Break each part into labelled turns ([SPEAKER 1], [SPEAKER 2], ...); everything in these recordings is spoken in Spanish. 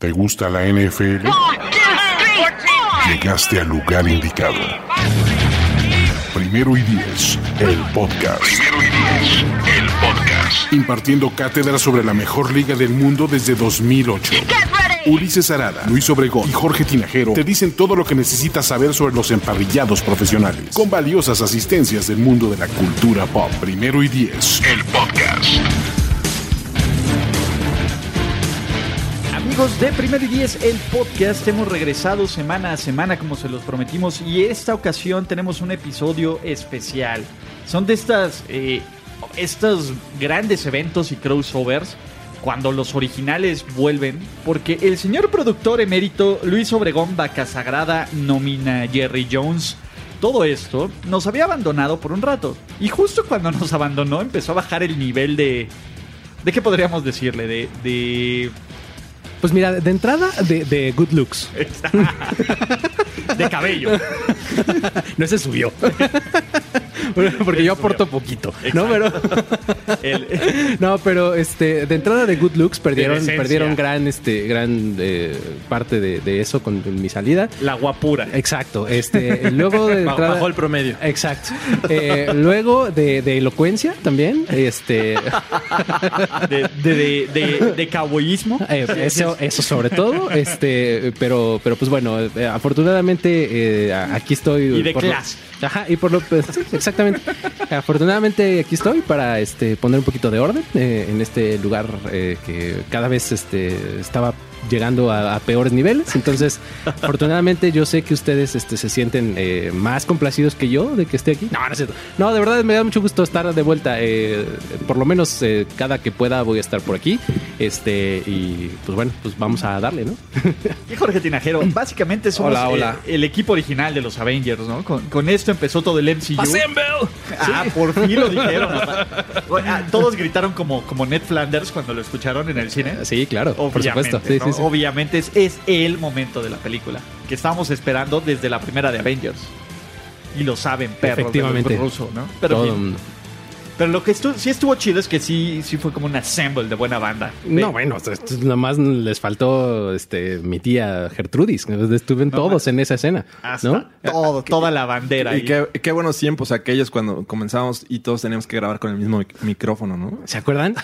[SPEAKER 1] ¿Te gusta la NFL? Llegaste al lugar indicado. Primero y diez, el podcast. Primero y diez, el podcast. Impartiendo cátedra sobre la mejor liga del mundo desde 2008. Ulises Arada, Luis Obregón y Jorge Tinajero te dicen todo lo que necesitas saber sobre los emparrillados profesionales, con valiosas asistencias del mundo de la cultura pop. Primero y diez, el podcast.
[SPEAKER 2] Amigos de Primero y Diez, el podcast, hemos regresado semana a semana como se los prometimos y esta ocasión tenemos un episodio especial. Son de estas, eh, estos grandes eventos y crossovers cuando los originales vuelven, porque el señor productor emérito Luis Obregón Bacasagrada nomina a Jerry Jones. Todo esto nos había abandonado por un rato y justo cuando nos abandonó empezó a bajar el nivel de... ¿De qué podríamos decirle? De... de
[SPEAKER 3] Pues mira, de entrada, de, de Good Looks.
[SPEAKER 2] de cabello.
[SPEAKER 3] No se subió. Porque yo aporto poquito. No, pero.
[SPEAKER 2] El-
[SPEAKER 3] No, pero este, de entrada de Good Looks
[SPEAKER 2] De
[SPEAKER 3] perdieron,
[SPEAKER 2] decencia.
[SPEAKER 3] perdieron gran, este, gran eh, parte de, de eso con mi salida.
[SPEAKER 2] la guapura.
[SPEAKER 3] Exacto. Este, luego de
[SPEAKER 4] Ba-
[SPEAKER 3] entrada.
[SPEAKER 4] Bajó el promedio.
[SPEAKER 3] Exacto. Eh, luego de, de elocuencia también. Este.
[SPEAKER 2] De, de, de, de, de cowboyismo.
[SPEAKER 3] Eh, eso, eso sobre todo, este, pero, pero pues bueno, eh, afortunadamente eh, a- aquí estoy.
[SPEAKER 2] Y de
[SPEAKER 3] por lo-
[SPEAKER 2] clase.
[SPEAKER 3] ajá, y por lo pues, exactamente. Afortunadamente aquí estoy para este poner un poquito de orden eh, en este lugar eh, que cada vez este estaba llegando a, a peores niveles. Entonces, afortunadamente yo sé que ustedes este, se sienten eh, más complacidos que yo de que esté aquí. No, no es cierto. No, de verdad me da mucho gusto estar de vuelta. eh, por lo menos eh, cada que pueda voy a estar por aquí. Este, y pues bueno, pues vamos a darle, ¿no?
[SPEAKER 2] Y Jorge Tinajero, básicamente somos
[SPEAKER 4] Hola, hola.
[SPEAKER 2] El, el equipo original de los Avengers, ¿no? Con, con esto empezó todo el MCU. Ah, por fin lo dijeron. apa. Ah, todos gritaron como, como Ned Flanders cuando lo escucharon en el cine.
[SPEAKER 3] Sí, claro, por
[SPEAKER 2] Obviamente,
[SPEAKER 3] supuesto. Sí,
[SPEAKER 2] ¿no?
[SPEAKER 3] sí, sí.
[SPEAKER 2] Obviamente es, es el momento de la película que estábamos esperando desde la primera de Avengers. Y lo saben, perros.
[SPEAKER 3] Efectivamente.
[SPEAKER 2] de los ruso, ¿no? Pero,
[SPEAKER 3] Todo
[SPEAKER 2] bien.
[SPEAKER 3] un-
[SPEAKER 2] Pero lo que estu- sí estuvo chido es que sí, sí fue como un assemble de buena banda.
[SPEAKER 3] No, bueno, esto- esto nada más les faltó este, mi tía Gertrudis. Estuvieron
[SPEAKER 2] No, Ah,
[SPEAKER 3] todos en esa escena.
[SPEAKER 2] Hasta
[SPEAKER 3] ¿no?
[SPEAKER 2] todo, toda la bandera.
[SPEAKER 4] Y
[SPEAKER 2] ahí.
[SPEAKER 4] qué, qué buenos tiempos aquellos cuando comenzábamos y todos teníamos que grabar con el mismo mic- micrófono, ¿no?
[SPEAKER 3] ¿Se acuerdan?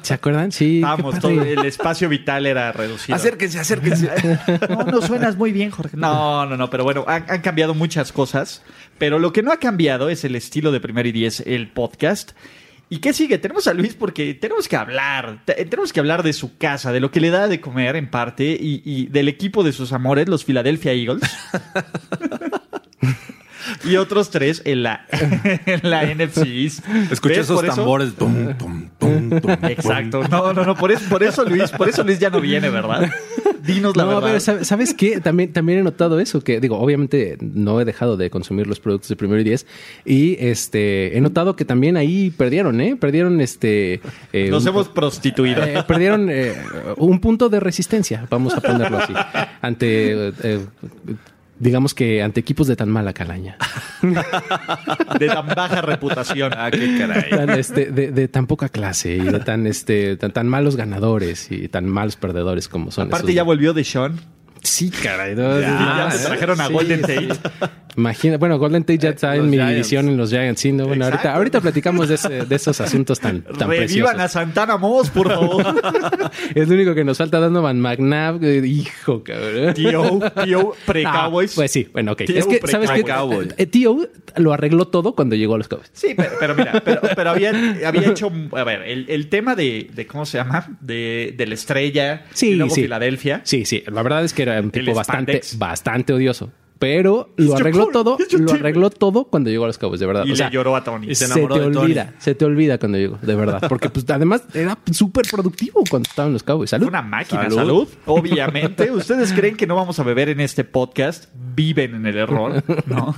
[SPEAKER 3] ¿Se acuerdan? Sí. qué
[SPEAKER 2] Vamos,
[SPEAKER 3] padre.
[SPEAKER 2] todo, el espacio vital era reducido.
[SPEAKER 4] Acérquense, acérquense.
[SPEAKER 2] No, no suenas muy bien, Jorge. No, no, no, pero bueno, han, han cambiado muchas cosas. Pero lo que no ha cambiado es el estilo de Primero y Diez, el podcast. ¿Y qué sigue? Tenemos a Luis porque tenemos que hablar. Te- Tenemos que hablar de su casa, de lo que le da de comer en parte y, y del equipo de sus amores, los Philadelphia Eagles. y otros tres en la, en la NFC. East.
[SPEAKER 4] Escuché
[SPEAKER 2] ¿Ves?
[SPEAKER 4] esos
[SPEAKER 2] Por eso-
[SPEAKER 4] tambores. Tum, tum, tum, tum, tum.
[SPEAKER 2] Exacto. No, no, no. Por eso, por eso Luis, por eso Luis ya no viene, ¿verdad? Dinos la
[SPEAKER 3] No, a
[SPEAKER 2] verdad.
[SPEAKER 3] ver, ¿sab- ¿sabes qué? También, también he notado eso, que digo, obviamente no he dejado de consumir los productos de Primero y Diez y este, he notado que también ahí perdieron, ¿eh? Perdieron este... eh,
[SPEAKER 2] Nos
[SPEAKER 3] un-
[SPEAKER 2] hemos prostituido.
[SPEAKER 3] eh, perdieron eh, un punto de resistencia, vamos a ponerlo así, ante, eh, eh, digamos que ante equipos de tan mala calaña.
[SPEAKER 2] de tan baja reputación.
[SPEAKER 4] Ah, qué caray.
[SPEAKER 3] tan, este, de, de tan poca clase y de tan, este, tan, tan malos ganadores y tan malos perdedores como son.
[SPEAKER 2] Aparte
[SPEAKER 3] esos-
[SPEAKER 2] ya volvió de Sean.
[SPEAKER 3] Sí, caray. no,
[SPEAKER 2] Ya,
[SPEAKER 3] no,
[SPEAKER 2] ya
[SPEAKER 3] no,
[SPEAKER 2] se
[SPEAKER 3] sí,
[SPEAKER 2] trajeron a
[SPEAKER 3] Ah, sí,
[SPEAKER 2] Golden
[SPEAKER 3] sí.
[SPEAKER 2] Tate.
[SPEAKER 3] Imagina, bueno, Golden Tate ya está
[SPEAKER 4] Eh,
[SPEAKER 3] en
[SPEAKER 4] los
[SPEAKER 3] mi
[SPEAKER 4] Giants.
[SPEAKER 3] división en los Giants. Sí, no, bueno, ahorita,
[SPEAKER 2] Exacto.
[SPEAKER 3] ahorita platicamos de, ese- de esos asuntos tan, tan
[SPEAKER 2] Revivan a
[SPEAKER 3] preciosos.
[SPEAKER 2] Santana Moss, por favor.
[SPEAKER 3] Es lo único que nos falta Donovan McNabb. eh, Hijo, cabrón.
[SPEAKER 2] Tío, tío,
[SPEAKER 3] Ah,
[SPEAKER 2] pre-Cowboys.
[SPEAKER 3] Pues sí, bueno, ok.
[SPEAKER 2] T.O.
[SPEAKER 3] es que, ¿sabes qué?
[SPEAKER 4] pre-Cowboy.
[SPEAKER 3] Eh, T.O. lo arregló todo cuando llegó a los Cowboys.
[SPEAKER 2] Sí, pero, pero mira, pero, pero había, había hecho. A ver, el, el tema de, de. ¿Cómo se llama? De, de la estrella.
[SPEAKER 3] Sí,
[SPEAKER 2] y luego
[SPEAKER 3] sí.
[SPEAKER 2] Filadelfia.
[SPEAKER 3] Sí, sí, la verdad es que era un tipo bastante,
[SPEAKER 2] spandex.
[SPEAKER 3] bastante odioso. Pero
[SPEAKER 2] It's
[SPEAKER 3] lo
[SPEAKER 2] your
[SPEAKER 3] arregló
[SPEAKER 2] call,
[SPEAKER 3] todo,
[SPEAKER 2] it's your
[SPEAKER 3] lo
[SPEAKER 2] team.
[SPEAKER 3] arregló todo cuando llegó a los Cowboys, de verdad.
[SPEAKER 2] Y
[SPEAKER 3] o sea,
[SPEAKER 2] le lloró a Tony.
[SPEAKER 4] y se
[SPEAKER 3] se, te
[SPEAKER 4] enamoró de Tony.
[SPEAKER 3] olvida, se te olvida cuando llegó, de verdad. Porque pues además era súper productivo cuando estaban los Cowboys. Salud.
[SPEAKER 2] Una máquina, salud.
[SPEAKER 4] Salud.
[SPEAKER 2] Obviamente. ¿Ustedes creen que no vamos a beber en este podcast? Viven en el error, ¿no?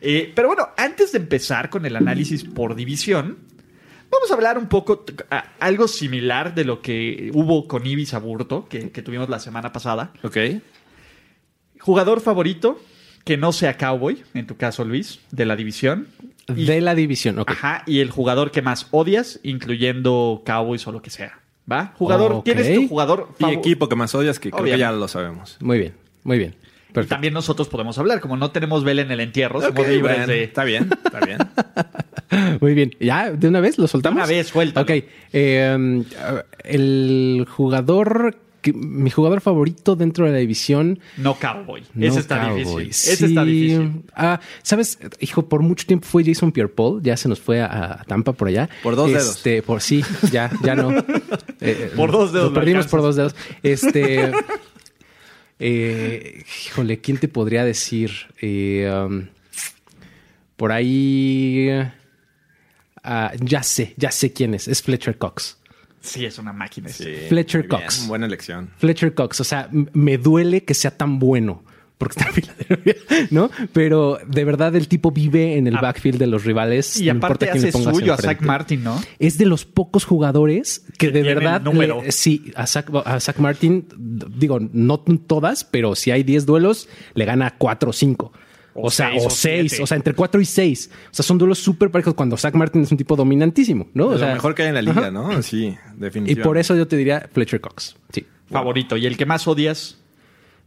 [SPEAKER 2] Eh, pero bueno, antes de empezar con el análisis por división, vamos a hablar un poco t- a- algo similar de lo que hubo con Ibis Aburto, que, que tuvimos la semana pasada.
[SPEAKER 4] Ok.
[SPEAKER 2] Jugador favorito que no sea cowboy, en tu caso, Luis, de la división. Y-
[SPEAKER 3] De la división, ok.
[SPEAKER 2] Ajá, y el jugador que más odias, incluyendo cowboys o lo que sea. ¿Va? Jugador, ¿quién es tu
[SPEAKER 3] Ok.
[SPEAKER 2] jugador
[SPEAKER 4] Y
[SPEAKER 2] favor-
[SPEAKER 4] equipo que más odias, que creo
[SPEAKER 2] Obviamente.
[SPEAKER 4] que ya lo sabemos.
[SPEAKER 3] Muy bien, muy bien.
[SPEAKER 2] Y
[SPEAKER 3] Perfecto.
[SPEAKER 2] También nosotros podemos hablar, como no tenemos vela en el entierro, somos
[SPEAKER 4] Ok,
[SPEAKER 2] libres
[SPEAKER 4] bueno,
[SPEAKER 2] de...
[SPEAKER 4] Está bien, está bien.
[SPEAKER 3] Muy bien. ¿Ya? ¿De una vez lo soltamos?
[SPEAKER 2] una vez, suéltalo.
[SPEAKER 3] Ok. eh, um, ah, el jugador... que- mi jugador favorito dentro de la división...
[SPEAKER 2] No cowboy.
[SPEAKER 3] No,
[SPEAKER 2] Ese está
[SPEAKER 3] Cowboy.
[SPEAKER 2] difícil. Ese está
[SPEAKER 3] Sí.
[SPEAKER 2] difícil.
[SPEAKER 3] Ah, ¿sabes? Hijo, por mucho tiempo fue Jason Pierre-Paul. Ya se nos fue a, a Tampa por allá.
[SPEAKER 4] Por dos dedos.
[SPEAKER 3] Este, Por sí, ya, ya no. Eh,
[SPEAKER 2] Por dos dedos
[SPEAKER 3] Lo
[SPEAKER 2] lo
[SPEAKER 3] perdimos
[SPEAKER 2] alcanzas.
[SPEAKER 3] por dos dedos. Este... eh, híjole, ¿quién te podría decir? Eh, um, por ahí... ah, ya sé, ya sé quién es. Es Fletcher Cox.
[SPEAKER 2] Sí, es una máquina. ese.
[SPEAKER 4] Sí,
[SPEAKER 3] Fletcher
[SPEAKER 4] muy bien,
[SPEAKER 3] Cox.
[SPEAKER 4] Buena elección.
[SPEAKER 3] Fletcher Cox. O sea, m- me duele que sea tan bueno. Porque está en Filadelfia, ¿no? Pero de verdad el tipo vive en el
[SPEAKER 2] Ah.
[SPEAKER 3] backfield de los rivales.
[SPEAKER 2] Y
[SPEAKER 3] no
[SPEAKER 2] aparte
[SPEAKER 3] importa quién le
[SPEAKER 2] hace
[SPEAKER 3] pongas
[SPEAKER 2] suyo a Zach
[SPEAKER 3] enfrente.
[SPEAKER 2] Martin, ¿no?
[SPEAKER 3] Es de los pocos jugadores que,
[SPEAKER 2] Que
[SPEAKER 3] de
[SPEAKER 2] tiene el
[SPEAKER 3] verdad.
[SPEAKER 2] número.
[SPEAKER 3] le- sí, a Zach, a Zach Martin, d- digo, no t- todas, pero si hay 10 duelos, le gana 4 o 5.
[SPEAKER 2] O
[SPEAKER 3] O sea,
[SPEAKER 2] seis,
[SPEAKER 3] o
[SPEAKER 2] o
[SPEAKER 3] 6,
[SPEAKER 2] siete.
[SPEAKER 3] o sea, entre 4 y 6. O sea, son duelos súper parejos cuando Zach Martin es un tipo dominantísimo, ¿no? O
[SPEAKER 4] De
[SPEAKER 3] sea,
[SPEAKER 4] lo mejor que hay en la liga, ¿no? Sí,
[SPEAKER 3] Y
[SPEAKER 4] definitivamente.
[SPEAKER 3] por eso yo te diría Fletcher Cox. Sí.
[SPEAKER 2] Favorito. Y el que más odias,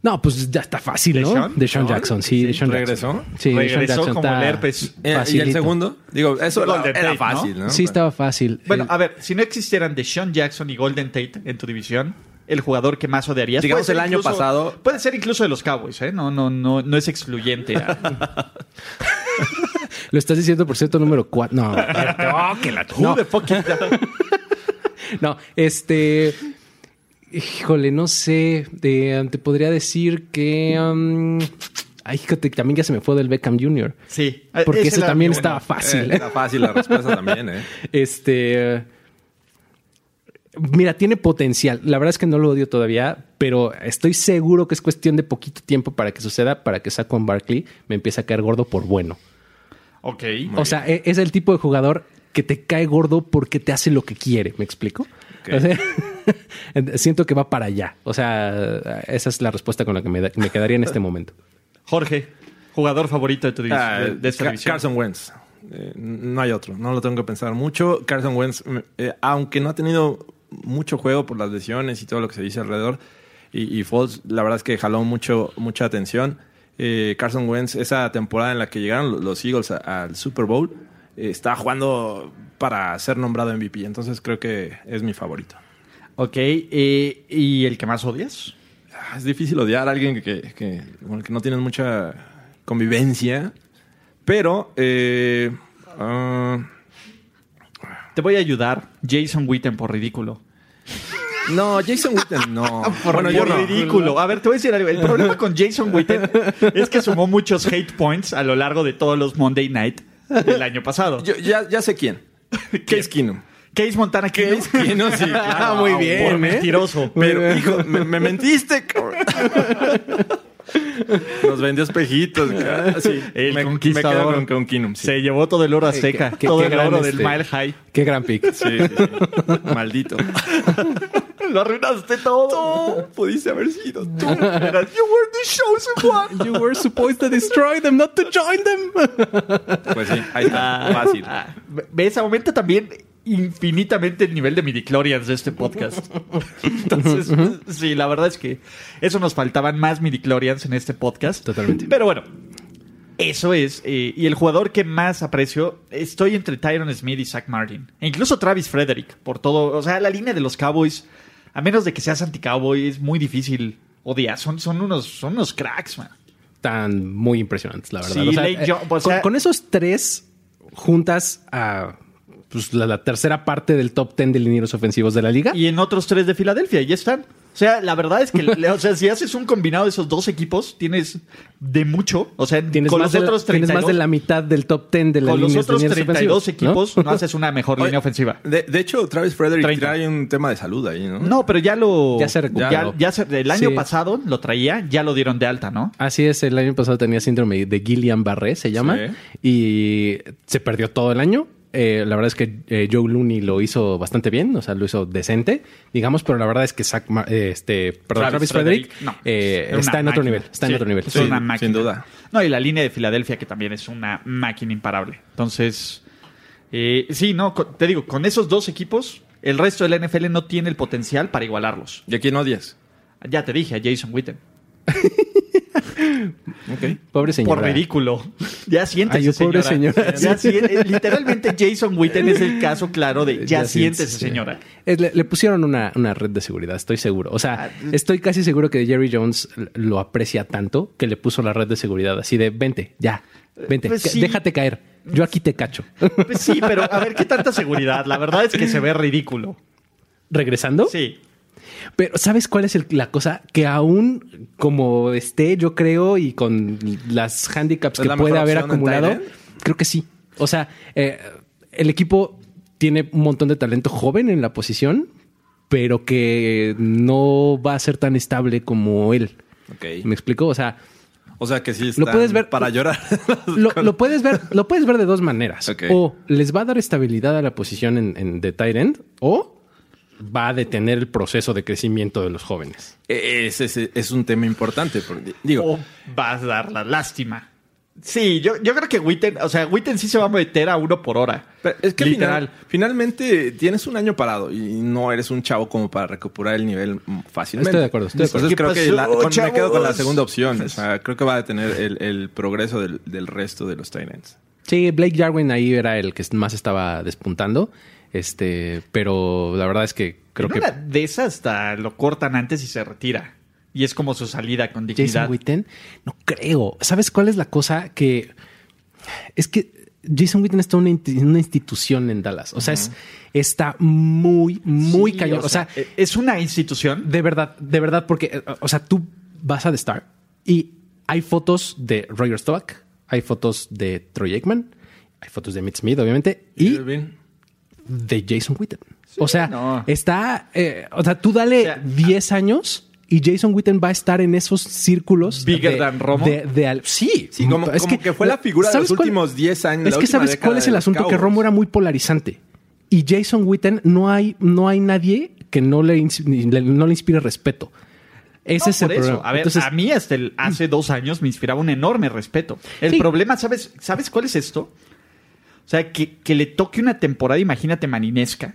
[SPEAKER 3] No, pues ya está fácil, ¿no?
[SPEAKER 2] ¿Deshaun?
[SPEAKER 3] De Sean Jackson, sí, de Sean
[SPEAKER 4] ¿Regresó?
[SPEAKER 3] Jackson. Sí, DeSean
[SPEAKER 2] Regresó
[SPEAKER 3] Jackson
[SPEAKER 2] como
[SPEAKER 3] está
[SPEAKER 2] el herpes.
[SPEAKER 4] Eh, ¿Y el
[SPEAKER 3] facilito.
[SPEAKER 4] segundo? Digo, eso era,
[SPEAKER 2] Golden
[SPEAKER 4] era
[SPEAKER 2] Tate, ¿no?
[SPEAKER 4] fácil, ¿no?
[SPEAKER 3] Sí, estaba fácil. Eh,
[SPEAKER 2] Bueno, ah.
[SPEAKER 3] El-
[SPEAKER 2] a ver, si no existieran Deshaun Jackson y Golden Tate en tu división, el jugador que más odiarías.
[SPEAKER 4] Digamos,
[SPEAKER 2] puede ser
[SPEAKER 4] el año pasado-
[SPEAKER 2] Puede ser incluso de los Cowboys, ¿eh? No, no, no, no es excluyente. Ah, a-
[SPEAKER 3] lo estás diciendo por cierto número 4. No,
[SPEAKER 2] Who the fuck is that?
[SPEAKER 3] no, este. Híjole, no sé. Te, te podría decir que. um, ay, fíjate, también ya se me fue del Beckham Jr.
[SPEAKER 2] Sí. Eh,
[SPEAKER 3] Porque
[SPEAKER 2] ese
[SPEAKER 3] ese
[SPEAKER 2] era
[SPEAKER 3] también
[SPEAKER 2] mi uno.
[SPEAKER 3] estaba fácil.
[SPEAKER 4] Eh, Era fácil la respuesta también, ¿eh?
[SPEAKER 3] Este. eh, Mira, tiene potencial. La verdad es que no lo odio todavía, pero estoy seguro que es cuestión de poquito tiempo para que suceda, para que Saquon Barkley me empiece a caer gordo por bueno.
[SPEAKER 2] Ok.
[SPEAKER 3] o sea, e- es el tipo de jugador que te cae gordo porque te hace lo que quiere, ¿me explico?
[SPEAKER 4] Ok.
[SPEAKER 3] O sea, siento que va para allá. O sea, esa es la respuesta con la que me, da- me quedaría en este momento.
[SPEAKER 2] Jorge, jugador favorito de tu división.
[SPEAKER 4] Ah,
[SPEAKER 2] de- de esta
[SPEAKER 4] Ca-
[SPEAKER 2] división.
[SPEAKER 4] Carson Wentz. Eh, no hay otro. No lo tengo que pensar mucho. Carson Wentz, mm, eh, aunque no ha tenido mucho juego por las lesiones y todo lo que se dice alrededor, y, y Foles, la verdad es que jaló mucho, mucha atención. Eh, Carson Wentz, esa temporada en la que llegaron lo- los Eagles a- al Super Bowl, eh, estaba jugando para ser nombrado MVP. Entonces creo que es mi favorito.
[SPEAKER 2] Ok. eh, ¿Y el que más odias?
[SPEAKER 4] Ah, Es difícil odiar a alguien que, que- con el que no tienes mucha convivencia, pero... eh, ah,
[SPEAKER 2] Te voy a ayudar. Jason Witten por ridículo.
[SPEAKER 4] No, Jason Witten no. bueno,
[SPEAKER 2] por
[SPEAKER 4] yo no.
[SPEAKER 2] ridículo. A ver, te voy a decir algo. El problema con Jason Witten es que sumó muchos hate points a lo largo de todos los Monday Night del año pasado.
[SPEAKER 4] Yo- ya, ya sé quién. Case Keenum.
[SPEAKER 2] Case Montana Case
[SPEAKER 4] Keenum, sí, claro.
[SPEAKER 3] muy
[SPEAKER 2] por mentiroso.
[SPEAKER 4] Pero,
[SPEAKER 3] bien.
[SPEAKER 4] hijo, me, me mentiste, cabrón. Nos vendió espejitos, cabrón. Sí,
[SPEAKER 2] El
[SPEAKER 4] me,
[SPEAKER 2] conquistador.
[SPEAKER 4] me quedo con, con Keenum, sí.
[SPEAKER 2] Se llevó todo el oro azteca,
[SPEAKER 3] qué- qué-
[SPEAKER 2] todo
[SPEAKER 3] qué
[SPEAKER 2] el
[SPEAKER 3] gran,
[SPEAKER 2] oro del
[SPEAKER 3] este-
[SPEAKER 2] Mile High.
[SPEAKER 3] Qué gran pick.
[SPEAKER 4] Sí, sí, sí. Maldito.
[SPEAKER 2] Lo arruinaste todo.
[SPEAKER 4] Pudiste haber sido tú.
[SPEAKER 2] Eras, You were the chosen one.
[SPEAKER 3] You were supposed to destroy them, not to join them.
[SPEAKER 4] Pues sí, ahí está. Fácil.
[SPEAKER 2] Ah, ¿Ves? Aumenta también infinitamente el nivel de midichlorians de este podcast. Entonces, sí, la verdad es que eso nos faltaban más midichlorians en este podcast.
[SPEAKER 3] Totalmente.
[SPEAKER 2] Pero bueno, eso es. eh, y el jugador que más aprecio, estoy entre Tyron Smith y Zach Martin. E incluso Travis Frederick, por todo. O sea, la línea de los Cowboys, a menos de que seas anti-cowboy, es muy difícil odiar. Son, son, unos, son unos cracks, man.
[SPEAKER 3] tan muy impresionantes, la verdad.
[SPEAKER 2] Sí,
[SPEAKER 3] O sea,
[SPEAKER 2] Lane
[SPEAKER 3] eh,
[SPEAKER 2] Johnson, o
[SPEAKER 3] con,
[SPEAKER 2] sea-
[SPEAKER 3] con esos tres juntas a pues, la, la tercera parte del top 10 de linieros ofensivos de la liga.
[SPEAKER 2] y en otros tres de Filadelfia, y ya están. O sea, la verdad es que, le- o sea, si haces un combinado de esos dos equipos, tienes de mucho. O sea,
[SPEAKER 3] tienes,
[SPEAKER 2] con
[SPEAKER 3] más
[SPEAKER 2] los
[SPEAKER 3] de la,
[SPEAKER 2] otros
[SPEAKER 3] tienes
[SPEAKER 2] 32,
[SPEAKER 3] más de la mitad del top 10 de la
[SPEAKER 2] con los
[SPEAKER 3] líneas-
[SPEAKER 2] otros
[SPEAKER 3] linieros
[SPEAKER 2] 32
[SPEAKER 3] ofensivos, ¿no?
[SPEAKER 2] equipos ¿no? haces una mejor línea ofensiva.
[SPEAKER 4] De, de hecho, Travis Frederick
[SPEAKER 2] 30.
[SPEAKER 4] trae un tema de salud ahí, ¿no?
[SPEAKER 2] No, pero ya lo.
[SPEAKER 3] Ya se recuperó.
[SPEAKER 2] ya- ya se- el año
[SPEAKER 3] Sí.
[SPEAKER 2] pasado lo traía, ya lo dieron de alta, ¿no?
[SPEAKER 3] Así es, el año pasado tenía síndrome de Gillian Barré, se llama, y se perdió todo el año. Eh, la verdad es que eh, Joe Looney lo hizo bastante bien, o sea, lo hizo decente, digamos, pero la verdad es que Zach Ma- eh, este, perdón, Travis, Frederick,
[SPEAKER 2] no,
[SPEAKER 3] eh,
[SPEAKER 2] era una
[SPEAKER 3] está en otro
[SPEAKER 2] máquina.
[SPEAKER 3] nivel, está
[SPEAKER 2] Sí,
[SPEAKER 3] en otro nivel.
[SPEAKER 2] Es
[SPEAKER 4] Sí,
[SPEAKER 2] una
[SPEAKER 4] sin
[SPEAKER 2] máquina.
[SPEAKER 4] duda.
[SPEAKER 2] No, y la línea de Filadelfia, que también es una máquina imparable. Entonces, eh, sí, no, co- te digo, con esos dos equipos El resto de la NFL no tiene el potencial para igualarlos.
[SPEAKER 4] ¿Y a quién odias?
[SPEAKER 2] Ya te dije, a Jason Witten.
[SPEAKER 4] Ok.
[SPEAKER 3] Pobre señora.
[SPEAKER 2] Por ridículo. Ya siéntese,
[SPEAKER 3] Ay, pobre
[SPEAKER 2] señora.
[SPEAKER 3] señora.
[SPEAKER 2] Ya sien- eh, literalmente Jason Witten es el caso claro de ya, siéntese,
[SPEAKER 3] sí.
[SPEAKER 2] señora.
[SPEAKER 3] Es- le, le pusieron una, una red de seguridad, estoy seguro. O sea,
[SPEAKER 2] Ah,
[SPEAKER 3] estoy casi seguro que Jerry Jones lo aprecia tanto que le puso la red de seguridad así de vente, ya, vente,
[SPEAKER 2] Pues
[SPEAKER 3] ca-
[SPEAKER 2] sí.
[SPEAKER 3] déjate caer. Yo aquí te cacho.
[SPEAKER 2] Pues sí, pero a ver qué tanta seguridad. La verdad es que se ve ridículo.
[SPEAKER 3] ¿Regresando?
[SPEAKER 2] Sí.
[SPEAKER 3] Pero ¿sabes cuál es el- la cosa? Que aún como esté, yo creo, y con las handicaps
[SPEAKER 4] ¿Es
[SPEAKER 3] que
[SPEAKER 4] la
[SPEAKER 3] puede
[SPEAKER 4] mejor
[SPEAKER 3] haber
[SPEAKER 4] opción en
[SPEAKER 3] acumulado,
[SPEAKER 4] tight end?
[SPEAKER 3] creo que sí. O sea, eh, el equipo tiene un montón de talento joven en la posición, pero que no va a ser tan estable como él. ¿Me
[SPEAKER 4] Ok.
[SPEAKER 3] explico? O sea,
[SPEAKER 4] O sea que sí
[SPEAKER 3] Lo
[SPEAKER 4] están
[SPEAKER 3] puedes ver-
[SPEAKER 4] para llorar.
[SPEAKER 3] lo, lo puedes ver, lo puedes ver de dos maneras.
[SPEAKER 4] Ok.
[SPEAKER 3] O les va a dar estabilidad a la posición en, en- de tight end, o va a detener el proceso de crecimiento de los jóvenes.
[SPEAKER 4] Ese es, es un tema importante. porque- digo,
[SPEAKER 2] O vas a dar la lástima. Sí, yo, yo creo que Witten, o sea, Witten sí se va a meter a uno por hora.
[SPEAKER 4] Pero es que
[SPEAKER 2] literal.
[SPEAKER 4] final- finalmente tienes un año parado y no eres un chavo como para recuperar el nivel mm, fácilmente.
[SPEAKER 3] Estoy de acuerdo, estoy de acuerdo.
[SPEAKER 4] Entonces creo
[SPEAKER 2] ¿Qué
[SPEAKER 4] que la-
[SPEAKER 2] pasó,
[SPEAKER 4] con- me quedo con la
[SPEAKER 2] chavos?
[SPEAKER 4] segunda opción. O sea, creo que va a detener el, el progreso del, del resto de los tight ends.
[SPEAKER 3] Sí, Blake Jarwin ahí era el que más estaba despuntando. Este, pero la verdad es que creo
[SPEAKER 2] En
[SPEAKER 3] que
[SPEAKER 2] una de esas hasta lo cortan antes y se retira. Y es como su salida con dignidad.
[SPEAKER 3] Jason Witten, no creo. ¿Sabes cuál es la cosa? Que es que Jason Witten está una, inti- una institución en Dallas. O sea, es, está muy, muy
[SPEAKER 2] Sí,
[SPEAKER 3] cañón. O sea,
[SPEAKER 2] eh, es una institución.
[SPEAKER 3] de verdad, de verdad, porque, eh, o sea, tú vas a The Star y hay fotos de Roger Staubach, hay fotos de Troy Aikman, hay fotos de Mitt Smith, obviamente, y
[SPEAKER 4] Irving.
[SPEAKER 3] de Jason Witten. o sea,
[SPEAKER 2] no.
[SPEAKER 3] está. eh, o sea, tú dale
[SPEAKER 2] O sea, ah.
[SPEAKER 3] 10 años y Jason Witten va a estar en esos círculos.
[SPEAKER 2] Bigger
[SPEAKER 3] de-
[SPEAKER 2] than Romo.
[SPEAKER 3] de- de al- sí,
[SPEAKER 4] Sí, como- como que fue la figura de
[SPEAKER 3] ¿sabes
[SPEAKER 4] los
[SPEAKER 3] cuál-
[SPEAKER 4] últimos 10 años,
[SPEAKER 3] Es
[SPEAKER 4] la
[SPEAKER 3] que
[SPEAKER 4] última
[SPEAKER 3] sabes cuál
[SPEAKER 4] década
[SPEAKER 3] es el
[SPEAKER 4] de los
[SPEAKER 3] asunto, que
[SPEAKER 4] Cowboys.
[SPEAKER 3] Romo era muy polarizante. Y Jason Witten no hay, no hay nadie que no le, ins- ni le- no le inspire respeto. Ese
[SPEAKER 2] No,
[SPEAKER 3] es el
[SPEAKER 2] por eso.
[SPEAKER 3] problema.
[SPEAKER 2] A ver,
[SPEAKER 3] Entonces, mm.
[SPEAKER 2] a mí hasta el- hace dos años me inspiraba un enorme respeto. El
[SPEAKER 3] Sí.
[SPEAKER 2] problema, ¿sabes, ¿sabes cuál es esto? O sea, que, que le toque una temporada, imagínate, maninesca.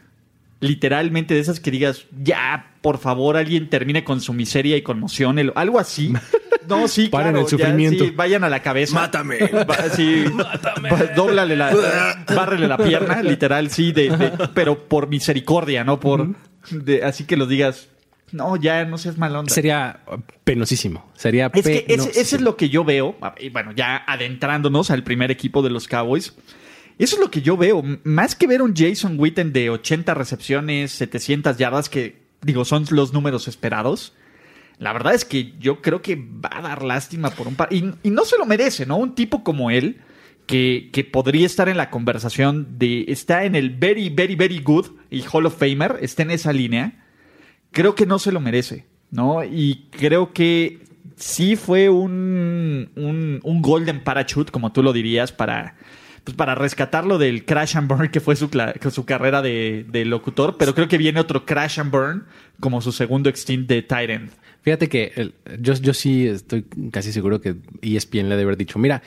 [SPEAKER 2] Literalmente de esas que digas, ya, por favor, alguien termine con su miseria y conmoción, el- algo así. No, sí,
[SPEAKER 3] Paren
[SPEAKER 2] claro,
[SPEAKER 3] el sufrimiento.
[SPEAKER 2] ya, sí, vayan a la cabeza.
[SPEAKER 4] Mátame.
[SPEAKER 2] Va- sí, va- dóblale la, bárrele la pierna, literal, sí, de, de- pero por misericordia, no por, de- así que lo digas, no, ya, no seas mal onda.
[SPEAKER 3] sería penosísimo. Sería
[SPEAKER 2] Es que ese-
[SPEAKER 3] penosísimo.
[SPEAKER 2] eso es lo que yo veo, y bueno, ya adentrándonos al primer equipo de los Cowboys, eso es lo que yo veo, M- más que ver un Jason Witten de 80 recepciones, 700 yardas, que digo, son los números esperados, la verdad es que yo creo que va a dar lástima por un par, y, y no se lo merece, ¿no? Un tipo como él, que, que podría estar en la conversación de, está en el very, very, very good y Hall of Famer, está en esa línea creo que no se lo merece, ¿no? Y creo que sí fue un, un, un golden parachute, como tú lo dirías, para, pues, para rescatarlo del crash and burn que fue su, cla- que su carrera de, de locutor, pero creo que viene otro crash and burn como su segundo extint de Tyrant.
[SPEAKER 3] Fíjate que el- yo, yo sí estoy casi seguro que E ESPN le debe haber dicho, mira,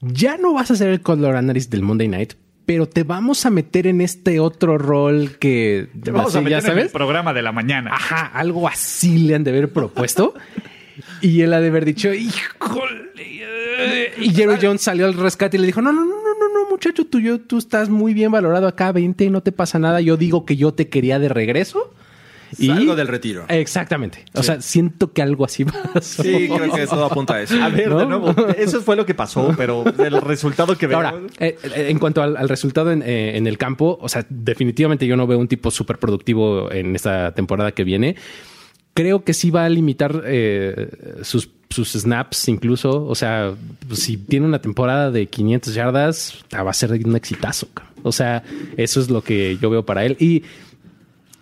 [SPEAKER 3] ya no vas a hacer el color analysis del Monday Night, pero te vamos a meter en este otro rol que...
[SPEAKER 2] Te vamos a
[SPEAKER 3] así,
[SPEAKER 2] meter en el programa de la mañana.
[SPEAKER 3] Ajá, algo así le han de haber propuesto. y él ha de haber dicho, híjole. Y Jerry Jones salió al rescate y le dijo, no, no, no, no, no, no, muchacho, tú, yo, tú estás muy bien valorado acá, 20 y no te pasa nada. Yo digo que yo te quería de regreso.
[SPEAKER 4] Salgo del retiro.
[SPEAKER 3] Eh, Exactamente. O sea, siento que algo así pasó.
[SPEAKER 4] Sí, creo que todo apunta a eso.
[SPEAKER 2] A ver, de
[SPEAKER 3] ¿No?
[SPEAKER 2] nuevo, eso fue lo que pasó, pero el resultado que veo...
[SPEAKER 3] Ahora, eh, eh, en cuanto al, al resultado en, eh, en el campo, o sea, definitivamente yo no veo un tipo súper productivo en esta temporada que viene. Creo que sí va a limitar eh, sus, sus snaps incluso. O sea, si tiene una temporada de 500 yardas, ah, va a ser un exitazo. cabrón. O sea, eso es lo que yo veo para él. Y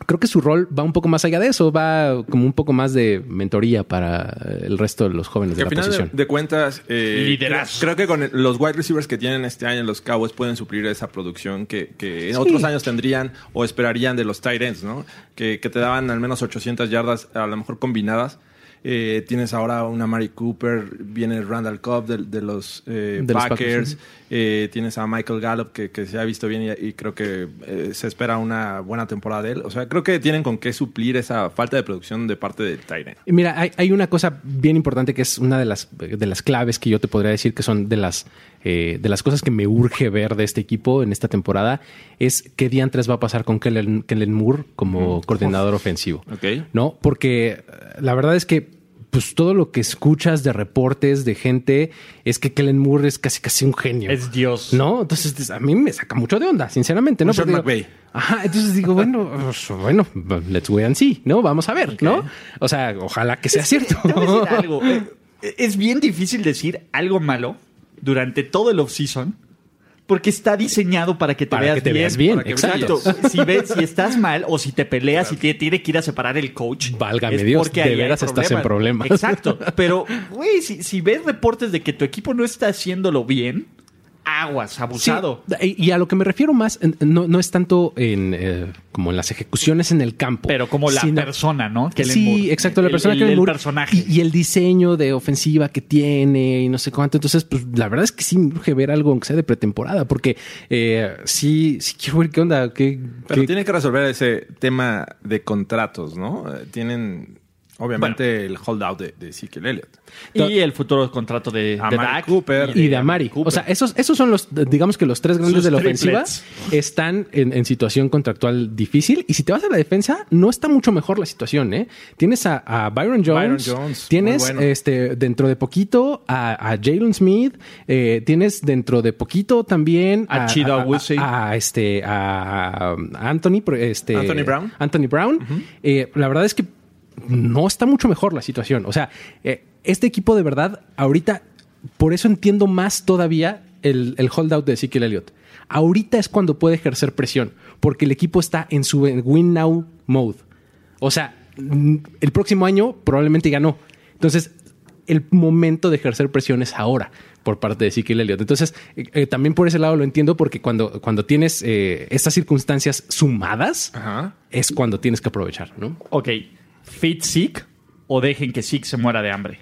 [SPEAKER 3] creo que su rol va un poco más allá de eso. Va como un poco más de mentoría para el resto de los jóvenes de
[SPEAKER 4] Que al
[SPEAKER 3] la
[SPEAKER 4] final de,
[SPEAKER 3] posición.
[SPEAKER 4] de cuentas, eh,
[SPEAKER 2] Liderazgo.
[SPEAKER 4] Creo, creo que con los wide receivers que tienen este año, los Cowboys pueden suplir esa producción que, que en otros años tendrían o esperarían de los tight ends, ¿no? Que, que te daban al menos 800 yardas, a lo mejor combinadas. Eh, tienes ahora una Mary Cooper, viene Randall Cobb de, de los, eh,
[SPEAKER 3] De los
[SPEAKER 4] Packers,
[SPEAKER 3] Packers, sí.
[SPEAKER 4] eh, tienes a Michael Gallup que, que se ha visto bien y, y creo que eh, se espera una buena temporada de él. O sea, creo que tienen con qué suplir esa falta de producción de parte del Tyrant.
[SPEAKER 3] Y Mira, hay, hay una cosa bien importante que es una de las, de las claves que yo te podría decir que son de las, eh, de las cosas que me urge ver de este equipo en esta temporada, es qué diantres va a pasar con Kellen, Kellen Moore como coordinador ofensivo.
[SPEAKER 4] Ok.
[SPEAKER 3] ¿no? Porque eh, la verdad es que pues todo lo que escuchas de reportes de gente es que Kellen Moore es casi casi un genio.
[SPEAKER 2] Es Dios. Pues
[SPEAKER 3] ¿No? Entonces dices, a mí me saca mucho de onda, sinceramente, ¿no?
[SPEAKER 4] Un Sean
[SPEAKER 3] Porque
[SPEAKER 4] McVay.
[SPEAKER 3] Ajá, entonces digo, bueno, pues, bueno, let's wait and see, ¿no? Vamos a ver, ¿no? O sea, ojalá que sea cierto.
[SPEAKER 2] Te voy a decir algo. Eh, Es bien difícil decir algo malo durante todo el off-season porque está diseñado para que te,
[SPEAKER 3] Para
[SPEAKER 2] veas,
[SPEAKER 3] que te
[SPEAKER 2] bien,
[SPEAKER 3] veas bien,
[SPEAKER 2] para que
[SPEAKER 3] exacto.
[SPEAKER 2] brilles. Si, ves, si estás mal o si te peleas y te tiene que ir a separar el coach.
[SPEAKER 3] Válgame
[SPEAKER 2] es
[SPEAKER 3] Dios,
[SPEAKER 2] porque
[SPEAKER 3] de
[SPEAKER 2] ahí hay
[SPEAKER 3] veras estás en problemas.
[SPEAKER 2] Exacto. Pero, güey, si, si ves reportes de que tu equipo no está haciéndolo bien, aguas,
[SPEAKER 3] Sí,
[SPEAKER 2] abusado.
[SPEAKER 3] y y a lo que me refiero más en- no, no es tanto en eh, como en las ejecuciones en el campo.
[SPEAKER 2] Pero como la
[SPEAKER 3] sino-
[SPEAKER 2] persona, ¿no? Kellen
[SPEAKER 3] sí,
[SPEAKER 2] Moore.
[SPEAKER 3] exacto, la
[SPEAKER 2] El-
[SPEAKER 3] persona
[SPEAKER 2] el-
[SPEAKER 3] que
[SPEAKER 2] el personaje.
[SPEAKER 3] Y, y el diseño de ofensiva que tiene y no sé cuánto. Entonces, pues la verdad es que sí me urge ver algo, aunque sea de pretemporada, porque eh, sí, sí quiero ver qué onda. Qué,
[SPEAKER 4] Pero
[SPEAKER 3] qué-
[SPEAKER 4] tiene que resolver ese tema de contratos, ¿no? Eh, Tienen, obviamente, el holdout de, de Ezekiel Elliott.
[SPEAKER 2] Y el futuro contrato de,
[SPEAKER 4] A
[SPEAKER 2] de
[SPEAKER 4] Mark
[SPEAKER 2] Dak.
[SPEAKER 4] Cooper.
[SPEAKER 3] y de Amari.
[SPEAKER 2] Cooper.
[SPEAKER 3] O sea, esos, esos son los, digamos que los tres grandes
[SPEAKER 2] Sus
[SPEAKER 3] de la ofensiva
[SPEAKER 2] triplets.
[SPEAKER 3] están en, en situación contractual difícil. Y si te vas a la defensa, no está mucho mejor la situación, ¿eh? Tienes a, a Byron Jones,
[SPEAKER 4] Byron Jones,
[SPEAKER 3] tienes
[SPEAKER 4] muy bueno.
[SPEAKER 3] este dentro de poquito a, a Jalen Smith, eh, tienes dentro de poquito también
[SPEAKER 2] A Chido Awuzie.
[SPEAKER 3] a, a este a Anthony, pero, este
[SPEAKER 4] Anthony Brown.
[SPEAKER 3] Anthony Brown. Eh, la verdad es que no está mucho mejor la situación. O sea, eh, este equipo de verdad, ahorita, por eso entiendo más todavía el, el holdout de Ezekiel Elliott. Ahorita es cuando puede ejercer presión, porque el equipo está en su win now mode. O sea, mm, el próximo año probablemente ganó. Entonces, el momento de ejercer presión es ahora por parte de Ezekiel Elliott. Entonces, eh, eh, también por ese lado lo entiendo, porque cuando, cuando tienes eh, estas circunstancias sumadas,
[SPEAKER 4] Ajá.
[SPEAKER 3] es cuando tienes que aprovechar, ¿no?
[SPEAKER 2] Ok, fit Zeke o dejen que Zeke se muera de hambre.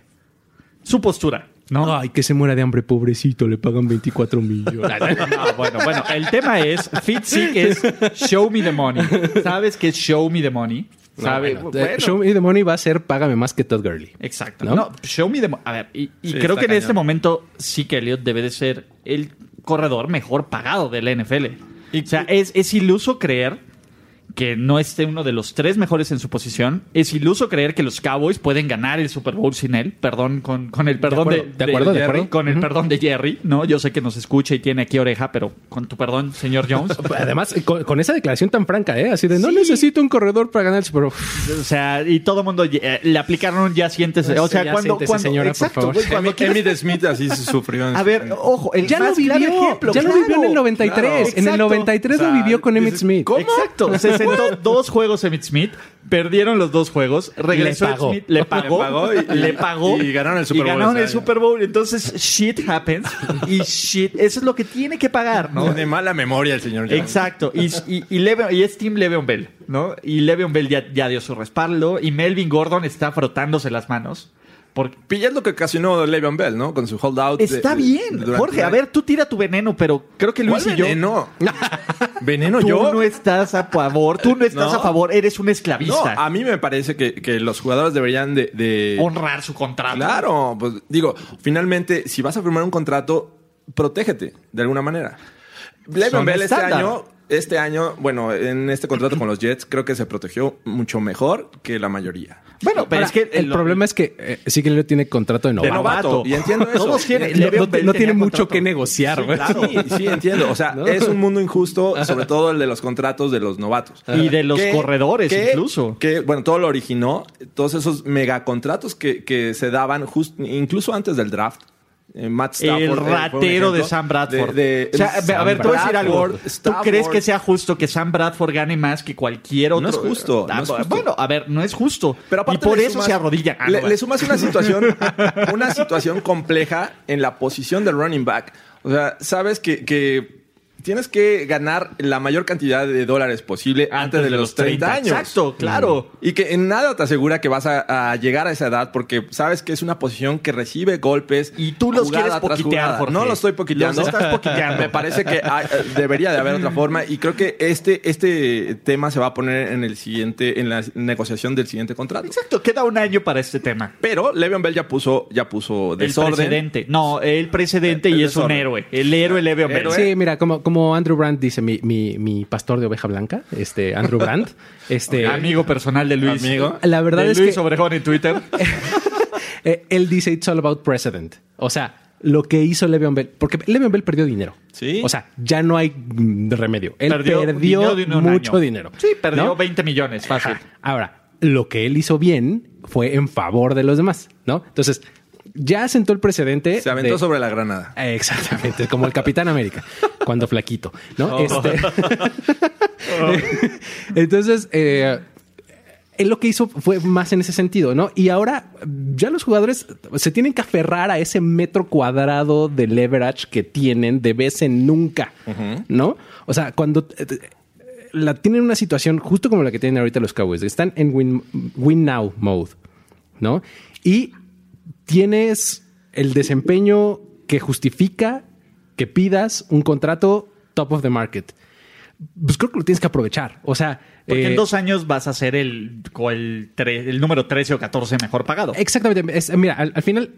[SPEAKER 2] Su postura, ¿no?
[SPEAKER 3] Ay, que se muera de hambre, pobrecito, le pagan 24 millones.
[SPEAKER 2] Ah, bueno, bueno, el tema es, fit Zeke es show me the money. ¿Sabes qué es show me the money? ¿Sabes?
[SPEAKER 3] Bueno, eh, Show me the money va a ser págame más que Todd Gurley.
[SPEAKER 2] Exacto.
[SPEAKER 3] ¿No?
[SPEAKER 2] No, show me the money. A ver, y, y
[SPEAKER 4] Sí,
[SPEAKER 2] creo
[SPEAKER 4] está
[SPEAKER 2] que en este
[SPEAKER 4] cañón.
[SPEAKER 2] momento sí que Elliot debe de ser el corredor mejor pagado del NFL. o sea, es, es iluso creer que no esté uno de los tres mejores en su posición. Es iluso creer que los Cowboys pueden ganar el Super Bowl sin él. Perdón, con, con el perdón de,
[SPEAKER 3] acuerdo, de acuerdo, de
[SPEAKER 2] Jerry,
[SPEAKER 3] acuerdo.
[SPEAKER 2] Con el perdón de Jerry, ¿no? Yo sé que nos escucha y tiene aquí oreja, pero con tu perdón, señor Jones.
[SPEAKER 3] Además, eh, con, con esa declaración tan franca, ¿eh? Así de no
[SPEAKER 2] Sí.
[SPEAKER 3] necesito un corredor para ganar el Super Bowl.
[SPEAKER 2] O sea, y todo el mundo eh, le aplicaron un ya siéntese. O
[SPEAKER 3] Pues Sí,
[SPEAKER 2] sea,
[SPEAKER 3] ya
[SPEAKER 2] cuando,
[SPEAKER 3] siéntese,
[SPEAKER 2] cuando-
[SPEAKER 3] señora, por
[SPEAKER 2] exacto,
[SPEAKER 3] favor.
[SPEAKER 2] güey, cuando
[SPEAKER 4] Emmitt Emmitt Smith así se sufrió. en
[SPEAKER 2] A
[SPEAKER 4] su-
[SPEAKER 2] ver, ojo, el
[SPEAKER 3] Ya lo
[SPEAKER 2] más
[SPEAKER 3] vivió,
[SPEAKER 2] claro ejemplo,
[SPEAKER 3] ya lo
[SPEAKER 2] claro,
[SPEAKER 3] vivió en el 93. en el
[SPEAKER 2] exacto.
[SPEAKER 3] 93
[SPEAKER 4] O sea,
[SPEAKER 3] lo vivió con Emmett
[SPEAKER 4] dices,
[SPEAKER 3] Smith.
[SPEAKER 4] ¿cómo?
[SPEAKER 2] Exacto, se sentó dos juegos Emmitt Smith, perdieron los dos juegos, regresó
[SPEAKER 3] Le pagó.
[SPEAKER 2] Emmitt Smith, le pagó,
[SPEAKER 4] Le pagó y-
[SPEAKER 2] le pagó
[SPEAKER 4] y ganaron el Super Bowl
[SPEAKER 2] Y ganaron
[SPEAKER 4] ese
[SPEAKER 2] el
[SPEAKER 4] año.
[SPEAKER 2] Super Bowl, entonces shit happens y shit, eso es lo que tiene que pagar, ¿no?
[SPEAKER 4] De mala memoria el señor Jones.
[SPEAKER 2] Exacto. Y, y, y, Le'Veon- y es Team Le'Veon Bell, ¿no? Y Le'Veon Bell ya, ya dio su respaldo. Y Melvin Gordon está frotándose las manos. Porque
[SPEAKER 4] Pillas lo que ocasionó Le'Veon Bell, ¿no? Con su holdout. de-
[SPEAKER 2] está
[SPEAKER 4] de-
[SPEAKER 2] bien.
[SPEAKER 4] durante-
[SPEAKER 2] Jorge, a ver, tú tira tu veneno, pero creo que
[SPEAKER 4] ¿Cuál
[SPEAKER 2] Luis y yo...
[SPEAKER 4] veneno? ¿Veneno
[SPEAKER 2] Tú
[SPEAKER 4] yo?
[SPEAKER 2] no estás a favor. Tú no estás
[SPEAKER 4] No.
[SPEAKER 2] a favor. Eres un
[SPEAKER 4] No,
[SPEAKER 2] esclavista.
[SPEAKER 4] a mí me parece que, que los jugadores deberían de... de-
[SPEAKER 2] Honrar su contrato.
[SPEAKER 4] Claro, pues digo, finalmente, si vas a firmar un contrato, protégete de alguna manera. Le'Veon
[SPEAKER 2] Son
[SPEAKER 4] Bell este
[SPEAKER 2] estándar.
[SPEAKER 4] año, este año, bueno, en este contrato con los Jets, creo que se protegió mucho mejor que la mayoría.
[SPEAKER 2] Bueno, pero
[SPEAKER 3] Ahora,
[SPEAKER 2] es que...
[SPEAKER 3] el problema es que eh, sí que Leo tiene contrato de
[SPEAKER 4] De
[SPEAKER 3] novato.
[SPEAKER 4] novato.
[SPEAKER 2] novato.
[SPEAKER 4] Y entiendo eso.
[SPEAKER 2] Todos tienen-
[SPEAKER 4] Y
[SPEAKER 3] No,
[SPEAKER 2] Le'Veon
[SPEAKER 3] no-
[SPEAKER 2] Bell
[SPEAKER 3] no
[SPEAKER 2] tenía
[SPEAKER 3] tiene mucho
[SPEAKER 2] contrato.
[SPEAKER 3] que negociar, güey.
[SPEAKER 4] Sí,
[SPEAKER 2] pues.
[SPEAKER 4] sí, entiendo. O sea,
[SPEAKER 3] ¿No?
[SPEAKER 4] es un mundo injusto, sobre todo el de los contratos de los novatos.
[SPEAKER 2] Y de los
[SPEAKER 4] Que-
[SPEAKER 2] corredores,
[SPEAKER 4] que-
[SPEAKER 2] incluso.
[SPEAKER 4] Que, bueno, todo lo originó, todos esos megacontratos que, que se daban just- incluso antes del draft. Eh, Matt Stafford. eh,
[SPEAKER 2] el
[SPEAKER 4] fue un
[SPEAKER 2] ratero de
[SPEAKER 4] ejemplo.
[SPEAKER 2] Sam Bradford.
[SPEAKER 4] De- de-
[SPEAKER 2] O sea, a ver, te voy a decir algo.
[SPEAKER 4] Bradford,
[SPEAKER 2] ¿Tú
[SPEAKER 4] Stafford.
[SPEAKER 2] crees que sea justo que Sam Bradford gane más que cualquier otro?
[SPEAKER 4] No es justo, no es justo.
[SPEAKER 2] Bueno, a ver, no es justo. y
[SPEAKER 4] Pero aparte
[SPEAKER 2] por
[SPEAKER 4] le
[SPEAKER 2] eso
[SPEAKER 4] sumas-
[SPEAKER 2] se arrodilla. Ah,
[SPEAKER 4] le,
[SPEAKER 2] no,
[SPEAKER 4] le sumas una situación, una situación compleja en la posición del running back. O sea, sabes que, que tienes que ganar la mayor cantidad de dólares posible antes, de, los 30, años.
[SPEAKER 2] Exacto, claro.
[SPEAKER 4] Y que en nada te asegura que vas a, a llegar a esa edad porque sabes que es una posición que recibe golpes.
[SPEAKER 2] Y tú los
[SPEAKER 4] jugada
[SPEAKER 2] quieres
[SPEAKER 4] tras
[SPEAKER 2] poquitear,
[SPEAKER 4] jugada.
[SPEAKER 2] Jorge.
[SPEAKER 4] No los estoy poquiteando.
[SPEAKER 2] Los estás poquiteando.
[SPEAKER 4] Me parece que hay- eh, debería de haber otra forma y creo que este, este tema se va a poner en el siguiente, en la negociación del siguiente contrato.
[SPEAKER 2] Exacto, queda un año para este tema.
[SPEAKER 4] Pero Le'Veon Bell ya puso, ya puso
[SPEAKER 2] El
[SPEAKER 4] desorden.
[SPEAKER 2] precedente. No, el precedente
[SPEAKER 4] El
[SPEAKER 2] y es un
[SPEAKER 4] desorden.
[SPEAKER 2] héroe. El héroe Le'Veon Bell.
[SPEAKER 4] Héroe.
[SPEAKER 3] Sí, mira, como, como Andrew Brandt dice, mi, mi, mi pastor de oveja blanca, este Andrew Brandt, este,
[SPEAKER 2] Amigo personal de Luis.
[SPEAKER 4] Amigo.
[SPEAKER 3] La verdad
[SPEAKER 2] de
[SPEAKER 3] es
[SPEAKER 2] Luis
[SPEAKER 3] que-
[SPEAKER 2] Obregón en Twitter.
[SPEAKER 3] eh, él dice it's all about precedent. O sea, lo que hizo Le'Veon Bell, porque Le'Veon Bell perdió dinero.
[SPEAKER 4] Sí.
[SPEAKER 3] O sea, ya no hay mm, remedio. Él perdió,
[SPEAKER 2] dinero de un
[SPEAKER 3] mucho
[SPEAKER 2] año.
[SPEAKER 3] dinero.
[SPEAKER 2] Sí, perdió
[SPEAKER 3] ¿no?
[SPEAKER 2] 20 millones, fácil.
[SPEAKER 3] Ajá. Ahora, lo que él hizo bien fue en favor de los demás, ¿no? Entonces, ya sentó el precedente.
[SPEAKER 4] Se aventó
[SPEAKER 3] de- Eh,
[SPEAKER 4] sobre la granada.
[SPEAKER 3] Exactamente, como el Capitán América, cuando flaquito,
[SPEAKER 4] Oh.
[SPEAKER 3] ¿no? Este- Entonces, eh, él lo que hizo fue más en ese sentido, ¿no? Y ahora ya los jugadores se tienen que aferrar a ese metro cuadrado de leverage que tienen de vez en nunca, ¿no? O sea, cuando eh, eh, la tienen en una situación justo como la que tienen ahorita los Cowboys, están en win, win now mode, ¿no? Y tienes el desempeño que justifica que pidas un contrato top of the market. Pues creo que lo tienes que aprovechar. O sea,
[SPEAKER 2] Porque
[SPEAKER 3] eh,
[SPEAKER 2] en dos años vas a ser el, co- el, tre- el número 13 o 14 mejor pagado.
[SPEAKER 3] Exactamente. Es- mira, al, al final,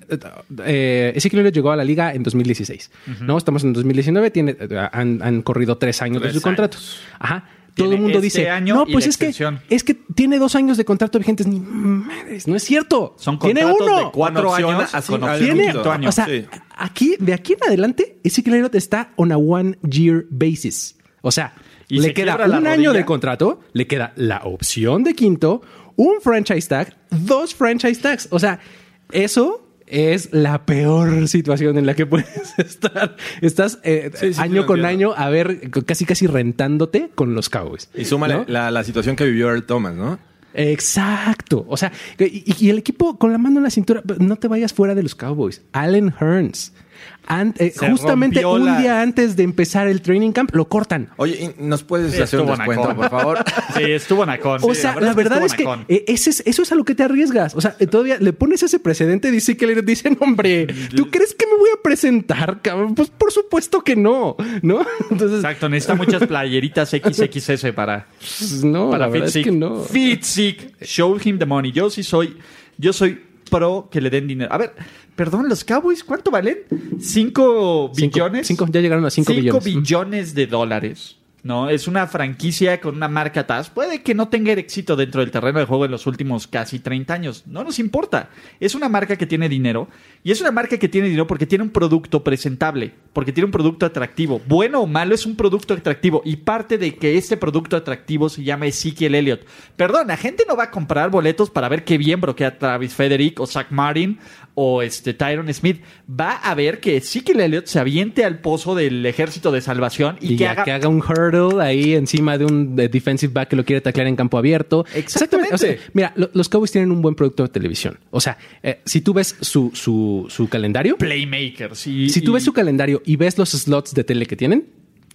[SPEAKER 3] eh, Ezequiel Elliott llegó a la liga en 2016. No, estamos en 2019. Tiene, eh, han, han corrido tres años
[SPEAKER 4] Tres
[SPEAKER 3] de su contrato. Ajá. Todo
[SPEAKER 2] Tiene
[SPEAKER 3] el mundo
[SPEAKER 2] este
[SPEAKER 3] dice,
[SPEAKER 2] año
[SPEAKER 3] no,
[SPEAKER 2] y
[SPEAKER 3] pues
[SPEAKER 2] la
[SPEAKER 3] es que,
[SPEAKER 2] extensión".
[SPEAKER 3] es que tiene dos años de contrato vigentes. Ni madres, no es cierto.
[SPEAKER 2] Son
[SPEAKER 3] tiene
[SPEAKER 2] contratos
[SPEAKER 3] uno.
[SPEAKER 2] de cuatro
[SPEAKER 4] Con opción
[SPEAKER 2] años
[SPEAKER 4] a-
[SPEAKER 2] con
[SPEAKER 4] a-
[SPEAKER 2] opción
[SPEAKER 4] tiene-
[SPEAKER 2] a quinto año.
[SPEAKER 3] O sea,
[SPEAKER 4] Sí.
[SPEAKER 3] aquí, de aquí en adelante, Ezequiel Elliott está on a one year basis. O sea,
[SPEAKER 2] Y
[SPEAKER 3] le
[SPEAKER 2] se
[SPEAKER 3] queda
[SPEAKER 2] quiebra la
[SPEAKER 3] un año
[SPEAKER 2] rodilla.
[SPEAKER 3] de contrato, le queda la opción de quinto, un franchise tag, dos franchise tags. O sea, eso es la peor situación en la que puedes estar. Estás eh,
[SPEAKER 4] Sí, sí,
[SPEAKER 3] año
[SPEAKER 4] lo
[SPEAKER 3] con
[SPEAKER 4] entiendo.
[SPEAKER 3] año a ver, casi casi rentándote con los Cowboys.
[SPEAKER 4] Y súmale
[SPEAKER 3] ¿no?
[SPEAKER 4] la, la situación que vivió Earl Thomas, ¿no?
[SPEAKER 3] Exacto. O sea, y, y el equipo con la mano en la cintura, no te vayas fuera de los Cowboys. Allen Hearns. An- eh,
[SPEAKER 2] Se
[SPEAKER 3] justamente
[SPEAKER 2] rompió
[SPEAKER 3] un
[SPEAKER 2] la-
[SPEAKER 3] día antes de empezar el training camp, lo cortan.
[SPEAKER 4] Oye, ¿y ¿nos puedes
[SPEAKER 2] Sí,
[SPEAKER 4] hacer un
[SPEAKER 2] estuvo
[SPEAKER 4] descuento,
[SPEAKER 2] nacón.
[SPEAKER 4] por favor?
[SPEAKER 2] Sí, estuvo Nacón.
[SPEAKER 3] O
[SPEAKER 2] Sí,
[SPEAKER 3] sea, la verdad es que,
[SPEAKER 2] estuvo nacón.
[SPEAKER 3] eh, ese es- eso es a lo que te arriesgas. O sea, eh, todavía le pones ese precedente, dice que le dicen, hombre, ¿tú crees que me voy a presentar? cabrón? Pues por supuesto que no, ¿no? Entonces,
[SPEAKER 2] Exacto, necesita muchas playeritas XXS para,
[SPEAKER 3] pues, no,
[SPEAKER 2] para
[SPEAKER 3] la verdad es
[SPEAKER 2] Fitzik.
[SPEAKER 3] que no.
[SPEAKER 2] Fitzik, show him the money. Yo sí soy, yo soy pro que le den dinero. A ver, perdón, los Cowboys, ¿cuánto valen? ¿Cinco
[SPEAKER 3] Cinco-
[SPEAKER 2] billones?
[SPEAKER 3] cinco, ya llegaron a cinco billones.
[SPEAKER 2] billones de dólares. No, es una franquicia con una marca atrás. Puede que no tenga éxito dentro del terreno de juego en los últimos casi 30 años. No nos importa. Es una marca que tiene dinero. Y es una marca que tiene dinero porque tiene un producto presentable. Porque tiene un producto atractivo. Bueno o malo es un producto atractivo. Y parte de que este producto atractivo se llama Ezekiel Elliott. Perdón, la gente no va a comprar boletos para ver qué bien broquea Travis Frederick o Zach Martin o este Tyron Smith. Va a ver que Ezekiel Elliott se aviente al pozo del ejército de salvación y,
[SPEAKER 3] Y,
[SPEAKER 2] que
[SPEAKER 3] ya
[SPEAKER 2] haga
[SPEAKER 3] que haga un hurdle ahí encima de un eh, defensive back que lo quiere taclear en campo abierto.
[SPEAKER 2] Exactamente.
[SPEAKER 3] O sea, mira, lo- los Cowboys tienen un buen producto de televisión. O sea, eh, si tú ves su, su, su calendario,
[SPEAKER 2] playmakers. Y,
[SPEAKER 3] si tú
[SPEAKER 2] y-
[SPEAKER 3] ves su calendario y ves los slots de tele que tienen,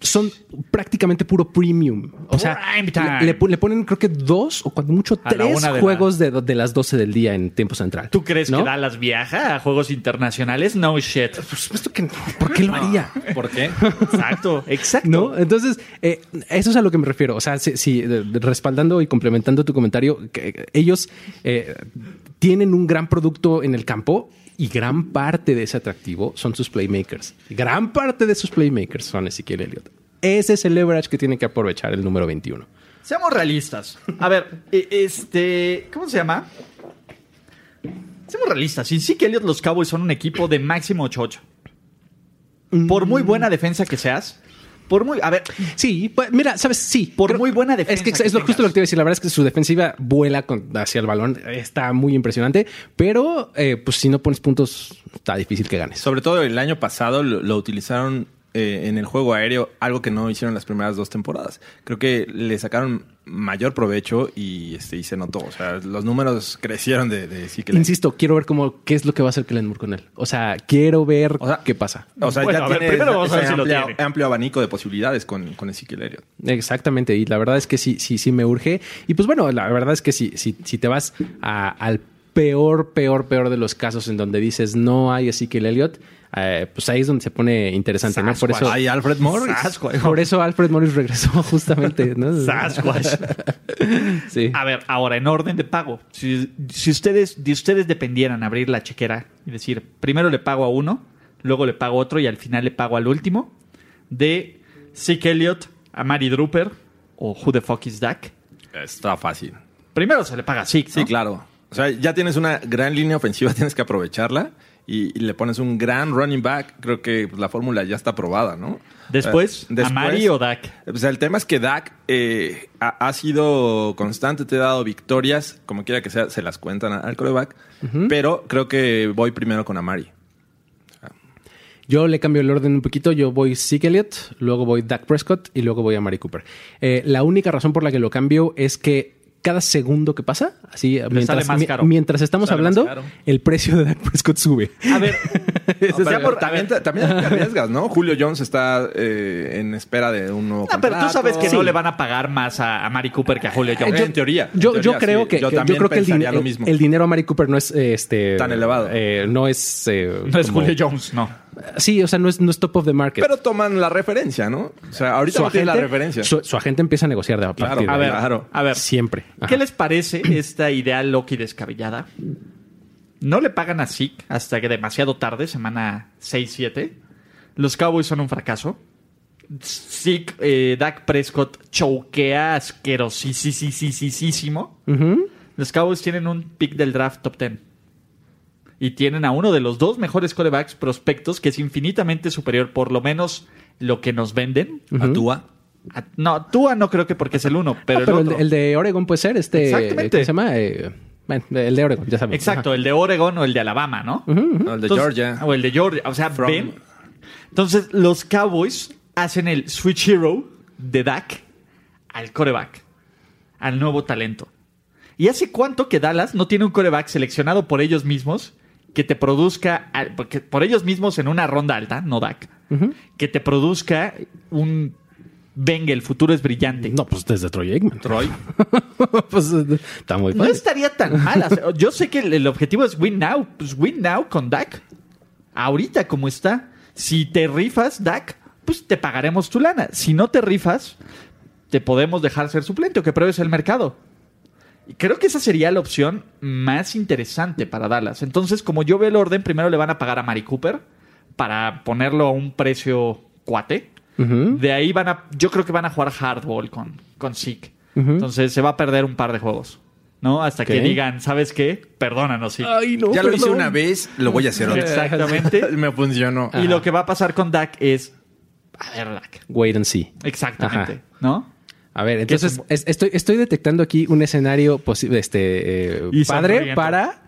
[SPEAKER 3] son prácticamente puro premium. O sea,
[SPEAKER 2] Prime time.
[SPEAKER 3] le- Le, pon- le ponen creo que dos o cuando mucho
[SPEAKER 2] A la
[SPEAKER 3] tres
[SPEAKER 2] una de la-
[SPEAKER 3] juegos de, do- de las 12 del día en tiempo central.
[SPEAKER 2] ¿Tú crees
[SPEAKER 3] ¿No?
[SPEAKER 2] que Dallas viaja a juegos internacionales? No shit.
[SPEAKER 3] Por supuesto que no. ¿Por qué lo haría?
[SPEAKER 4] ¿Por qué?
[SPEAKER 2] Exacto, exacto.
[SPEAKER 3] ¿No? Entonces, eh, eso es a lo que me refiero. O sea, si, si, eh, respaldando y complementando tu comentario, que que ellos eh, tienen un gran producto en el campo y gran parte de ese atractivo son sus playmakers. Gran parte de sus playmakers son Ezequiel Elliott. Ese es el leverage que tiene que aprovechar el número 21.
[SPEAKER 2] Seamos realistas. A ver, e- este. ¿Cómo se llama? Seamos realistas. Y sí que Elliot los Cowboys son un equipo de máximo 8-8. Por muy buena defensa que seas, por muy. A ver,
[SPEAKER 3] Sí, pues mira, sabes, sí.
[SPEAKER 2] Por muy buena defensa
[SPEAKER 3] Es que,
[SPEAKER 2] que
[SPEAKER 3] es lo, justo
[SPEAKER 2] tengas.
[SPEAKER 3] lo que te iba a decir. La verdad es que su defensiva vuela con- hacia el balón. Está muy impresionante. Pero, eh, pues si no pones puntos, está difícil que ganes.
[SPEAKER 4] Sobre todo el año pasado lo, lo utilizaron eh, en el juego aéreo, algo que no hicieron las primeras dos temporadas. Creo que le sacaron mayor provecho y, este, y se notó. O sea, los números crecieron de, de sí que le-
[SPEAKER 3] Insisto, quiero ver cómo qué es lo que va a hacer Kellen Moore con él. O sea, quiero ver
[SPEAKER 4] O sea,
[SPEAKER 3] qué pasa.
[SPEAKER 4] O sea,
[SPEAKER 2] Bueno,
[SPEAKER 4] ya
[SPEAKER 2] a ver,
[SPEAKER 4] tiene
[SPEAKER 2] primero vamos a
[SPEAKER 4] ese
[SPEAKER 2] ver si lo
[SPEAKER 4] amplio,
[SPEAKER 2] tiene.
[SPEAKER 4] amplio abanico de posibilidades con, con Ezequiel Elliott.
[SPEAKER 3] Exactamente, y la verdad es que sí, sí, sí me urge. Y pues bueno, la verdad es que si, si, si te vas a- al peor, peor, peor de los casos en donde dices no hay Ezekiel Elliott, eh, pues ahí es donde se pone interesante, ¿no? Por eso,
[SPEAKER 4] Hay Alfred Morris.
[SPEAKER 2] Sasquatch.
[SPEAKER 3] por eso Alfred Morris regresó justamente, ¿no?
[SPEAKER 2] Sasquatch.
[SPEAKER 3] Sí.
[SPEAKER 2] A ver, ahora en orden de pago. Si, si ustedes, de ustedes dependieran abrir la chequera y decir, primero le pago a uno, luego le pago a otro y al final le pago al último, de Zeke Elliott a Mari Drooper o Who the fuck is Dak,
[SPEAKER 4] Está fácil.
[SPEAKER 2] primero se le paga a Zeke.
[SPEAKER 4] Sí,
[SPEAKER 2] ¿no?
[SPEAKER 4] claro. O sea, ya tienes una gran línea ofensiva, tienes que aprovecharla y, y le pones un gran running back. Creo que pues, la fórmula ya está probada, ¿no?
[SPEAKER 2] Después,
[SPEAKER 4] Eh,
[SPEAKER 2] ¿a Mari o Dak?
[SPEAKER 4] O sea, el tema es que Dak eh, ha, ha sido constante, te ha dado victorias, como quiera que sea, se las cuentan al coreback, pero creo que voy primero con Amari.
[SPEAKER 3] Yo le cambio el orden un poquito. Yo voy Zeke Elliott, luego voy Dak Prescott y luego voy a Mari Cooper. Eh, la única razón por la que lo cambio es que cada segundo que pasa, así mientras,
[SPEAKER 2] sale más
[SPEAKER 3] mi-
[SPEAKER 2] caro.
[SPEAKER 3] mientras estamos
[SPEAKER 4] Sale más
[SPEAKER 3] hablando,
[SPEAKER 4] caro. Eh,
[SPEAKER 3] el precio de Dak Prescott sube.
[SPEAKER 2] A ver,
[SPEAKER 4] No,
[SPEAKER 2] ya
[SPEAKER 4] pero
[SPEAKER 2] por-
[SPEAKER 4] también,
[SPEAKER 2] a ver.
[SPEAKER 4] te- también te arriesgas, ¿no? Julio Jones está eh, en espera de un nuevo
[SPEAKER 2] no, Ah, pero tú
[SPEAKER 4] contrato.
[SPEAKER 2] sabes que no
[SPEAKER 4] Sí.
[SPEAKER 2] le van a pagar más a, a Mari Cooper que a Julio
[SPEAKER 4] Eh,
[SPEAKER 2] Jones.
[SPEAKER 4] en teoría. en
[SPEAKER 3] Yo,
[SPEAKER 4] teoría,
[SPEAKER 3] yo creo
[SPEAKER 4] sí.
[SPEAKER 3] que,
[SPEAKER 4] Yo
[SPEAKER 3] que- yo
[SPEAKER 4] también
[SPEAKER 3] creo que el, din-
[SPEAKER 4] pensaría lo
[SPEAKER 3] el-
[SPEAKER 4] mismo.
[SPEAKER 3] el dinero a Mari Cooper no es eh, este
[SPEAKER 4] Tan elevado.
[SPEAKER 3] eh, no es eh,
[SPEAKER 2] no es
[SPEAKER 3] como-
[SPEAKER 2] Julio Jones, no.
[SPEAKER 3] Sí, o sea, no es, no es top of the market.
[SPEAKER 4] Pero toman la referencia, ¿no? O sea, ahorita
[SPEAKER 3] su
[SPEAKER 4] no tienen
[SPEAKER 3] agente,
[SPEAKER 4] la referencia.
[SPEAKER 3] Su, su agente empieza a negociar de a
[SPEAKER 4] Claro.
[SPEAKER 3] partir de
[SPEAKER 2] A ver,
[SPEAKER 4] Claro.
[SPEAKER 2] a ver.
[SPEAKER 3] siempre. Ajá.
[SPEAKER 2] ¿Qué les parece esta idea Loki descabellada? No le pagan a Zeke hasta que demasiado tarde, semana 6-7. Los Cowboys son un fracaso. Zeke, eh, Dak Prescott choquea asquerosísimo.
[SPEAKER 3] Ujú.
[SPEAKER 2] Los Cowboys tienen un pick del draft top 10. Y tienen a uno de los dos mejores corebacks prospectos que es infinitamente superior, por lo menos lo que nos venden.
[SPEAKER 4] Atúa.
[SPEAKER 2] A- no, Tua no creo que porque es el uno,
[SPEAKER 3] Ah,
[SPEAKER 2] pero,
[SPEAKER 3] pero
[SPEAKER 2] el,
[SPEAKER 3] el,
[SPEAKER 2] otro.
[SPEAKER 3] el de Oregon puede ser este.
[SPEAKER 2] Exactamente.
[SPEAKER 3] ¿Cómo se llama? Eh, bueno, el de Oregon, ya sabemos.
[SPEAKER 2] Exacto,
[SPEAKER 3] Ajá.
[SPEAKER 2] el de Oregon o el de Alabama, ¿no?
[SPEAKER 4] No, el de
[SPEAKER 2] Entonces- ah,
[SPEAKER 4] Georgia.
[SPEAKER 2] O el de Georgia. O sea,
[SPEAKER 4] From-
[SPEAKER 2] ven. Entonces, los Cowboys hacen el switch hero de Dak al coreback, al nuevo talento. ¿Y hace cuánto que Dallas no tiene un coreback seleccionado por ellos mismos que te produzca, al- porque por ellos mismos en una ronda alta, no Dak, que te produzca un. Venga, el futuro es brillante.
[SPEAKER 3] No, pues desde Troy Aikman.
[SPEAKER 4] Troy.
[SPEAKER 3] pues eh, está muy
[SPEAKER 2] No
[SPEAKER 3] padre.
[SPEAKER 2] estaría tan mal. O sea, Yo sé que el, el objetivo es win now. Pues win now con Dak. Ahorita como está. Si te rifas, Dak, pues te pagaremos tu lana. Si no te rifas, te podemos dejar ser suplente o que pruebes el mercado. Y creo que esa sería la opción más interesante para Dallas. Entonces, como yo veo el orden, primero le van a pagar a Mari Cooper para ponerlo a un precio cuate.
[SPEAKER 3] Ujú.
[SPEAKER 2] De ahí van a. Yo creo que van a jugar hardball con, con Zeke. Entonces se va a perder un par de juegos. ¿No? Hasta
[SPEAKER 3] Ok.
[SPEAKER 2] que digan, ¿sabes qué? Perdónanos, Zeke.
[SPEAKER 3] Ay, no.
[SPEAKER 4] ya lo hice
[SPEAKER 3] perdón.
[SPEAKER 4] una vez, lo voy a hacer otra.
[SPEAKER 2] Exactamente.
[SPEAKER 4] Me funcionó.
[SPEAKER 2] y lo que va a pasar con Dak es. A ver, Dak.
[SPEAKER 3] Wait and see.
[SPEAKER 2] Exactamente.
[SPEAKER 3] Ajá.
[SPEAKER 2] ¿No?
[SPEAKER 3] A ver,
[SPEAKER 2] Que es
[SPEAKER 3] entonces
[SPEAKER 2] un-
[SPEAKER 3] es- estoy, estoy detectando aquí un escenario posible, este eh,
[SPEAKER 2] Y
[SPEAKER 3] padre
[SPEAKER 2] sonriente.
[SPEAKER 3] para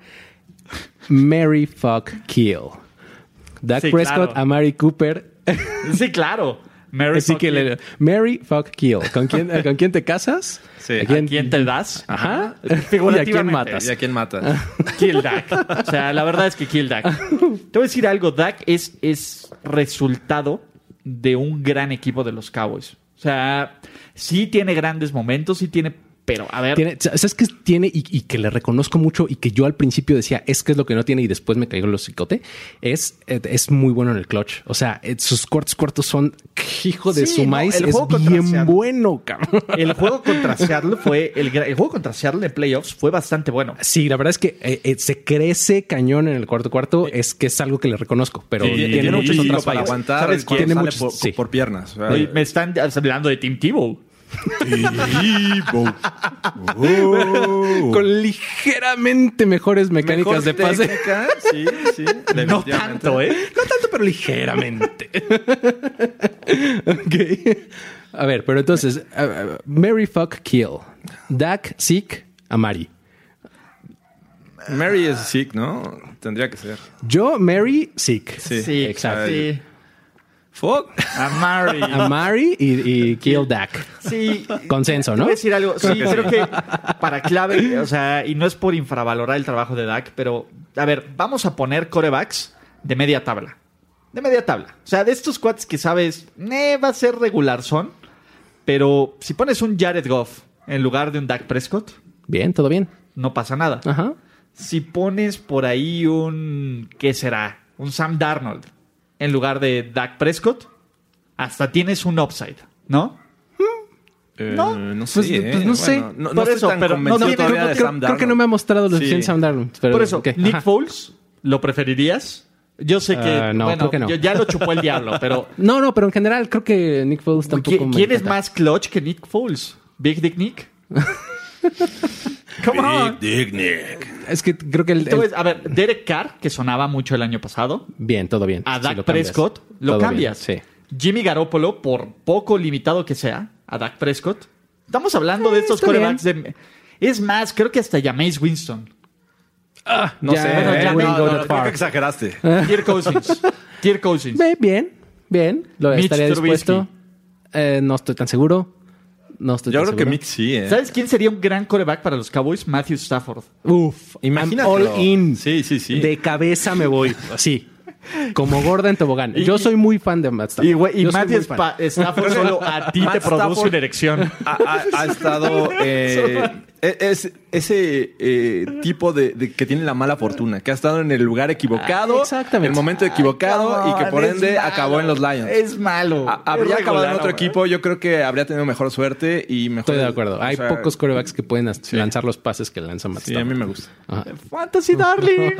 [SPEAKER 3] Mary Fuck Kill. Dak
[SPEAKER 2] Sí,
[SPEAKER 3] Prescott
[SPEAKER 2] claro.
[SPEAKER 3] a Mary Cooper.
[SPEAKER 2] Sí, claro. Mary
[SPEAKER 3] Así que le- Mary Fuck Kill. ¿Con quién, eh, ¿con quién te casas?
[SPEAKER 4] Sí,
[SPEAKER 3] ¿A
[SPEAKER 2] ¿A quién te das?
[SPEAKER 3] Ajá. ¿Y a quién
[SPEAKER 2] Figurativamente.
[SPEAKER 3] matas?
[SPEAKER 4] ¿Y a quién matas?
[SPEAKER 2] Kill Dak. O sea, la verdad es que Kill Dak. Te voy a decir algo. Dak es, es resultado de un gran equipo de los Cowboys. O sea, sí tiene grandes momentos, sí tiene... Pero, a ver...
[SPEAKER 3] Tiene, ¿Sabes qué tiene y, y que le reconozco mucho y que yo al principio decía es que es lo que no tiene y después me cayó el hocicote? Es, eh, es muy bueno en el clutch. O sea, eh, sus cortes cortos son hijo de
[SPEAKER 2] Sí,
[SPEAKER 3] su
[SPEAKER 2] no,
[SPEAKER 3] maíz.
[SPEAKER 2] el
[SPEAKER 3] es
[SPEAKER 2] juego contra
[SPEAKER 3] bien
[SPEAKER 2] Seattle.
[SPEAKER 3] bueno, cabrón.
[SPEAKER 2] El juego contra Seattle fue... El, gra- el juego contra Seattle en playoffs fue bastante bueno.
[SPEAKER 3] Sí, la verdad es que eh, eh, se crece cañón en el cuarto cuarto. Es que es algo que le reconozco, pero
[SPEAKER 4] Eh, Y- y-
[SPEAKER 3] tiene
[SPEAKER 4] y-
[SPEAKER 3] muchas
[SPEAKER 4] y-
[SPEAKER 3] otras
[SPEAKER 4] para
[SPEAKER 3] fallas.
[SPEAKER 4] aguantar.
[SPEAKER 2] ¿Sabes
[SPEAKER 4] cuando
[SPEAKER 3] quién?
[SPEAKER 4] sale
[SPEAKER 3] Tiene
[SPEAKER 4] por,
[SPEAKER 3] muchas- sí.
[SPEAKER 4] por piernas. O sea,
[SPEAKER 2] Oye, Me están hablando de Tim Tebow.
[SPEAKER 1] Tebow. Oh.
[SPEAKER 3] Con ligeramente mejores mecánicas
[SPEAKER 4] mejor
[SPEAKER 3] de pase.
[SPEAKER 4] técnica, Sí, sí.
[SPEAKER 2] No
[SPEAKER 4] definitivamente.
[SPEAKER 2] tanto, ¿eh?
[SPEAKER 3] No tanto, pero ligeramente. ok. A ver, pero entonces, a- a- Mary Fuck Kill. Dak, Zeke, Amari.
[SPEAKER 4] Mary es sick, ¿no? Tendría que ser.
[SPEAKER 3] Yo, Mary, Zeke.
[SPEAKER 4] Sí.
[SPEAKER 2] Sí,
[SPEAKER 3] exacto.
[SPEAKER 2] sí.
[SPEAKER 4] Fuck.
[SPEAKER 2] Amari.
[SPEAKER 3] Amari y, y Kill Dak.
[SPEAKER 2] Sí.
[SPEAKER 3] Consenso, ¿no?
[SPEAKER 2] Voy a decir algo. Sí, creo que para clave, o sea, y no es por infravalorar el trabajo de Dak, pero a ver, vamos a poner corebacks de media tabla. De media tabla. O sea, de estos cuates que sabes, eh, va a ser regular son, pero si pones un Jared Goff en lugar de un Dak Prescott,
[SPEAKER 3] Bien, todo bien.
[SPEAKER 2] no pasa nada.
[SPEAKER 3] Ajá.
[SPEAKER 2] Si pones por ahí un, ¿qué será? Un Sam Darnold en lugar de Dak Prescott, hasta tienes un upside, ¿no?
[SPEAKER 4] Eh,
[SPEAKER 2] No,
[SPEAKER 4] sé.
[SPEAKER 3] pues,
[SPEAKER 4] eh.
[SPEAKER 3] pues, no sé.
[SPEAKER 4] no,
[SPEAKER 2] Por
[SPEAKER 4] no estoy
[SPEAKER 2] eso,
[SPEAKER 4] tan
[SPEAKER 2] pero no
[SPEAKER 4] convencido
[SPEAKER 2] tiene-
[SPEAKER 4] todavía
[SPEAKER 2] creo-
[SPEAKER 4] de
[SPEAKER 3] Creo,
[SPEAKER 4] Sam
[SPEAKER 3] creo que
[SPEAKER 4] Darnold.
[SPEAKER 3] no me ha mostrado lo
[SPEAKER 4] Sí.
[SPEAKER 3] suficiente Sam Darnold. pero-
[SPEAKER 2] Por eso,
[SPEAKER 3] ok,
[SPEAKER 2] Nick
[SPEAKER 3] ajá.
[SPEAKER 2] Foles, ¿lo preferirías? Yo sé que,
[SPEAKER 3] Ah, no,
[SPEAKER 2] bueno,
[SPEAKER 3] creo que no.
[SPEAKER 2] yo- ya lo chupó el diablo, pero
[SPEAKER 3] No, no, pero en general creo que Nick Foles tampoco.
[SPEAKER 2] ¿qui-
[SPEAKER 3] me
[SPEAKER 2] ¿quién es
[SPEAKER 3] encanta.
[SPEAKER 2] más clutch que Nick Foles? ¿Big Dick Nick? Come on.
[SPEAKER 4] Big Dick Nick.
[SPEAKER 3] Es que creo que el.
[SPEAKER 2] Tú
[SPEAKER 3] el-
[SPEAKER 2] ves, a ver, Derek Carr, que sonaba mucho el año pasado,
[SPEAKER 3] Bien, todo bien.
[SPEAKER 2] a
[SPEAKER 3] Sí,
[SPEAKER 2] Dak
[SPEAKER 3] lo cambias.
[SPEAKER 2] Prescott, lo
[SPEAKER 3] Todo bien,
[SPEAKER 2] cambias.
[SPEAKER 3] sí.
[SPEAKER 2] Jimmy Garoppolo, por poco limitado que sea, a Dak Prescott. Estamos hablando de estos
[SPEAKER 3] Eh, está bien.
[SPEAKER 2] corebacks de... Es más, creo que hasta Jameis Winston.
[SPEAKER 4] No
[SPEAKER 3] Ya,
[SPEAKER 4] sé.
[SPEAKER 2] bueno,
[SPEAKER 4] eh,
[SPEAKER 2] ya
[SPEAKER 4] no,
[SPEAKER 2] no,
[SPEAKER 4] no,
[SPEAKER 2] no,
[SPEAKER 4] no,
[SPEAKER 2] no,
[SPEAKER 4] creo
[SPEAKER 2] no.
[SPEAKER 4] que exageraste.
[SPEAKER 3] ¿Eh?
[SPEAKER 2] Kirk Cousins. Kirk Cousins.
[SPEAKER 3] Ve, Bien, bien. Lo
[SPEAKER 2] Mitch
[SPEAKER 3] estaría
[SPEAKER 2] Trubisky.
[SPEAKER 3] dispuesto. Eh, no estoy tan seguro. No estoy
[SPEAKER 4] Yo
[SPEAKER 3] tan
[SPEAKER 4] creo que
[SPEAKER 3] seguro.
[SPEAKER 4] Mitch sí, ¿eh?
[SPEAKER 2] ¿Sabes quién sería un gran coreback para los Cowboys? Matthew Stafford.
[SPEAKER 3] Uf,
[SPEAKER 4] Imagínatelo.
[SPEAKER 3] all in.
[SPEAKER 4] Sí, sí, sí.
[SPEAKER 3] De cabeza me voy. Así. Como gorda en tobogán. Yo soy muy fan de Matt Stafford.
[SPEAKER 2] Y, güey, y
[SPEAKER 3] Yo soy
[SPEAKER 2] Matthew
[SPEAKER 3] muy fan.
[SPEAKER 2] Spa- Stafford solo a ti te
[SPEAKER 4] Matt
[SPEAKER 2] produce
[SPEAKER 4] Stafford.
[SPEAKER 2] una erección.
[SPEAKER 4] ha, ha- ha estado eh, es, ese eh, tipo de, de que tiene la mala fortuna, que ha estado en el lugar equivocado,
[SPEAKER 3] Ah, exactamente.
[SPEAKER 4] en el momento equivocado
[SPEAKER 2] Ay,
[SPEAKER 4] y que por
[SPEAKER 2] es
[SPEAKER 4] ende
[SPEAKER 2] malo.
[SPEAKER 4] acabó en los Lions.
[SPEAKER 2] Es malo.
[SPEAKER 4] Ha- habría
[SPEAKER 2] Es
[SPEAKER 4] acabado en
[SPEAKER 2] regular,
[SPEAKER 4] otro
[SPEAKER 2] güey.
[SPEAKER 4] equipo, yo creo que habría tenido mejor suerte y mejor.
[SPEAKER 3] Estoy de acuerdo.
[SPEAKER 4] o
[SPEAKER 3] Hay
[SPEAKER 4] sea,
[SPEAKER 3] pocos corebacks que pueden hasta lanzar los pases que lanza Matt
[SPEAKER 4] Sí, a
[SPEAKER 3] Stafford.
[SPEAKER 4] mí me gusta.
[SPEAKER 2] Fantasy Darling.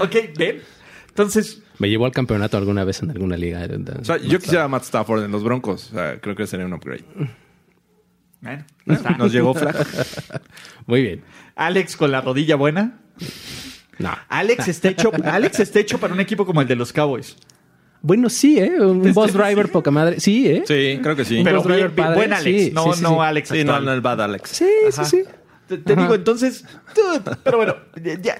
[SPEAKER 2] ok, ven. Entonces,
[SPEAKER 3] Me llevó al campeonato alguna vez en alguna liga.
[SPEAKER 4] O sea, yo quisiera a Matt Stafford en los Broncos. O sea, creo que sería un upgrade.
[SPEAKER 2] bueno, está.
[SPEAKER 4] Nos llegó Flaco.
[SPEAKER 3] Muy bien.
[SPEAKER 2] Alex con la rodilla buena.
[SPEAKER 3] No.
[SPEAKER 2] Alex está hecho, Alex está hecho para un equipo como el de los Cowboys.
[SPEAKER 3] Bueno, sí, ¿eh? Un boss driver poca madre. Sí, ¿eh?
[SPEAKER 4] Sí, creo que sí.
[SPEAKER 2] Pero
[SPEAKER 3] Ghost Rider
[SPEAKER 2] bien- bien-
[SPEAKER 3] padre,
[SPEAKER 2] buen Alex,
[SPEAKER 3] sí,
[SPEAKER 2] no,
[SPEAKER 3] sí, sí,
[SPEAKER 2] no
[SPEAKER 3] sí.
[SPEAKER 2] Alex
[SPEAKER 4] Sí, no,
[SPEAKER 2] actual.
[SPEAKER 4] no el bad Alex.
[SPEAKER 3] Sí, sí, sí.
[SPEAKER 2] Te, te digo, entonces, tú- pero bueno, ya,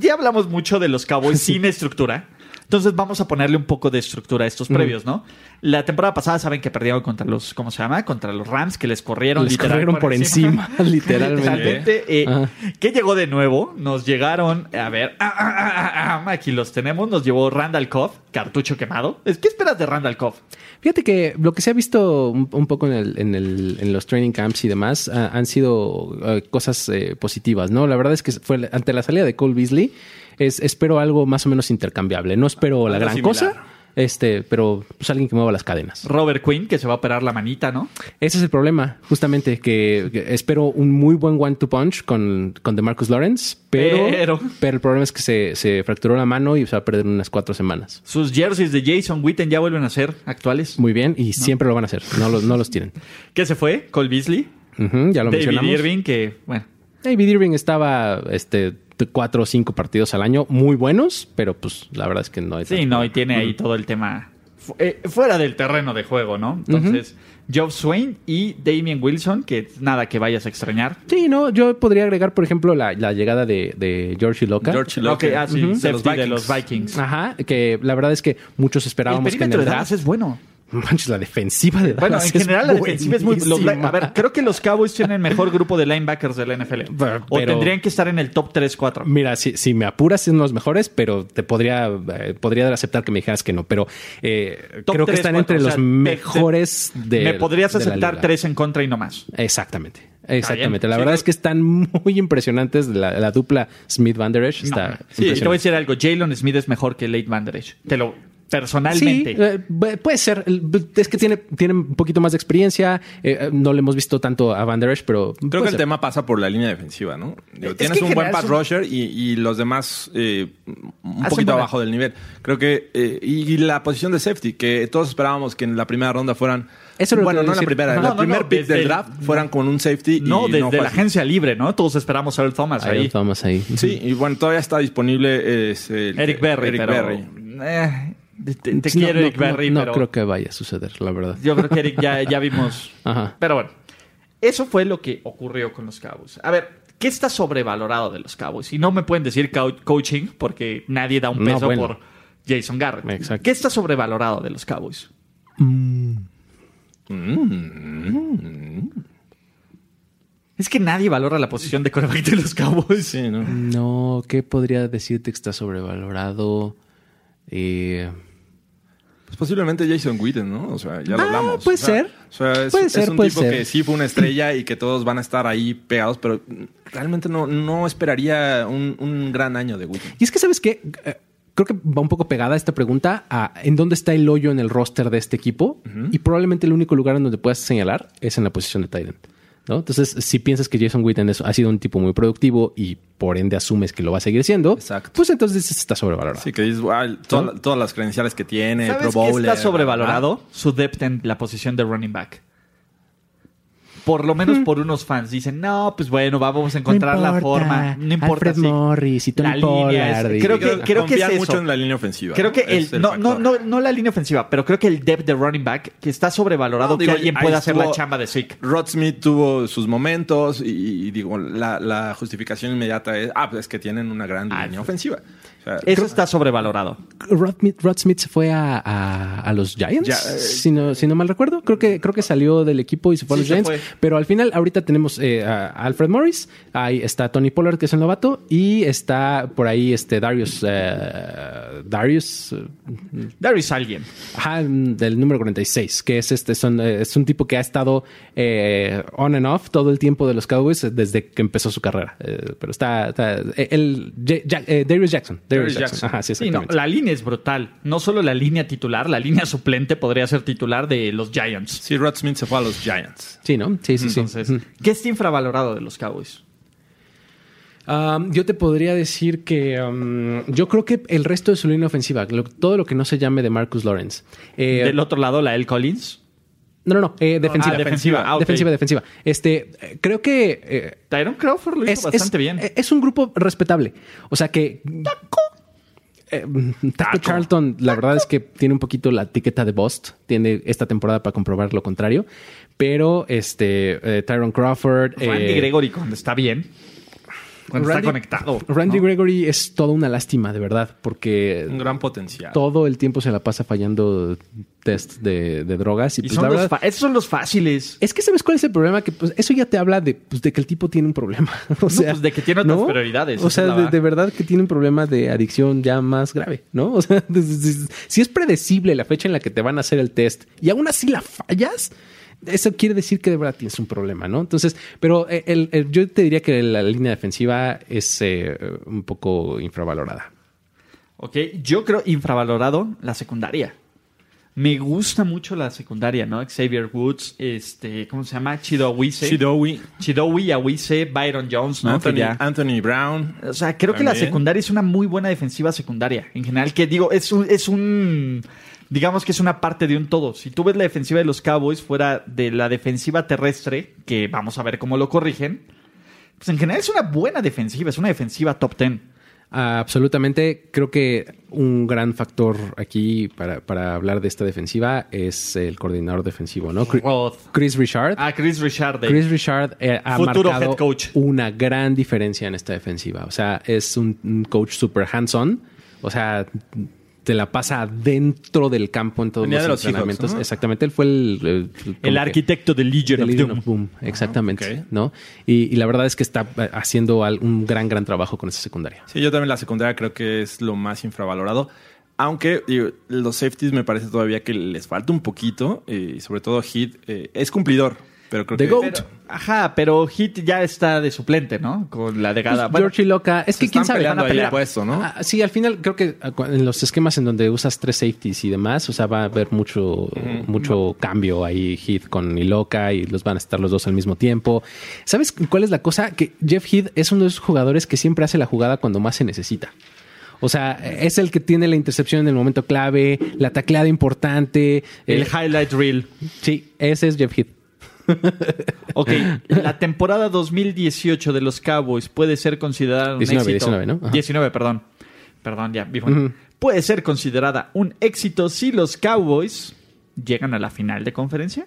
[SPEAKER 2] ya hablamos mucho de los Cowboys sin estructura. Entonces vamos a ponerle un poco de estructura a estos previos, ¿no? La temporada pasada saben que perdieron contra los, ¿cómo se llama? Contra los Rams, que les corrieron
[SPEAKER 3] Les
[SPEAKER 2] literal
[SPEAKER 3] corrieron por encima, literalmente.
[SPEAKER 2] Literalmente, eh,
[SPEAKER 3] Ajá.
[SPEAKER 2] ¿Qué llegó de nuevo? Nos llegaron, a ver, ah, ah, ah, ah, ah, aquí los tenemos, nos llevó Randall Cobb, cartucho quemado. Es- ¿Qué esperas de Randall Cobb?
[SPEAKER 3] Fíjate que lo que se ha visto un, un poco en, el- en el- en los training camps y demás ah, han sido ah, cosas eh, positivas, ¿no? La verdad es que fue la- ante la salida de Cole Beasley, es, espero algo más o menos intercambiable. No espero la
[SPEAKER 4] Algo
[SPEAKER 3] gran
[SPEAKER 4] similar.
[SPEAKER 3] cosa, este, pero pues alguien que mueva las cadenas.
[SPEAKER 2] Robert Quinn, que se va a operar la manita, ¿no?
[SPEAKER 3] Ese es el problema, justamente, que, que espero un muy buen one-to punch con, con DeMarcus Lawrence, pero,
[SPEAKER 2] Pero-
[SPEAKER 3] pero. el problema es que se, se fracturó la mano y se va a perder unas cuatro semanas.
[SPEAKER 2] Sus jerseys de Jason Witten ya vuelven a ser actuales.
[SPEAKER 3] Muy bien, y siempre lo van a hacer, no los, no los tienen.
[SPEAKER 2] ¿Qué se fue? Cole Beasley.
[SPEAKER 3] Ujú, ya lo
[SPEAKER 2] David
[SPEAKER 3] mencionamos.
[SPEAKER 2] Irving, que, bueno.
[SPEAKER 3] David Irving estaba este t- cuatro o cinco partidos al año muy buenos, pero pues la verdad es que no hay
[SPEAKER 2] Sí,
[SPEAKER 3] tanto.
[SPEAKER 2] no, y tiene
[SPEAKER 3] Mm.
[SPEAKER 2] ahí todo el tema fu- eh, fuera del terreno de juego, ¿no? Entonces, Joe Swain y Damien Wilson, que nada que vayas a extrañar.
[SPEAKER 3] Sí, no, yo podría agregar, por ejemplo, la, la llegada de, de George Loca.
[SPEAKER 4] George
[SPEAKER 2] Lo que
[SPEAKER 4] Locker.
[SPEAKER 2] hace
[SPEAKER 4] Ujú. De
[SPEAKER 2] safety
[SPEAKER 4] los
[SPEAKER 2] de
[SPEAKER 4] Vikings.
[SPEAKER 2] los Vikings.
[SPEAKER 3] Ajá, que la verdad es que muchos
[SPEAKER 2] el
[SPEAKER 3] esperábamos que en
[SPEAKER 2] perímetro
[SPEAKER 3] el
[SPEAKER 2] de Dallas
[SPEAKER 3] draft...
[SPEAKER 2] es bueno.
[SPEAKER 3] Manches, la defensiva de
[SPEAKER 2] Bueno, en
[SPEAKER 3] Dallas
[SPEAKER 2] general la defensiva es muy... los li-
[SPEAKER 3] buenísima.
[SPEAKER 2] a ver, creo que los Cowboys tienen el mejor grupo de linebackers de la NFL.
[SPEAKER 3] Pero-
[SPEAKER 2] o tendrían que estar en el top 3-4.
[SPEAKER 3] Mira, si, si me apuras es uno de los mejores, pero te podría, eh, podría aceptar que me dijeras que no. Pero eh,
[SPEAKER 2] Top
[SPEAKER 3] creo que
[SPEAKER 2] tres,
[SPEAKER 3] están
[SPEAKER 2] cuatro,
[SPEAKER 3] entre
[SPEAKER 2] o sea,
[SPEAKER 3] los
[SPEAKER 2] te-
[SPEAKER 3] mejores de
[SPEAKER 2] Me podrías
[SPEAKER 3] de la
[SPEAKER 2] aceptar
[SPEAKER 3] liga.
[SPEAKER 2] tres en contra y no más.
[SPEAKER 3] Exactamente. Exactamente.
[SPEAKER 2] bien.
[SPEAKER 3] La
[SPEAKER 2] Ah, Sí,
[SPEAKER 3] verdad
[SPEAKER 2] creo-
[SPEAKER 3] es que están muy impresionantes. La, la dupla Smith Van Der Esch está
[SPEAKER 2] No, sí, te voy a
[SPEAKER 3] impresionante.
[SPEAKER 2] decir algo. Jalen Smith es mejor que Late Van Der Esch. Te lo...
[SPEAKER 3] Sí,
[SPEAKER 2] Personalmente.
[SPEAKER 3] eh, bu- puede ser. El- bu- Es que tiene, tiene un poquito más de experiencia. Eh, eh, no le hemos visto tanto a Van Der Esch, pero
[SPEAKER 4] Creo
[SPEAKER 3] puede
[SPEAKER 4] que el
[SPEAKER 3] ser.
[SPEAKER 4] tema pasa por la línea defensiva, ¿no? Digo,
[SPEAKER 3] Es
[SPEAKER 4] tienes
[SPEAKER 3] que en
[SPEAKER 4] un buen
[SPEAKER 3] general
[SPEAKER 4] pass
[SPEAKER 3] son-
[SPEAKER 4] rusher y, y los demás eh, un
[SPEAKER 2] Hacen
[SPEAKER 4] poquito
[SPEAKER 2] buena-
[SPEAKER 4] abajo del nivel. Creo que... eh, y, y la posición de safety, que todos esperábamos que en la primera ronda fueran...
[SPEAKER 3] Eso era lo
[SPEAKER 4] bueno,
[SPEAKER 3] que iba
[SPEAKER 4] no en
[SPEAKER 3] a
[SPEAKER 4] la
[SPEAKER 3] decir.
[SPEAKER 4] primera,
[SPEAKER 2] Ajá.
[SPEAKER 4] en
[SPEAKER 2] No, no,
[SPEAKER 4] la
[SPEAKER 2] no,
[SPEAKER 4] primer pick
[SPEAKER 2] desde
[SPEAKER 4] del
[SPEAKER 2] el-
[SPEAKER 4] draft fueran con un
[SPEAKER 3] eh,
[SPEAKER 4] safety y
[SPEAKER 2] No, desde
[SPEAKER 4] fue
[SPEAKER 2] la
[SPEAKER 4] así.
[SPEAKER 2] agencia libre, ¿no? Todos esperamos a Earl Thomas
[SPEAKER 3] Ahí
[SPEAKER 2] ahí.
[SPEAKER 3] lo tomamos ahí.
[SPEAKER 4] Sí, y bueno, todavía está disponible... es, el-
[SPEAKER 2] Eric Berry,
[SPEAKER 4] Eric
[SPEAKER 2] pero...
[SPEAKER 4] Berry.
[SPEAKER 2] eh, te te- te
[SPEAKER 3] No,
[SPEAKER 2] quiero,
[SPEAKER 3] no,
[SPEAKER 2] Eric Berry,
[SPEAKER 3] no, no
[SPEAKER 2] pero...
[SPEAKER 3] creo que vaya a suceder, la verdad.
[SPEAKER 2] Yo creo que Eric ya, ya vimos...
[SPEAKER 3] Ajá.
[SPEAKER 2] Pero bueno, eso fue lo que ocurrió con los Cowboys. A ver, ¿qué está sobrevalorado de los Cowboys? Y no me pueden decir cou- coaching porque nadie da un
[SPEAKER 3] No,
[SPEAKER 2] peso
[SPEAKER 3] bueno.
[SPEAKER 2] por Jason Garrett.
[SPEAKER 3] Exacto.
[SPEAKER 2] ¿Qué está sobrevalorado de los Cowboys? Mm. Es que nadie valora la posición de coreback de los Cowboys.
[SPEAKER 4] Sí, ¿no?
[SPEAKER 3] No, ¿qué podría decirte que está sobrevalorado? Eh,
[SPEAKER 4] Pues posiblemente Jason Witten, ¿no? O sea, ya lo
[SPEAKER 3] Ah,
[SPEAKER 4] hablamos.
[SPEAKER 3] puede
[SPEAKER 4] O sea,
[SPEAKER 3] ser.
[SPEAKER 4] O sea, es,
[SPEAKER 3] Puede
[SPEAKER 4] es
[SPEAKER 3] ser,
[SPEAKER 4] un
[SPEAKER 3] puede
[SPEAKER 4] tipo
[SPEAKER 3] ser.
[SPEAKER 4] que sí fue una estrella y que todos van a estar ahí pegados, pero realmente no, no esperaría un, un gran año de Witten.
[SPEAKER 3] y es que, ¿sabes qué? Eh, Creo que va un poco pegada esta pregunta a en dónde está el hoyo en el roster de este equipo. Y probablemente el único lugar en donde puedas señalar es en la posición de tight end, ¿no? Entonces, si piensas que Jason Witten es- ha sido un tipo muy productivo y por ende asumes que lo va a seguir siendo,
[SPEAKER 4] Exacto.
[SPEAKER 3] pues entonces está sobrevalorado.
[SPEAKER 4] Sí, que dices, "Guau, toda- todas las credenciales que tiene,
[SPEAKER 2] ¿Sabes
[SPEAKER 4] Eh, Pro
[SPEAKER 2] qué
[SPEAKER 4] Bowler.
[SPEAKER 2] está sobrevalorado? Su depth en la posición de running back. Por lo menos por unos fans. Dicen, no, pues bueno, vamos a encontrar la forma. No importa.
[SPEAKER 3] Alfred
[SPEAKER 2] sí.
[SPEAKER 3] Morris y Tony
[SPEAKER 2] La línea es-
[SPEAKER 3] Pollard y-
[SPEAKER 2] creo
[SPEAKER 4] Creo que,
[SPEAKER 2] que- creo que es
[SPEAKER 4] confían
[SPEAKER 2] eso.
[SPEAKER 4] mucho en la línea ofensiva.
[SPEAKER 2] Creo que el,
[SPEAKER 4] Es
[SPEAKER 2] no, no,
[SPEAKER 4] factor.
[SPEAKER 2] no, no la línea ofensiva, pero creo que el depth de running back que está sobrevalorado
[SPEAKER 4] No, digo,
[SPEAKER 2] que alguien
[SPEAKER 4] ahí
[SPEAKER 2] pueda hacer la
[SPEAKER 4] estuvo-
[SPEAKER 2] chamba de Zeke.
[SPEAKER 4] Rod Smith tuvo sus momentos y, y digo, la, la justificación inmediata es, ah, pues es que tienen una gran
[SPEAKER 2] Ah,
[SPEAKER 4] línea ofensiva. O sea,
[SPEAKER 2] Eso está sobrevalorado.
[SPEAKER 3] Rod, Smith- Rod Smith se fue a, a- a los Giants,
[SPEAKER 4] Ya, eh.
[SPEAKER 3] si, no, si no mal recuerdo. Creo que, creo que salió del equipo y se fue
[SPEAKER 2] Sí,
[SPEAKER 3] a
[SPEAKER 2] se
[SPEAKER 3] los Giants.
[SPEAKER 2] fue.
[SPEAKER 3] Pero al final, ahorita tenemos eh, a Alfred Morris, ahí está Tony Pollard, que es el novato, y está por ahí este Darius. eh, Darius. eh,
[SPEAKER 2] There is alguien.
[SPEAKER 3] ajá, mm, del número 46, que es este, son, eh, es un tipo que ha estado eh, on and off todo el tiempo de los Cowboys eh, desde que empezó su carrera. Eh, pero está. está- eh, el, Ja- Ja- eh, Darius Jackson. Darius
[SPEAKER 4] Darius
[SPEAKER 3] Jackson.
[SPEAKER 4] Jackson.
[SPEAKER 3] Ajá, sí,
[SPEAKER 2] Sí, no,
[SPEAKER 3] exactamente.
[SPEAKER 2] la línea es brutal. No solo la línea titular, la línea suplente podría ser titular de los Giants.
[SPEAKER 4] sí, Rod Smith se fue a los Giants.
[SPEAKER 3] Sí, ¿no? Sí, sí, sí.
[SPEAKER 2] Entonces, ¿qué está infravalorado de los Cowboys?
[SPEAKER 3] Um, yo te podría decir que um, yo creo que el resto de su línea ofensiva, lo- todo lo que no se llame de Marcus Lawrence. eh,
[SPEAKER 2] Del otro lado, la L. Collins.
[SPEAKER 3] No, no, no, eh, defensiva.
[SPEAKER 2] ah, defensiva. Ah, ok.
[SPEAKER 3] defensiva, defensiva. Este, eh, creo que eh,
[SPEAKER 2] Tyron Crawford lo hizo
[SPEAKER 3] es,
[SPEAKER 2] bastante
[SPEAKER 3] es-
[SPEAKER 2] bien.
[SPEAKER 3] eh, es un grupo respetable. O sea que. Taco. Charlton, la verdad es que tiene un poquito la etiqueta de Bost. Tiene esta temporada para comprobar lo contrario. Pero este, eh, Tyron Crawford.
[SPEAKER 2] Randy
[SPEAKER 3] eh,
[SPEAKER 2] Gregory cuando está bien. Cuando
[SPEAKER 3] Randy-
[SPEAKER 2] está conectado.
[SPEAKER 3] Randy Gregory es toda una lástima, de verdad, porque
[SPEAKER 4] Un gran potencial.
[SPEAKER 3] todo el tiempo se la pasa fallando test de, de drogas y,
[SPEAKER 2] Y
[SPEAKER 3] pues
[SPEAKER 2] son
[SPEAKER 3] la
[SPEAKER 2] los
[SPEAKER 3] verdad
[SPEAKER 2] fa- esos son los fáciles.
[SPEAKER 3] es que sabes cuál es el problema que pues, eso ya te habla de, pues, de que el tipo tiene un problema o sea
[SPEAKER 2] pues, de que tiene otras prioridades, esa
[SPEAKER 3] o
[SPEAKER 2] es
[SPEAKER 3] sea
[SPEAKER 2] la
[SPEAKER 3] de,
[SPEAKER 2] va-
[SPEAKER 3] de verdad que tiene un problema de adicción ya más grave no o sea de- de- de- si es predecible la fecha en la que te van a hacer el test y aún así la fallas eso quiere decir que de verdad tienes un problema, ¿no? Entonces, pero eh, el- el- yo te diría que la línea defensiva es eh, un poco infravalorada.
[SPEAKER 2] Ok, yo creo infravalorado la secundaria. Me gusta mucho la secundaria, ¿no? Xavier Woods, este, ¿cómo se llama? Chido Awise.
[SPEAKER 4] Chidowi,
[SPEAKER 2] Chidowi Awise, Byron Jones, ¿no? Que
[SPEAKER 4] Ah, Anthony,
[SPEAKER 2] ya-
[SPEAKER 4] Anthony Brown.
[SPEAKER 2] O sea, creo que la
[SPEAKER 4] También.
[SPEAKER 2] secundaria es una muy buena defensiva secundaria. En general, que digo, es un, es un. Digamos que es una parte de un todo. Si tú ves la defensiva de los Cowboys fuera de la defensiva terrestre, que vamos a ver cómo lo corrigen, pues en general es una buena defensiva, es una defensiva top 10.
[SPEAKER 3] Ah, Absolutamente. Creo que un gran factor aquí para, para hablar de esta defensiva es el coordinador defensivo, ¿no? Cri-
[SPEAKER 2] Roth.
[SPEAKER 3] Chris Richard.
[SPEAKER 2] Ah, Chris Richard. eh.
[SPEAKER 3] Chris Richard eh, ha
[SPEAKER 2] Futuro
[SPEAKER 3] marcado
[SPEAKER 2] head coach.
[SPEAKER 3] una gran diferencia en esta defensiva. O sea, es un, un coach super hands-on. O sea, te la pasa dentro del campo en todos
[SPEAKER 4] Venía de
[SPEAKER 3] los
[SPEAKER 4] los Seahawks,
[SPEAKER 3] entrenamientos.
[SPEAKER 4] ¿no?
[SPEAKER 3] Exactamente. Él fue el... El, como
[SPEAKER 2] El
[SPEAKER 3] que-
[SPEAKER 2] arquitecto de Legion
[SPEAKER 3] de
[SPEAKER 2] of
[SPEAKER 3] Legion
[SPEAKER 2] Doom.
[SPEAKER 3] of Boom, exactamente,
[SPEAKER 4] ok.
[SPEAKER 3] ¿no? Y, y la verdad es que está eh, haciendo al- un gran, gran trabajo con esa secundaria.
[SPEAKER 4] Sí, yo también la secundaria creo que es lo más infravalorado. Aunque digo, los safeties me parece todavía que les falta un poquito. eh, Y sobre todo Hit es cumplidor. Pero creo
[SPEAKER 3] The
[SPEAKER 4] que
[SPEAKER 3] GOAT.
[SPEAKER 2] Ajá, pero Hit ya está de suplente, ¿no? Con la
[SPEAKER 3] Pues,
[SPEAKER 2] degada. Bueno,
[SPEAKER 3] Georgie Loca, es que
[SPEAKER 4] están
[SPEAKER 3] quién sabe, van a
[SPEAKER 4] peleando ahí el
[SPEAKER 3] pelear.
[SPEAKER 4] puesto, ¿no?
[SPEAKER 3] Ah, sí, al final creo que ah, cu- en los esquemas en donde usas tres safeties y demás, o sea, va a haber mucho, mucho cambio ahí, Heath con Iloca y los van a estar los dos al mismo tiempo. ¿Sabes cuál es la cosa? Que Jeff Heath es uno de esos jugadores que siempre hace la jugada cuando más se necesita. O sea, es el que tiene la intercepción en el momento clave, la tacleada importante.
[SPEAKER 2] el
[SPEAKER 3] eh,
[SPEAKER 2] highlight reel.
[SPEAKER 3] sí, ese es Jeff Heath.
[SPEAKER 2] Ok, la temporada 2018 de los Cowboys puede ser considerada un
[SPEAKER 3] 19,
[SPEAKER 2] éxito.
[SPEAKER 3] 19, ¿no? Ajá.
[SPEAKER 2] 19, perdón. Perdón, ya, vi mal. Puede ser considerada un éxito si los Cowboys llegan a la final de conferencia.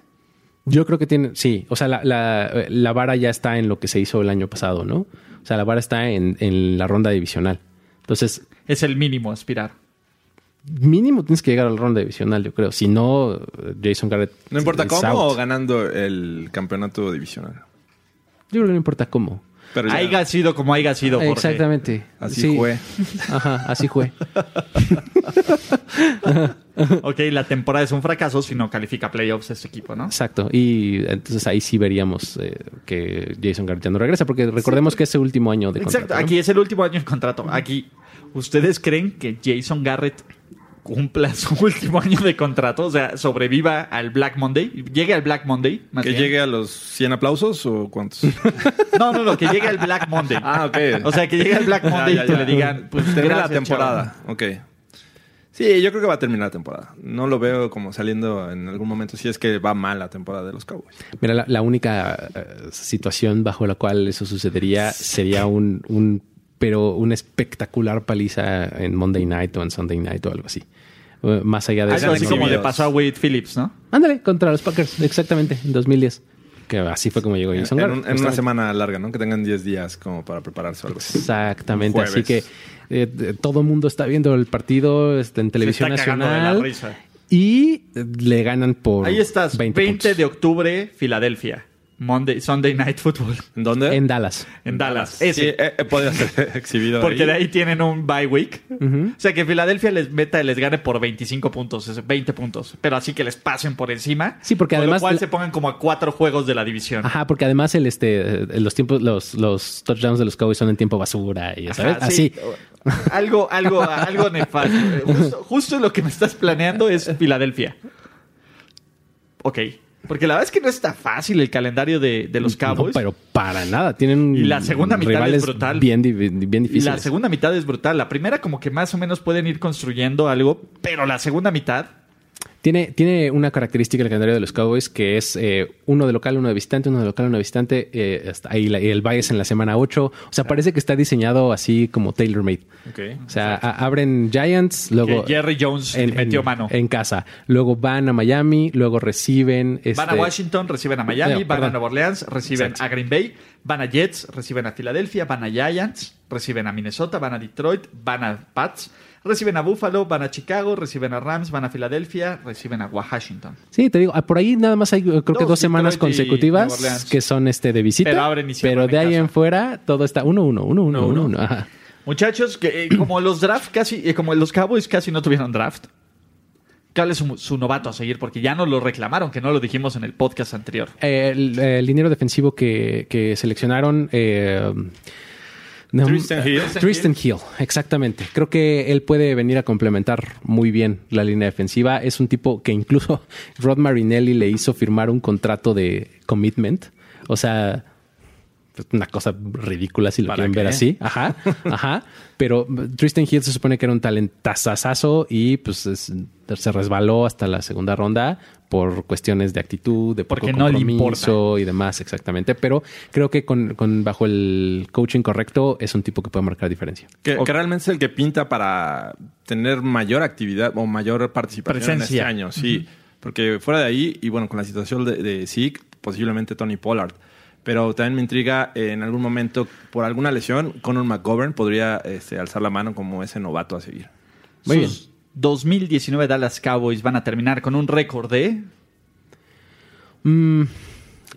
[SPEAKER 3] Yo creo que tiene, sí, o sea, la, la- la vara ya está en lo que se hizo el año pasado, ¿no? O sea, la vara está en, en la ronda divisional. Entonces,
[SPEAKER 2] Es el mínimo a aspirar.
[SPEAKER 3] mínimo tienes que llegar al ronda divisional, yo creo. Si no, Jason Garrett.
[SPEAKER 4] No importa
[SPEAKER 3] is
[SPEAKER 4] cómo
[SPEAKER 3] out.
[SPEAKER 4] o ganando el campeonato divisional.
[SPEAKER 3] Yo creo que no importa cómo.
[SPEAKER 4] Pero ya-
[SPEAKER 2] Haiga sido como haiga sido, Jorge.
[SPEAKER 3] Exactamente.
[SPEAKER 4] Así
[SPEAKER 3] Sí.
[SPEAKER 4] fue.
[SPEAKER 3] Ajá, así fue.
[SPEAKER 2] Ok, la temporada es un fracaso si no califica a playoffs este equipo, ¿no?
[SPEAKER 3] Exacto. Y entonces ahí sí veríamos eh, que Jason Garrett ya no regresa, porque recordemos que es el último año de contrato.
[SPEAKER 2] Exacto,
[SPEAKER 3] ¿no?
[SPEAKER 2] aquí es el último año de contrato. Aquí, ¿ustedes creen que Jason Garrett cumpla su último año de contrato? O sea, sobreviva al Black Monday, llegue al Black Monday, más
[SPEAKER 4] ¿Que
[SPEAKER 2] bien.
[SPEAKER 4] llegue a los 100 aplausos o cuántos?
[SPEAKER 2] No, no, no, que llegue al Black Monday.
[SPEAKER 4] Ah, ok. Ah,
[SPEAKER 2] O sea, que llegue al Black Monday
[SPEAKER 4] Ya, ya,
[SPEAKER 2] y que
[SPEAKER 4] ya.
[SPEAKER 2] le digan, pues
[SPEAKER 4] Termina
[SPEAKER 2] gracias,
[SPEAKER 4] la temporada. Ok. Sí, yo creo que va a terminar la temporada. No lo veo como saliendo en algún momento si es que va mal la temporada de los Cowboys.
[SPEAKER 3] Mira, la, la única eh, situación bajo la cual eso sucedería sería un, un- pero una espectacular paliza en Monday Night o en Sunday Night o algo así. Eh, Más allá de
[SPEAKER 2] chavo.
[SPEAKER 3] eso.
[SPEAKER 2] Algo así
[SPEAKER 3] no-
[SPEAKER 2] como le
[SPEAKER 4] Dios.
[SPEAKER 2] pasó a Wade Phillips, ¿no?
[SPEAKER 3] Ándale, contra los Packers, exactamente, en 2010. Que así fue como llegó
[SPEAKER 4] En,
[SPEAKER 3] Jason
[SPEAKER 4] en
[SPEAKER 3] Garrett.
[SPEAKER 4] un- en una
[SPEAKER 3] justamente.
[SPEAKER 4] semana larga, ¿no? Que tengan 10 días como para prepararse o algo así.
[SPEAKER 3] Exactamente,
[SPEAKER 4] Un
[SPEAKER 3] así
[SPEAKER 4] jueves.
[SPEAKER 3] que eh, de- todo el mundo está viendo el partido este, en televisión
[SPEAKER 2] está cagando de la
[SPEAKER 3] nacional
[SPEAKER 2] risa.
[SPEAKER 3] y eh, le ganan por
[SPEAKER 2] Ahí estás, 20,
[SPEAKER 3] 20, puntos.
[SPEAKER 2] de octubre, Filadelfia. Monday, Sunday Night Football
[SPEAKER 4] ¿En dónde?
[SPEAKER 3] en Dallas.
[SPEAKER 2] en Dallas.
[SPEAKER 4] Sí,
[SPEAKER 2] Ese.
[SPEAKER 4] eh, eh, podría ser exhibido
[SPEAKER 2] Porque
[SPEAKER 4] ahí.
[SPEAKER 2] de ahí tienen un bye week. O sea, que Filadelfia les meta, les gane por 25 puntos, es 20 puntos. Pero así que les pasen por encima.
[SPEAKER 3] Sí, porque
[SPEAKER 2] con
[SPEAKER 3] además Ah,
[SPEAKER 2] Lo cual
[SPEAKER 3] la-
[SPEAKER 2] se pongan como a cuatro juegos de la división.
[SPEAKER 3] Ajá, porque además el este eh, los tiempos los los touchdowns de los Cowboys son en tiempo basura y ya sabes,
[SPEAKER 2] Ajá,
[SPEAKER 3] así.
[SPEAKER 2] sí. Algo, algo, algo nefasto. Eh, Justo, justo lo que me estás planeando es Filadelfia. Ok. Porque la verdad es que no está fácil el calendario de, de los
[SPEAKER 3] No,
[SPEAKER 2] Cowboys.
[SPEAKER 3] pero para nada, tienen
[SPEAKER 2] Y la segunda mitad es
[SPEAKER 3] rivales
[SPEAKER 2] brutal.
[SPEAKER 3] bien di- bien
[SPEAKER 2] Y la
[SPEAKER 3] difíciles.
[SPEAKER 2] segunda mitad es brutal. La primera como que más o menos pueden ir construyendo algo, pero la segunda mitad...
[SPEAKER 3] Tiene, tiene una característica el calendario de los Cowboys que es eh, uno de local, uno de visitante, uno de local, uno de visitante. eh, hasta ahí la- y el Bias en la semana 8. O sea, parece que está diseñado así como tailor-made.
[SPEAKER 4] Ok.
[SPEAKER 3] O sea, a- abren Giants, luego.
[SPEAKER 2] Que Jerry Jones metió mano.
[SPEAKER 3] En este casa. Luego van a Miami, luego reciben.
[SPEAKER 2] Van a
[SPEAKER 3] este,
[SPEAKER 2] Washington, reciben a Miami,
[SPEAKER 3] No,
[SPEAKER 2] van a
[SPEAKER 3] perdón.
[SPEAKER 2] Nueva Orleans, reciben
[SPEAKER 3] Exacto.
[SPEAKER 2] a Green Bay, van a Jets, reciben a Filadelfia, van a Giants, reciben a Minnesota, van a Detroit, van a Pats, reciben a Buffalo, van a Chicago, reciben a Rams, van a Filadelfia, reciben a Washington.
[SPEAKER 3] Sí, te digo, ah, por ahí nada más hay eh, creo que
[SPEAKER 2] Dos,
[SPEAKER 3] dos semanas
[SPEAKER 2] Detroit y Nueva
[SPEAKER 3] consecutivas
[SPEAKER 2] Orleans.
[SPEAKER 3] que son este de visita.
[SPEAKER 2] Pero abren y cierran
[SPEAKER 3] pero de
[SPEAKER 2] en
[SPEAKER 3] ahí
[SPEAKER 2] casa.
[SPEAKER 3] en fuera todo está 1-1, 1-1, 1-1. Ajá.
[SPEAKER 2] Muchachos, que, eh, como los draft casi, eh, como los Cowboys casi no tuvieron draft. ¿Cuál es su, su novato a seguir? Porque ya nos lo reclamaron, que no lo dijimos en el podcast anterior.
[SPEAKER 3] El, el dinero defensivo que, que seleccionaron. eh, no, eh,
[SPEAKER 4] Tristan Hill.
[SPEAKER 3] Tristan Hill, exactamente. Creo que él puede venir a complementar muy bien la línea defensiva. Es un tipo que incluso Rod Marinelli le hizo firmar un contrato de commitment. O sea, una cosa ridícula si lo quieren ver así. Ajá, ajá. Pero Tristan Hill se supone que era un talentazazazo y pues es- se resbaló hasta la segunda ronda por cuestiones de actitud, de poco
[SPEAKER 2] Porque no le
[SPEAKER 3] compromiso y demás, exactamente. Pero creo que con, con- bajo el coaching correcto es un tipo que puede marcar diferencia.
[SPEAKER 4] Que, que realmente es el que pinta para tener mayor actividad o mayor participación
[SPEAKER 2] Presencia.
[SPEAKER 4] en este año, sí. Porque fuera de ahí, y bueno, con la situación de, de Zeke, posiblemente Tony Pollard. Pero también me intriga eh, en algún momento, por alguna lesión, Conor McGovern podría este, alzar la mano como ese novato a seguir.
[SPEAKER 3] Muy
[SPEAKER 2] Sus 2019 Dallas Cowboys van a terminar con un récord de
[SPEAKER 3] Mm,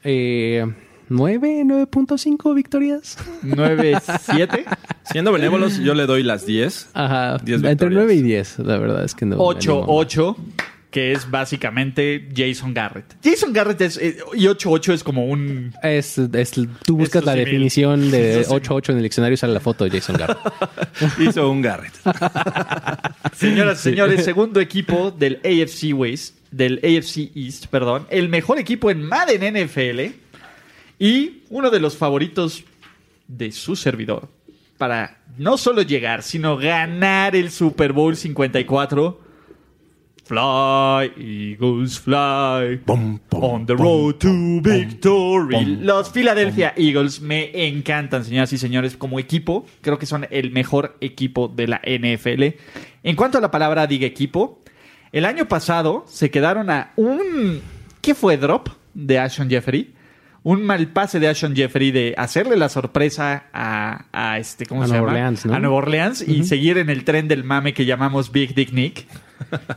[SPEAKER 3] eh, 9, 9.5 victorias.
[SPEAKER 2] 9-7.
[SPEAKER 4] Siendo benévolos, yo le doy las 10.
[SPEAKER 3] Ajá.
[SPEAKER 4] Diez
[SPEAKER 3] Entre
[SPEAKER 4] victorias.
[SPEAKER 3] 9 y 10, la verdad es que no. me animo.
[SPEAKER 2] 8-8, que es básicamente Jason Garrett. Jason Garrett es, eh, y 8-8 es como un...
[SPEAKER 3] Es, es- tú buscas
[SPEAKER 2] Eso
[SPEAKER 3] la
[SPEAKER 2] sí, mil.
[SPEAKER 3] definición de
[SPEAKER 2] Eso sí.
[SPEAKER 3] 8-8 en el diccionario y sale la foto de Jason Garrett.
[SPEAKER 4] Hizo un Garrett.
[SPEAKER 2] Señoras y señores, segundo equipo del AFC West, del AFC East, perdón, el mejor equipo en Madden NFL y uno de los favoritos de su servidor para no solo llegar, sino ganar el Super Bowl 54. Fly, Eagles, fly.
[SPEAKER 1] Pom, pom,
[SPEAKER 2] On the
[SPEAKER 1] pom,
[SPEAKER 2] road to
[SPEAKER 1] pom,
[SPEAKER 2] victory.
[SPEAKER 1] pom,
[SPEAKER 2] Los Philadelphia Eagles me encantan, señoras y señores, como equipo. Creo que son el mejor equipo de la NFL. En cuanto a la palabra diga equipo, el año pasado se quedaron a un... ¿Qué fue drop de Ashon Jeffrey? un mal pase de Ashon Jeffrey de hacerle la sorpresa a, a este, ¿cómo
[SPEAKER 3] A
[SPEAKER 2] se
[SPEAKER 3] Nueva
[SPEAKER 2] llama?
[SPEAKER 3] Orleans, ¿no?
[SPEAKER 2] A Nueva Orleans y seguir en el tren del mame que llamamos Big Dick Nick.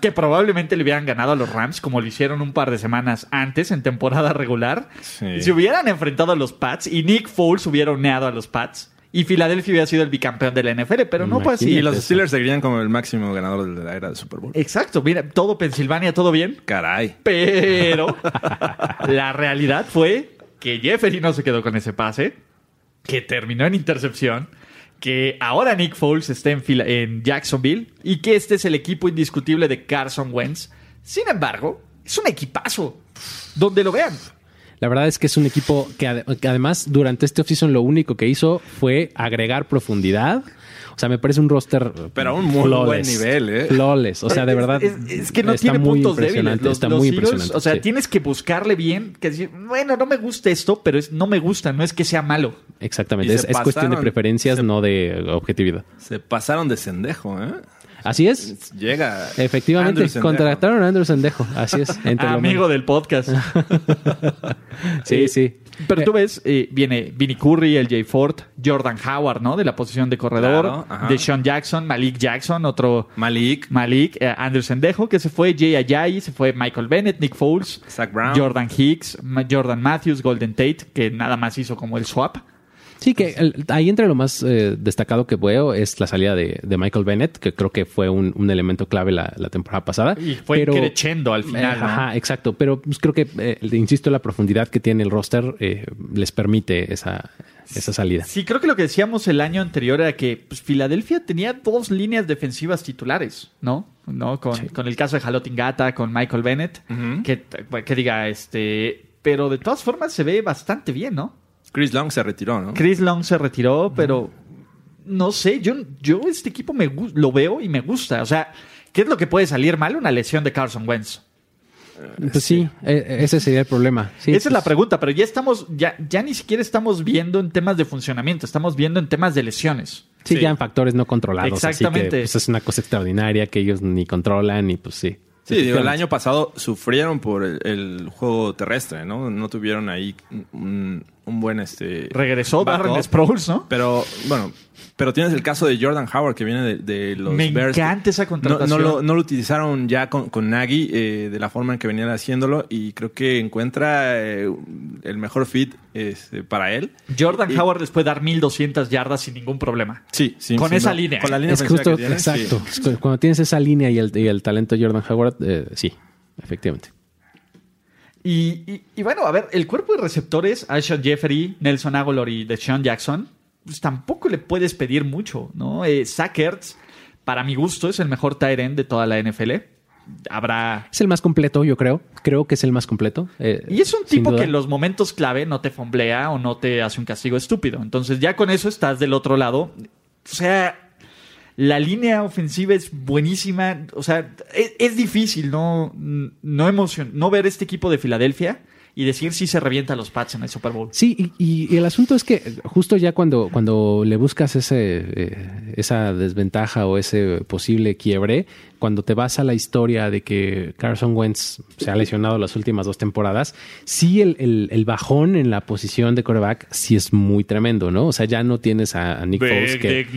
[SPEAKER 2] Que probablemente le hubieran ganado a los Rams, como lo hicieron un par de semanas antes en temporada regular.
[SPEAKER 4] Sí.
[SPEAKER 2] Si hubieran enfrentado a los Pats y Nick Foles hubiera uneado a los Pats y Filadelfia hubiera sido el bicampeón de la NFL, pero no fue así.
[SPEAKER 4] Y
[SPEAKER 3] Imagínate.
[SPEAKER 4] los Steelers seguirían como el máximo ganador de la era del Super Bowl.
[SPEAKER 2] Exacto, mira, todo Pensilvania, todo bien.
[SPEAKER 4] Caray.
[SPEAKER 2] Pero la realidad fue que Jeffery no se quedó con ese pase, que terminó en intercepción, que ahora Nick Foles está en, fila- en Jacksonville y que este es el equipo indiscutible de Carson Wentz. Sin embargo, es un equipazo. Donde lo vean.
[SPEAKER 3] La verdad es que es un equipo que, ade- que además durante este offseason lo único que hizo fue agregar profundidad. O sea, me parece un roster.
[SPEAKER 4] Pero a un muy buen nivel, ¿eh?
[SPEAKER 3] Flawless. O sea, de
[SPEAKER 2] Es-
[SPEAKER 3] verdad.
[SPEAKER 2] Es, es que no
[SPEAKER 3] está
[SPEAKER 2] tiene
[SPEAKER 3] muy
[SPEAKER 2] puntos débiles.
[SPEAKER 3] impresionante,
[SPEAKER 2] Los,
[SPEAKER 3] está
[SPEAKER 2] los
[SPEAKER 3] muy
[SPEAKER 2] Eagles,
[SPEAKER 3] impresionante.
[SPEAKER 2] o sea,
[SPEAKER 3] sí.
[SPEAKER 2] tienes que buscarle bien. Que decir, bueno, no me gusta esto, pero es, no me gusta, no es que sea malo.
[SPEAKER 3] Exactamente.
[SPEAKER 4] y
[SPEAKER 3] Es,
[SPEAKER 4] se
[SPEAKER 3] es cuestión de
[SPEAKER 4] pasaron,
[SPEAKER 3] preferencias,
[SPEAKER 4] se-
[SPEAKER 3] no de objetividad.
[SPEAKER 4] Se pasaron de sendejo, ¿eh?
[SPEAKER 3] Así es.
[SPEAKER 4] Llega.
[SPEAKER 3] Efectivamente,
[SPEAKER 4] Andrew Sendejo.
[SPEAKER 3] contrataron a Andrew Sendejo. Así es. entre lo
[SPEAKER 2] Amigo del podcast.
[SPEAKER 3] menos. Sí, sí.
[SPEAKER 2] Eh, Pero tú ves, eh, viene Vinny Curry, el Jay Ford, Jordan Howard, ¿no? De la posición de corredor,
[SPEAKER 4] Claro, ajá.
[SPEAKER 2] Deshaun Jackson, Malik Jackson, otro
[SPEAKER 4] Malik.
[SPEAKER 2] Malik, eh, Anderson Dejo, que se fue, Jay Ajayi, se fue Michael Bennett, Nick Foles,
[SPEAKER 4] Zach Brown.
[SPEAKER 2] Jordan Hicks, Ma- Jordan Matthews, Golden Tate, que nada más hizo como el swap.
[SPEAKER 3] Sí, que el- ahí entre lo más eh, destacado que veo es la salida de, de Michael Bennett, que creo que fue un, un elemento clave la, la temporada pasada.
[SPEAKER 2] Y fue creciendo al final, ¿no?
[SPEAKER 3] Ajá, exacto. Pero pues, creo que, eh, insisto, la profundidad que tiene el roster eh, les permite esa, esa salida.
[SPEAKER 2] Sí, creo que lo que decíamos el año anterior era que pues, Filadelfia tenía dos líneas defensivas titulares, ¿no? ¿No? Con, con el caso de Jalotin Gata, con Michael Bennett, que, que diga, este. Pero de todas formas se ve bastante bien, ¿no?
[SPEAKER 4] Chris Long se retiró, ¿no?
[SPEAKER 2] Chris Long se retiró, pero no sé, yo, yo este equipo me gu- lo veo y me gusta. O sea, ¿qué es lo que puede salir mal? Una lesión de Carson Wentz.
[SPEAKER 3] Pues sí, eh, ese sería el problema. Sí,
[SPEAKER 2] Esa es la
[SPEAKER 3] pues,
[SPEAKER 2] pregunta, pero ya estamos, ya, ya ni siquiera estamos viendo en temas de funcionamiento, estamos viendo en temas de lesiones.
[SPEAKER 3] Sí,
[SPEAKER 4] Sí.
[SPEAKER 3] ya en factores no controlados. Así
[SPEAKER 2] Exactamente.
[SPEAKER 3] que, pues, es una cosa extraordinaria que ellos ni controlan y pues sí.
[SPEAKER 4] Sí, digo, el año pasado sufrieron por el, el juego terrestre, ¿no? No tuvieron ahí un, un buen este.
[SPEAKER 2] Regresó
[SPEAKER 4] backup.
[SPEAKER 2] Darren Sproles, ¿no?
[SPEAKER 4] Pero, bueno, pero tienes el caso de Jordan Howard que viene de, de los
[SPEAKER 2] Me
[SPEAKER 4] Bears.
[SPEAKER 2] encanta esa contratación.
[SPEAKER 4] No, no lo, no lo utilizaron ya con, con Nagy eh, de la forma en que venían haciéndolo y creo que encuentra eh, el mejor fit este, para él.
[SPEAKER 2] Jordan
[SPEAKER 4] Y-
[SPEAKER 2] Howard les puede dar 1200 yardas sin ningún problema.
[SPEAKER 4] Sí, sí.
[SPEAKER 2] Con
[SPEAKER 4] sí,
[SPEAKER 2] esa
[SPEAKER 4] no,
[SPEAKER 2] línea.
[SPEAKER 4] Con la línea
[SPEAKER 3] Es
[SPEAKER 4] ofensiva
[SPEAKER 3] justo,
[SPEAKER 4] que tiene, sí.
[SPEAKER 3] exacto. Es cu- Cuando tienes esa línea y el, y el talento de Jordan Howard, eh, sí, efectivamente.
[SPEAKER 2] Y, y- y bueno, a ver, el cuerpo de receptores, Ashon Jeffrey, Nelson Aguilar y Deshaun Jackson, pues tampoco le puedes pedir mucho, ¿no? Eh, Zach Ertz, para mi gusto, es el mejor tight end de toda la NFL. Habrá...
[SPEAKER 3] Es el más completo, yo creo. Creo que es el más completo. eh,
[SPEAKER 2] Y es un
[SPEAKER 3] sin
[SPEAKER 2] tipo
[SPEAKER 3] duda.
[SPEAKER 2] que en los momentos clave no te fomblea o no te hace un castigo estúpido. Entonces ya con eso estás del otro lado. O sea, la línea ofensiva es buenísima. O sea, es, es difícil no, no, emocion- no ver este equipo de Filadelfia y decir si se revienta a los Pats en el Super Bowl.
[SPEAKER 3] Sí, y- y, y el asunto es que justo ya cuando, cuando le buscas ese, eh, esa desventaja o ese posible quiebre, cuando te vas a la historia de que Carson Wentz se ha lesionado las últimas dos temporadas, sí el, el- el bajón en la posición de coreback sí es muy tremendo, ¿no? O sea, ya no tienes a, a Nick Foles que...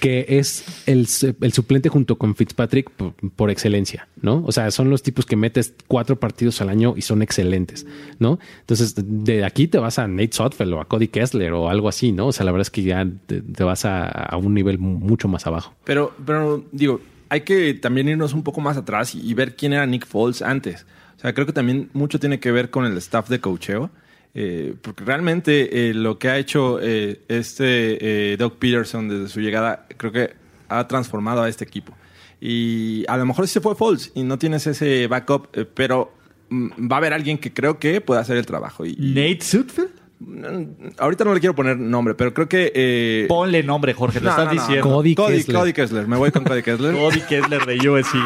[SPEAKER 3] que es el, su- el suplente junto con Fitzpatrick por, por excelencia, ¿no? O sea, son los tipos que metes cuatro partidos al año y son excelentes, ¿no? Entonces, de aquí te vas a Nate Sotfeld o a Cody Kessler o algo así, ¿no? O sea, la verdad es que ya te, te vas a, a un nivel mu- mucho más abajo.
[SPEAKER 4] Pero, pero digo, hay que también irnos un poco más atrás y, y ver quién era Nick Foles antes. O sea, creo que también mucho tiene que ver con el staff de coacheo. eh, porque realmente eh, lo que ha hecho eh, este eh, Doug Peterson desde su llegada, creo que ha transformado a este equipo. Y a lo mejor sí se fue Foles y no tienes ese backup, eh, pero mm, va a haber alguien que creo que pueda hacer el trabajo. Y, y-
[SPEAKER 2] Nate Sudfeld.
[SPEAKER 3] Mm.
[SPEAKER 4] ahorita no le quiero poner nombre, pero creo que... eh,
[SPEAKER 2] Ponle nombre, Jorge, lo
[SPEAKER 4] no,
[SPEAKER 2] estás
[SPEAKER 4] no, no,
[SPEAKER 2] diciendo.
[SPEAKER 4] no.
[SPEAKER 3] Cody Kessler.
[SPEAKER 4] Cody Kessler. Me voy con Cody Kessler.
[SPEAKER 2] Cody Kessler de USC.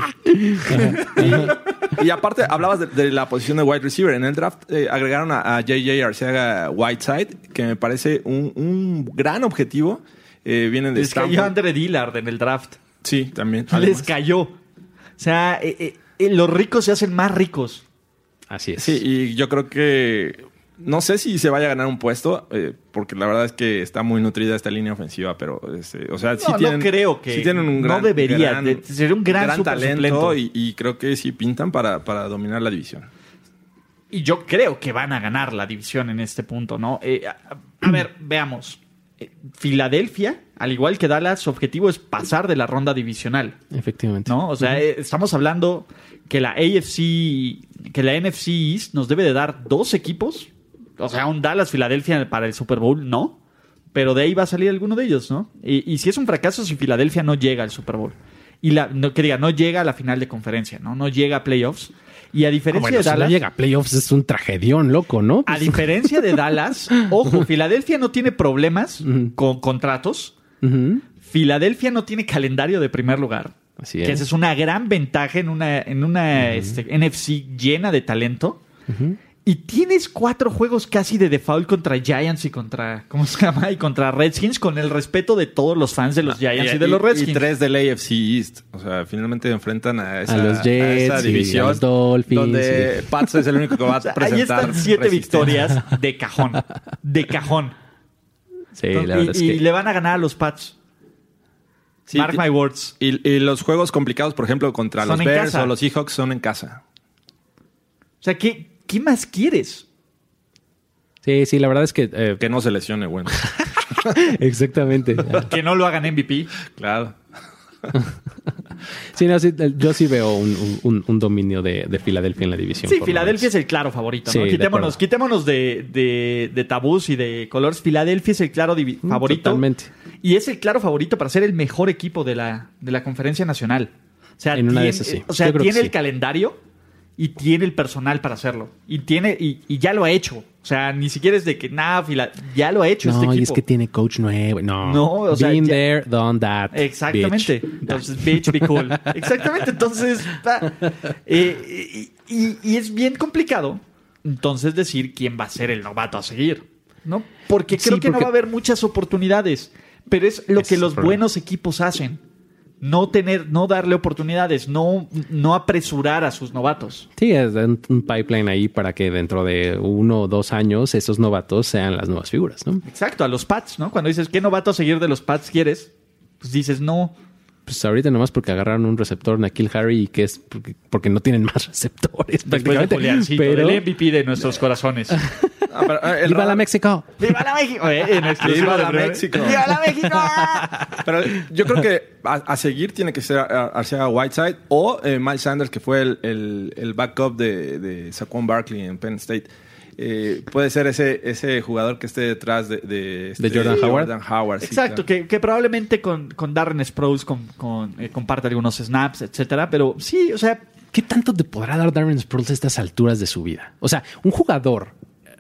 [SPEAKER 4] Y aparte, hablabas de, de la posición de wide receiver. En el draft eh, agregaron a, a J.J. Arceaga Whiteside, que me parece un, un gran objetivo. Eh, vienen de
[SPEAKER 2] Les cayó
[SPEAKER 4] Stanford.
[SPEAKER 2] Andre Dillard en el draft.
[SPEAKER 4] Sí, también.
[SPEAKER 2] Les
[SPEAKER 4] además.
[SPEAKER 2] cayó. O sea, e, eh, eh, eh, los ricos se hacen más ricos.
[SPEAKER 3] Así es.
[SPEAKER 4] Sí, y yo creo que No sé si se vaya a ganar un puesto, eh, porque la verdad es que está muy nutrida esta línea ofensiva, pero, este, o sea, sí
[SPEAKER 2] no,
[SPEAKER 4] tienen,
[SPEAKER 2] no creo que.
[SPEAKER 4] sí tienen un gran,
[SPEAKER 2] No debería.
[SPEAKER 4] gran-
[SPEAKER 2] de- sería un gran,
[SPEAKER 4] gran
[SPEAKER 2] super
[SPEAKER 4] talento
[SPEAKER 2] suplente.
[SPEAKER 4] y, y creo que sí pintan para, para dominar la división.
[SPEAKER 2] Y yo creo que van a ganar la división en este punto, ¿no? Eh, a, a ver, veamos. Eh, Filadelfia, al igual que Dallas, su objetivo es pasar de la ronda divisional,
[SPEAKER 3] Efectivamente. Ah,
[SPEAKER 2] ¿no? O sea, eh, estamos hablando que la AFC, que la NFC East nos debe de dar dos equipos. O sea, un Dallas, Filadelfia para el Super Bowl, no. Pero de ahí va a salir alguno de ellos, ¿no? Y, y si es un fracaso, si Filadelfia no llega al Super Bowl. Y la, no, que diga, no llega a la final de conferencia, ¿no? No llega a playoffs. Y a
[SPEAKER 3] Ah,
[SPEAKER 2] diferencia
[SPEAKER 3] bueno,
[SPEAKER 2] de
[SPEAKER 3] si
[SPEAKER 2] Dallas.
[SPEAKER 3] no llega a playoffs es un tragedión, loco, ¿no?
[SPEAKER 2] A
[SPEAKER 3] Pues,
[SPEAKER 2] diferencia de Dallas, ojo, Filadelfia no tiene problemas
[SPEAKER 3] Ujú.
[SPEAKER 2] con contratos.
[SPEAKER 3] ujú.
[SPEAKER 2] Filadelfia no tiene calendario de primer lugar.
[SPEAKER 3] Así
[SPEAKER 2] Que
[SPEAKER 3] es.
[SPEAKER 2] esa es una gran ventaja en una, en una este, NFC llena de talento. Y tienes cuatro juegos casi de default contra Giants y contra, ¿cómo se llama? Y contra Redskins, con el respeto de todos los fans de
[SPEAKER 3] Ah,
[SPEAKER 2] los Giants y, de los Redskins.
[SPEAKER 4] Y tres del AFC East. O sea, finalmente enfrentan a esa,
[SPEAKER 3] A los Jets
[SPEAKER 4] esa
[SPEAKER 3] y
[SPEAKER 4] división.
[SPEAKER 3] a los Dolphins
[SPEAKER 4] Donde Pats es el único que va a
[SPEAKER 2] O sea,
[SPEAKER 4] presentar.
[SPEAKER 2] ahí están siete
[SPEAKER 4] resistencia.
[SPEAKER 2] victorias de cajón. De cajón.
[SPEAKER 3] Sí,
[SPEAKER 2] Entonces,
[SPEAKER 3] la verdad
[SPEAKER 2] y,
[SPEAKER 3] es
[SPEAKER 2] y
[SPEAKER 3] que
[SPEAKER 2] le van a ganar a los Pats.
[SPEAKER 4] Sí,
[SPEAKER 2] Mark
[SPEAKER 4] te-
[SPEAKER 2] my words.
[SPEAKER 4] y, y los juegos complicados, por ejemplo, contra
[SPEAKER 2] Son
[SPEAKER 4] los
[SPEAKER 2] en
[SPEAKER 4] Bears
[SPEAKER 2] casa.
[SPEAKER 4] o los Seahawks son en casa.
[SPEAKER 2] O sea, ¿qué, qué más quieres?
[SPEAKER 3] sí, sí, la verdad es que eh,
[SPEAKER 4] Que no se lesione, bueno.
[SPEAKER 3] exactamente.
[SPEAKER 2] Que no lo hagan MVP.
[SPEAKER 4] claro.
[SPEAKER 3] Sí, no, sí, yo sí veo un, un- un- un dominio de, de Filadelfia en la división.
[SPEAKER 2] Sí,
[SPEAKER 3] por lo
[SPEAKER 2] Filadelfia es
[SPEAKER 3] menos.
[SPEAKER 2] el claro favorito,
[SPEAKER 3] Sí,
[SPEAKER 2] ¿no?
[SPEAKER 3] de
[SPEAKER 2] Quitémonos,
[SPEAKER 3] acuerdo.
[SPEAKER 2] quitémonos de, de- de tabús y de colores. Filadelfia es el claro divi-
[SPEAKER 3] Mm,
[SPEAKER 2] favorito.
[SPEAKER 3] totalmente.
[SPEAKER 2] Y es el claro favorito para ser el mejor equipo de la, de la conferencia nacional. O sea,
[SPEAKER 3] En una
[SPEAKER 2] tiene,
[SPEAKER 3] de esas, sí.
[SPEAKER 2] o sea,
[SPEAKER 3] Yo creo que
[SPEAKER 2] tiene el
[SPEAKER 3] sí.
[SPEAKER 2] calendario y tiene el personal para hacerlo. Y tiene, y, y ya lo ha hecho. O sea, ni siquiera es de que nada, Fila- ya lo ha hecho
[SPEAKER 3] No,
[SPEAKER 2] este equipo.
[SPEAKER 3] y es que tiene coach nuevo. No,
[SPEAKER 2] No, o sea,
[SPEAKER 3] Been
[SPEAKER 2] ya-
[SPEAKER 3] there, done that.
[SPEAKER 2] Exactamente.
[SPEAKER 3] bitch.
[SPEAKER 2] Entonces, bitch, be cool. Exactamente. Entonces, pa- eh, y, y- y es bien complicado entonces decir quién va a ser el novato a seguir, ¿no? Porque creo
[SPEAKER 3] Sí,
[SPEAKER 2] que no
[SPEAKER 3] porque-
[SPEAKER 2] va a haber muchas oportunidades, pero es lo
[SPEAKER 3] Ese
[SPEAKER 2] que
[SPEAKER 3] es
[SPEAKER 2] los
[SPEAKER 3] el problema.
[SPEAKER 2] buenos equipos hacen. No tener, no darle oportunidades, no, no apresurar a sus novatos.
[SPEAKER 3] Sí, es un, un pipeline ahí para que dentro de uno o dos años esos novatos sean las nuevas figuras, ¿no?
[SPEAKER 2] Exacto, a los Pats, ¿no? Cuando dices, ¿qué novato a seguir de los Pats quieres? Pues dices, no,
[SPEAKER 3] Pues ahorita nomás porque agarraron un receptor Nakil Harry y que es porque, porque no tienen más receptores.
[SPEAKER 2] después de
[SPEAKER 3] prácticamente.
[SPEAKER 2] Juliancito,
[SPEAKER 3] pero
[SPEAKER 2] del MVP de nuestros corazones.
[SPEAKER 4] Ah, pero, ah, el
[SPEAKER 3] ¡Viva la
[SPEAKER 4] raro-
[SPEAKER 3] México!
[SPEAKER 2] ¡Viva la México! Eh, en exclusiva
[SPEAKER 4] ¡Viva
[SPEAKER 2] de
[SPEAKER 4] la
[SPEAKER 2] Breve.
[SPEAKER 4] México!
[SPEAKER 2] ¡Viva la México!
[SPEAKER 4] Pero yo creo que a, a seguir tiene que ser a- Arcea Whiteside o eh, Miles Sanders, que fue el, el, el backup de, de Saquon Barkley en Penn State. Eh, puede ser ese, ese jugador que esté detrás de, de, este-
[SPEAKER 3] ¿De Jordan Howard?
[SPEAKER 4] Howard, sí,
[SPEAKER 2] Exacto,
[SPEAKER 4] claro.
[SPEAKER 2] que, que probablemente con, con Darren Sproles con, con, eh, comparte algunos snaps, etcétera, pero sí, o sea,
[SPEAKER 3] ¿Qué tanto te podrá dar Darren Sproles a estas alturas de su vida? O sea, un jugador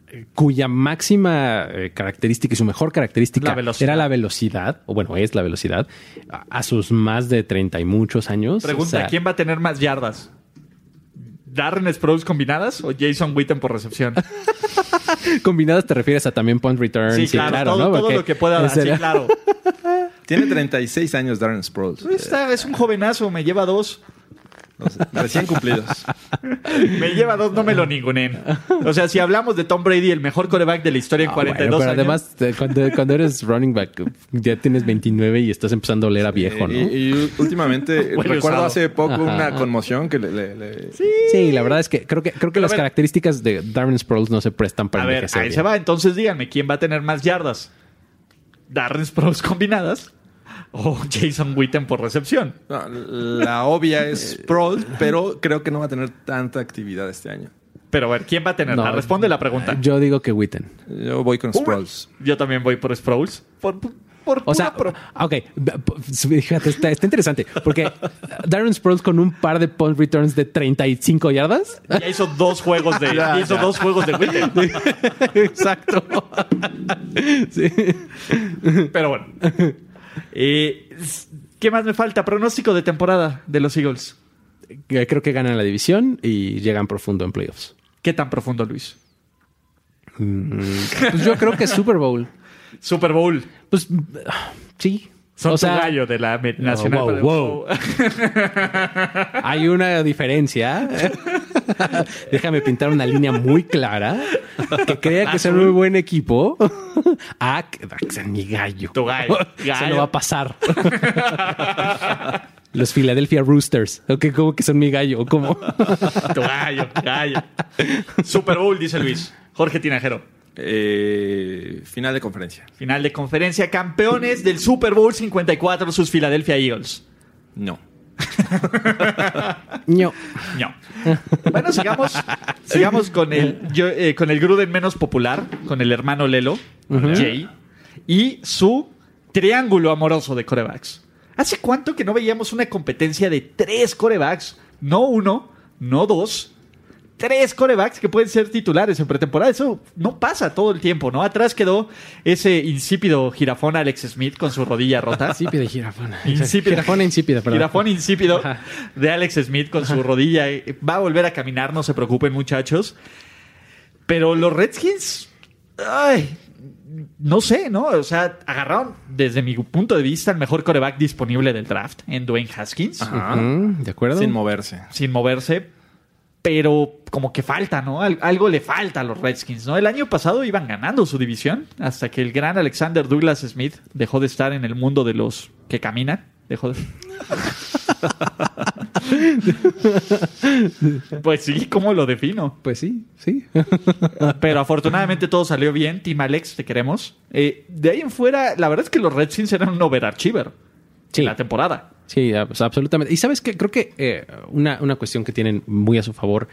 [SPEAKER 3] eh, cuya máxima eh, característica y su mejor característica
[SPEAKER 2] La velocidad.
[SPEAKER 3] era la velocidad, o bueno, es la velocidad, a, a sus más de treinta y muchos años.
[SPEAKER 2] pregunta,
[SPEAKER 3] o sea,
[SPEAKER 2] ¿quién va a tener más yardas? ¿Darren Sproles combinadas o Jason Witten por recepción?
[SPEAKER 3] Combinadas te refieres a también point return.
[SPEAKER 2] Sí, claro, todo,
[SPEAKER 3] ¿no?
[SPEAKER 2] todo
[SPEAKER 3] Porque
[SPEAKER 2] lo que pueda dar,
[SPEAKER 3] ese
[SPEAKER 2] sí,
[SPEAKER 3] era-
[SPEAKER 2] claro. Pues
[SPEAKER 4] Tiene 36 años Darren Sproles. eh,
[SPEAKER 2] Está- es un jovenazo, me lleva dos.
[SPEAKER 4] Entonces, recién cumplidos.
[SPEAKER 2] Me lleva dos, no me lo ningunen. O sea, si hablamos de Tom Brady, el mejor coreback de la historia en
[SPEAKER 3] Ah,
[SPEAKER 2] 42
[SPEAKER 3] bueno, pero
[SPEAKER 2] años.
[SPEAKER 3] además, te- cuando, cuando eres running back, ya tienes 29 y estás empezando a oler a viejo, ¿no?
[SPEAKER 4] Eh, Y, y últimamente,
[SPEAKER 2] Bueno,
[SPEAKER 4] recuerdo
[SPEAKER 2] usado.
[SPEAKER 4] hace poco una
[SPEAKER 3] Ajá.
[SPEAKER 4] conmoción que le... le- le-
[SPEAKER 3] Sí, la verdad es que creo que, creo que
[SPEAKER 2] Pero a
[SPEAKER 3] las
[SPEAKER 2] ver-
[SPEAKER 3] características de Darren Sproles no se prestan para
[SPEAKER 2] A ver,
[SPEAKER 3] envejecer
[SPEAKER 2] ahí
[SPEAKER 3] bien.
[SPEAKER 2] se va. Entonces díganme, ¿quién va a tener más yardas? ¿Darren Sproles combinadas o Jason Witten por recepción?
[SPEAKER 4] no, la obvia
[SPEAKER 3] Eh,
[SPEAKER 4] es Sproles, pero creo que no va a tener tanta actividad este año.
[SPEAKER 2] Pero a ver, ¿quién va a tenerla?
[SPEAKER 3] No. eh,
[SPEAKER 2] Responde la pregunta.
[SPEAKER 3] Yo digo que Witten.
[SPEAKER 4] Yo voy con Sproles.
[SPEAKER 2] Yo también voy por Sproles. Por, por
[SPEAKER 3] O
[SPEAKER 2] pura
[SPEAKER 3] sea, ah,
[SPEAKER 2] pro-
[SPEAKER 3] ok, fíjate, está, está interesante, porque Darren Sproles con un par de punt returns de 35 yardas.
[SPEAKER 2] ya hizo dos juegos de ya hizo dos juegos de Witten.
[SPEAKER 3] Exacto. Sí.
[SPEAKER 2] Pero bueno. Eh, ¿Qué más me falta? Pronóstico de temporada de los Eagles.
[SPEAKER 3] Eh, Creo que ganan la división y llegan profundo en playoffs.
[SPEAKER 2] ¿Qué tan profundo, Luis?
[SPEAKER 3] Pues yo creo que Super Bowl.
[SPEAKER 2] Super Bowl.
[SPEAKER 3] Pues sí.
[SPEAKER 2] Son
[SPEAKER 3] o sea,
[SPEAKER 2] tu gallo de la me- Nacional.
[SPEAKER 3] wow, wow. hay una diferencia. Déjame pintar una línea muy clara que crea que son muy buen equipo. ah, que que sea mi gallo.
[SPEAKER 2] Tu gallo,
[SPEAKER 3] Se
[SPEAKER 2] gallo.
[SPEAKER 3] lo va a pasar. Los Philadelphia Roosters. Ok, como que son mi gallo. ¿Cómo?
[SPEAKER 2] Tu gallo, gallo. Super Bowl, dice Luis. Jorge Tinajero.
[SPEAKER 4] Eh, final de conferencia.
[SPEAKER 2] Final de conferencia, campeones del Super Bowl 54, sus Philadelphia Eagles.
[SPEAKER 4] No.
[SPEAKER 3] No.
[SPEAKER 2] No. Bueno, sigamos, sigamos con el yo- eh, con el Gruden menos popular, con el hermano Lelo, Jay, y su triángulo amoroso de corebacks. ¿Hace cuánto que no veíamos una competencia de tres corebacks? No uno, no dos, tres corebacks que pueden ser titulares en pretemporada. Eso no pasa todo el tiempo, ¿no? Atrás quedó ese insípido jirafón Alex Smith con su rodilla rota.
[SPEAKER 3] Insípida y jirafona.
[SPEAKER 2] Insípida.
[SPEAKER 3] Jirafona insípida, perdón.
[SPEAKER 2] Girafón insípido
[SPEAKER 3] Ajá.
[SPEAKER 2] de Alex Smith con su rodilla. Eh, Va a volver a caminar, no se preocupen, muchachos. Pero los Redskins. Ay, no sé, ¿no? O sea, agarraron, desde mi punto de vista, el mejor coreback disponible del draft en Dwayne Haskins,
[SPEAKER 3] Ujú, Mm, ¿De acuerdo?
[SPEAKER 4] Sin moverse.
[SPEAKER 2] sin moverse. Pero como que falta, ¿no? Al- algo le falta a los Redskins, ¿no? El año pasado iban ganando su división hasta que el gran Alexander Douglas Smith dejó de estar en el mundo de los que caminan. Dejó de. Pues sí, ¿cómo lo defino?
[SPEAKER 3] Pues sí, sí.
[SPEAKER 2] Pero afortunadamente todo salió bien. Team Alex, te queremos. Eh, de ahí en fuera, la verdad es que los Redskins eran un overachiever
[SPEAKER 3] Sí.
[SPEAKER 2] en la temporada.
[SPEAKER 3] Sí, pues, absolutamente. Y sabes que creo que eh, una, una cuestión que tienen muy a su favor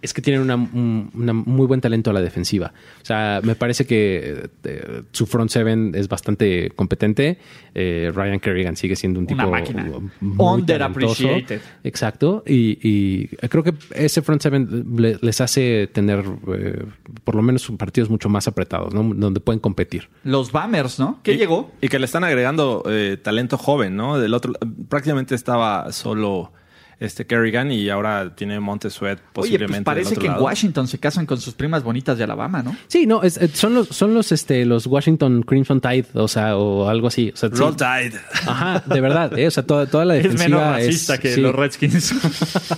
[SPEAKER 3] es que tienen una, un- una muy buen talento a la defensiva. O sea, me parece que eh, su front seven es bastante competente. Eh, Ryan Kerrigan sigue siendo un tipo
[SPEAKER 2] Una máquina.
[SPEAKER 3] muy
[SPEAKER 2] Underappreciated.
[SPEAKER 3] talentoso. Exacto. Y, y creo que ese front seven le- les hace tener eh, por lo menos partidos mucho más apretados, ¿no? donde pueden competir.
[SPEAKER 2] Los Bammers, ¿no? ¿Qué
[SPEAKER 4] Y-
[SPEAKER 2] llegó?
[SPEAKER 4] Y que le están agregando eh, talento joven, ¿no? Del otro prácticamente estaba solo este Kerrigan y ahora tiene Montesuet
[SPEAKER 2] Oye, pues
[SPEAKER 4] posiblemente. del
[SPEAKER 2] parece
[SPEAKER 4] otro
[SPEAKER 2] que en
[SPEAKER 4] lado.
[SPEAKER 2] Washington se casan con sus primas bonitas de Alabama, ¿no?
[SPEAKER 3] Sí, no, es- eh, son los son los este los Washington Crimson Tide, o sea, o algo así. O sea, sí.
[SPEAKER 4] Roll Tide.
[SPEAKER 3] Ajá, de verdad, eh, o sea, toda, toda la
[SPEAKER 2] Es
[SPEAKER 3] defensiva
[SPEAKER 2] menos racista que
[SPEAKER 3] sí,
[SPEAKER 2] los Redskins.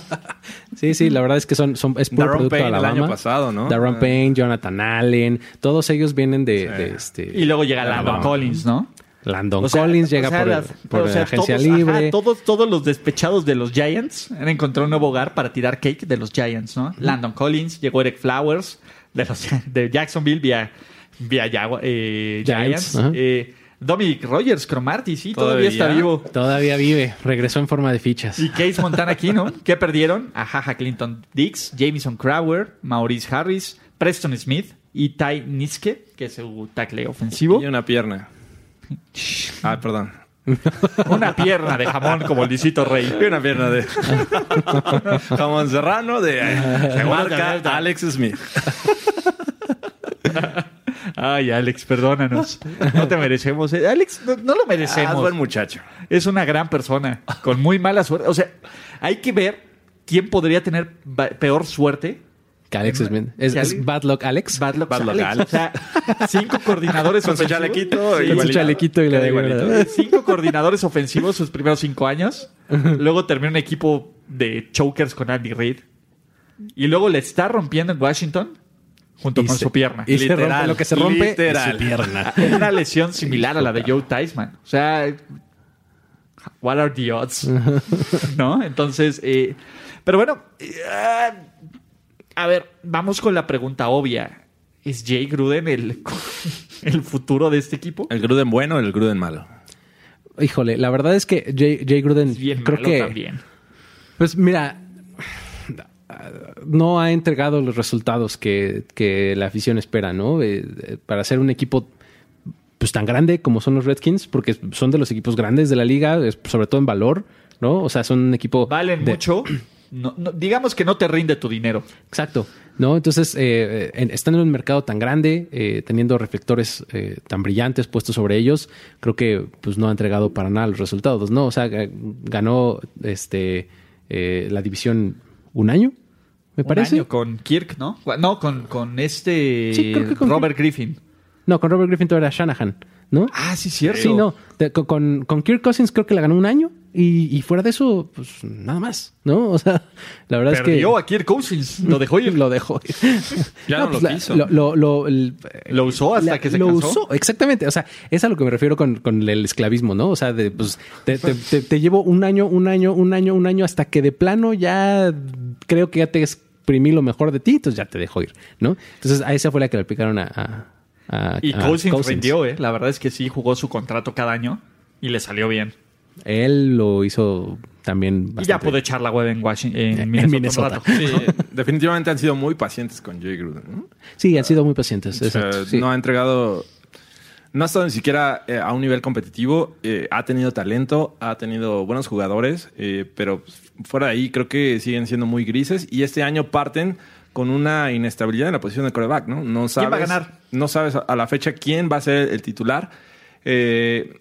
[SPEAKER 3] sí, sí, la verdad es que son, son es puro
[SPEAKER 4] Darrell
[SPEAKER 3] producto de
[SPEAKER 4] Payne el
[SPEAKER 3] Alabama.
[SPEAKER 4] año pasado, ¿no?
[SPEAKER 3] Darrell
[SPEAKER 4] Ah.
[SPEAKER 3] Payne, Jonathan Allen, todos ellos vienen de, de, este
[SPEAKER 2] y luego llega Landon
[SPEAKER 3] Alabama.
[SPEAKER 2] Collins, ¿no?
[SPEAKER 3] Landon
[SPEAKER 2] O sea,
[SPEAKER 3] Collins llega
[SPEAKER 2] o sea,
[SPEAKER 3] por,
[SPEAKER 2] las-
[SPEAKER 3] por
[SPEAKER 2] o sea,
[SPEAKER 3] agencia
[SPEAKER 2] todos, ajá,
[SPEAKER 3] libre.
[SPEAKER 2] todos, todos los despechados de los Giants han encontrado un nuevo hogar para tirar cake de los Giants, ¿no? Landon Collins, llegó Eric Flowers de, los, de Jacksonville vía, vía Yagua- eh, Giants.
[SPEAKER 3] Giants, ajá.
[SPEAKER 2] Eh, Dominic Rogers, Cromarty, sí, todavía,
[SPEAKER 4] Todavía.
[SPEAKER 2] está vivo.
[SPEAKER 3] Todavía vive, regresó en forma de fichas.
[SPEAKER 2] Y Case Montana aquí, ¿no? ¿Qué perdieron? A Jaja Clinton Dix, Jameson Crowder, Maurice Harris, Preston Smith y Ty Niske, que es su tackle ofensivo.
[SPEAKER 4] Y una pierna. Ah, perdón.
[SPEAKER 2] Una pierna de jamón como el Licito Rey.
[SPEAKER 4] Y una pierna de jamón serrano de, eh, de marca Alex Smith.
[SPEAKER 2] Ay, Alex, perdónanos. No te merecemos. eh. Alex, no, no lo
[SPEAKER 4] Ah, es
[SPEAKER 2] merecemos.
[SPEAKER 4] buen muchacho.
[SPEAKER 2] es una gran persona con muy mala suerte. O sea, hay que ver quién podría tener ba- peor suerte.
[SPEAKER 3] Que Alex Smith. Es,
[SPEAKER 2] que
[SPEAKER 3] es
[SPEAKER 2] Alex-
[SPEAKER 3] Bad Luck Alex.
[SPEAKER 2] Bad luck,
[SPEAKER 4] Bad luck,
[SPEAKER 2] Alex. O sea, cinco coordinadores
[SPEAKER 4] Con su
[SPEAKER 2] ofensivos.
[SPEAKER 4] chalequito.
[SPEAKER 2] Sí.
[SPEAKER 3] Con su
[SPEAKER 4] igualito.
[SPEAKER 3] chalequito y la
[SPEAKER 4] Queda
[SPEAKER 3] de-
[SPEAKER 4] igualito.
[SPEAKER 2] Eh, Cinco coordinadores ofensivos sus primeros cinco años. Luego termina un equipo de chokers con Andy Reid. Y luego le está rompiendo en Washington junto
[SPEAKER 3] Y
[SPEAKER 2] con
[SPEAKER 3] se-
[SPEAKER 2] su pierna.
[SPEAKER 3] Y se rompe
[SPEAKER 4] Literal,
[SPEAKER 3] lo que se rompe es
[SPEAKER 4] literal.
[SPEAKER 3] su pierna.
[SPEAKER 2] una lesión similar a la de Joe Theismann. O sea, what are the odds? ¿No? Entonces, eh, pero bueno, eh, ah, a ver, vamos con la pregunta obvia. ¿Es Jay Gruden el, el futuro de este equipo?
[SPEAKER 3] Eh,
[SPEAKER 4] El Gruden bueno, el Gruden malo.
[SPEAKER 3] Híjole, la verdad es que Jay, Jay Gruden
[SPEAKER 2] Es bien
[SPEAKER 3] creo
[SPEAKER 2] malo
[SPEAKER 3] que
[SPEAKER 2] también.
[SPEAKER 3] Pues mira, no ha entregado los resultados que, que la afición espera, ¿no? Eh, eh, para ser un equipo pues tan grande como son los Redskins, porque son de los equipos grandes de la liga, es- sobre todo en valor, ¿no? O sea, son un equipo...
[SPEAKER 2] Valen
[SPEAKER 3] de-
[SPEAKER 2] mucho. No- no- digamos que no te rinde tu dinero.
[SPEAKER 3] Exacto, ¿no? Entonces, eh, en- estando en un mercado tan grande, eh, teniendo reflectores eh, tan brillantes puestos sobre ellos, creo que pues no ha entregado para nada los resultados, ¿no? O sea, ga- ganó este eh, la división un año, me
[SPEAKER 2] Un
[SPEAKER 3] parece.
[SPEAKER 2] año con Kirk, ¿no? No, con, con este
[SPEAKER 3] Sí, creo que con
[SPEAKER 2] Robert Griffin.
[SPEAKER 3] No, con Robert Griffin todavía era Shanahan. ¿no?
[SPEAKER 2] Ah, sí, cierto.
[SPEAKER 3] Sí, no. Te- co- con, con Kirk Cousins creo que la ganó un año y, y fuera de eso, pues nada más, ¿no? O sea, la verdad es que.
[SPEAKER 2] Perdió a Kirk Cousins. Lo dejó ir.
[SPEAKER 3] Lo dejó. ir.
[SPEAKER 4] Ya no,
[SPEAKER 3] pues
[SPEAKER 4] lo
[SPEAKER 3] la-
[SPEAKER 4] quiso.
[SPEAKER 3] Lo, lo- lo- el-
[SPEAKER 2] Lo usó hasta
[SPEAKER 3] la-
[SPEAKER 2] que se
[SPEAKER 3] Lo
[SPEAKER 2] cansó.
[SPEAKER 3] usó, exactamente. O sea, es a lo que me refiero con, con el esclavismo, ¿no? O sea, de, pues, te, te- te- te llevo un año, un año, un año, un año, hasta que de plano ya creo que ya te exprimí lo mejor de ti, entonces ya te dejo ir, ¿no? Entonces, a esa fue la que le aplicaron a. a- a-
[SPEAKER 2] Y
[SPEAKER 3] a
[SPEAKER 2] Cousins, rindió, ¿eh? La verdad es que sí jugó su contrato cada año y le salió bien.
[SPEAKER 3] Él lo hizo también
[SPEAKER 2] Y ya
[SPEAKER 3] bastante
[SPEAKER 2] pudo echar la web en Washington. En
[SPEAKER 3] En
[SPEAKER 2] Minnesota. un
[SPEAKER 3] Minnesota.
[SPEAKER 2] rato.
[SPEAKER 4] Sí, definitivamente han sido muy pacientes con Jay Gruden. ¿no?
[SPEAKER 3] Sí, han sido muy pacientes.
[SPEAKER 4] O sea,
[SPEAKER 3] exacto, sí.
[SPEAKER 4] No ha entregado. No ha estado ni siquiera eh, a un nivel competitivo. eh, ha tenido talento, ha tenido buenos jugadores, eh, pero pues, fuera de ahí creo que siguen siendo muy grises. Y este año parten con una inestabilidad en la posición de coreback, ¿no? No sabes,
[SPEAKER 2] va a ganar?
[SPEAKER 4] No sabes a- a la fecha quién va a ser el titular. Eh,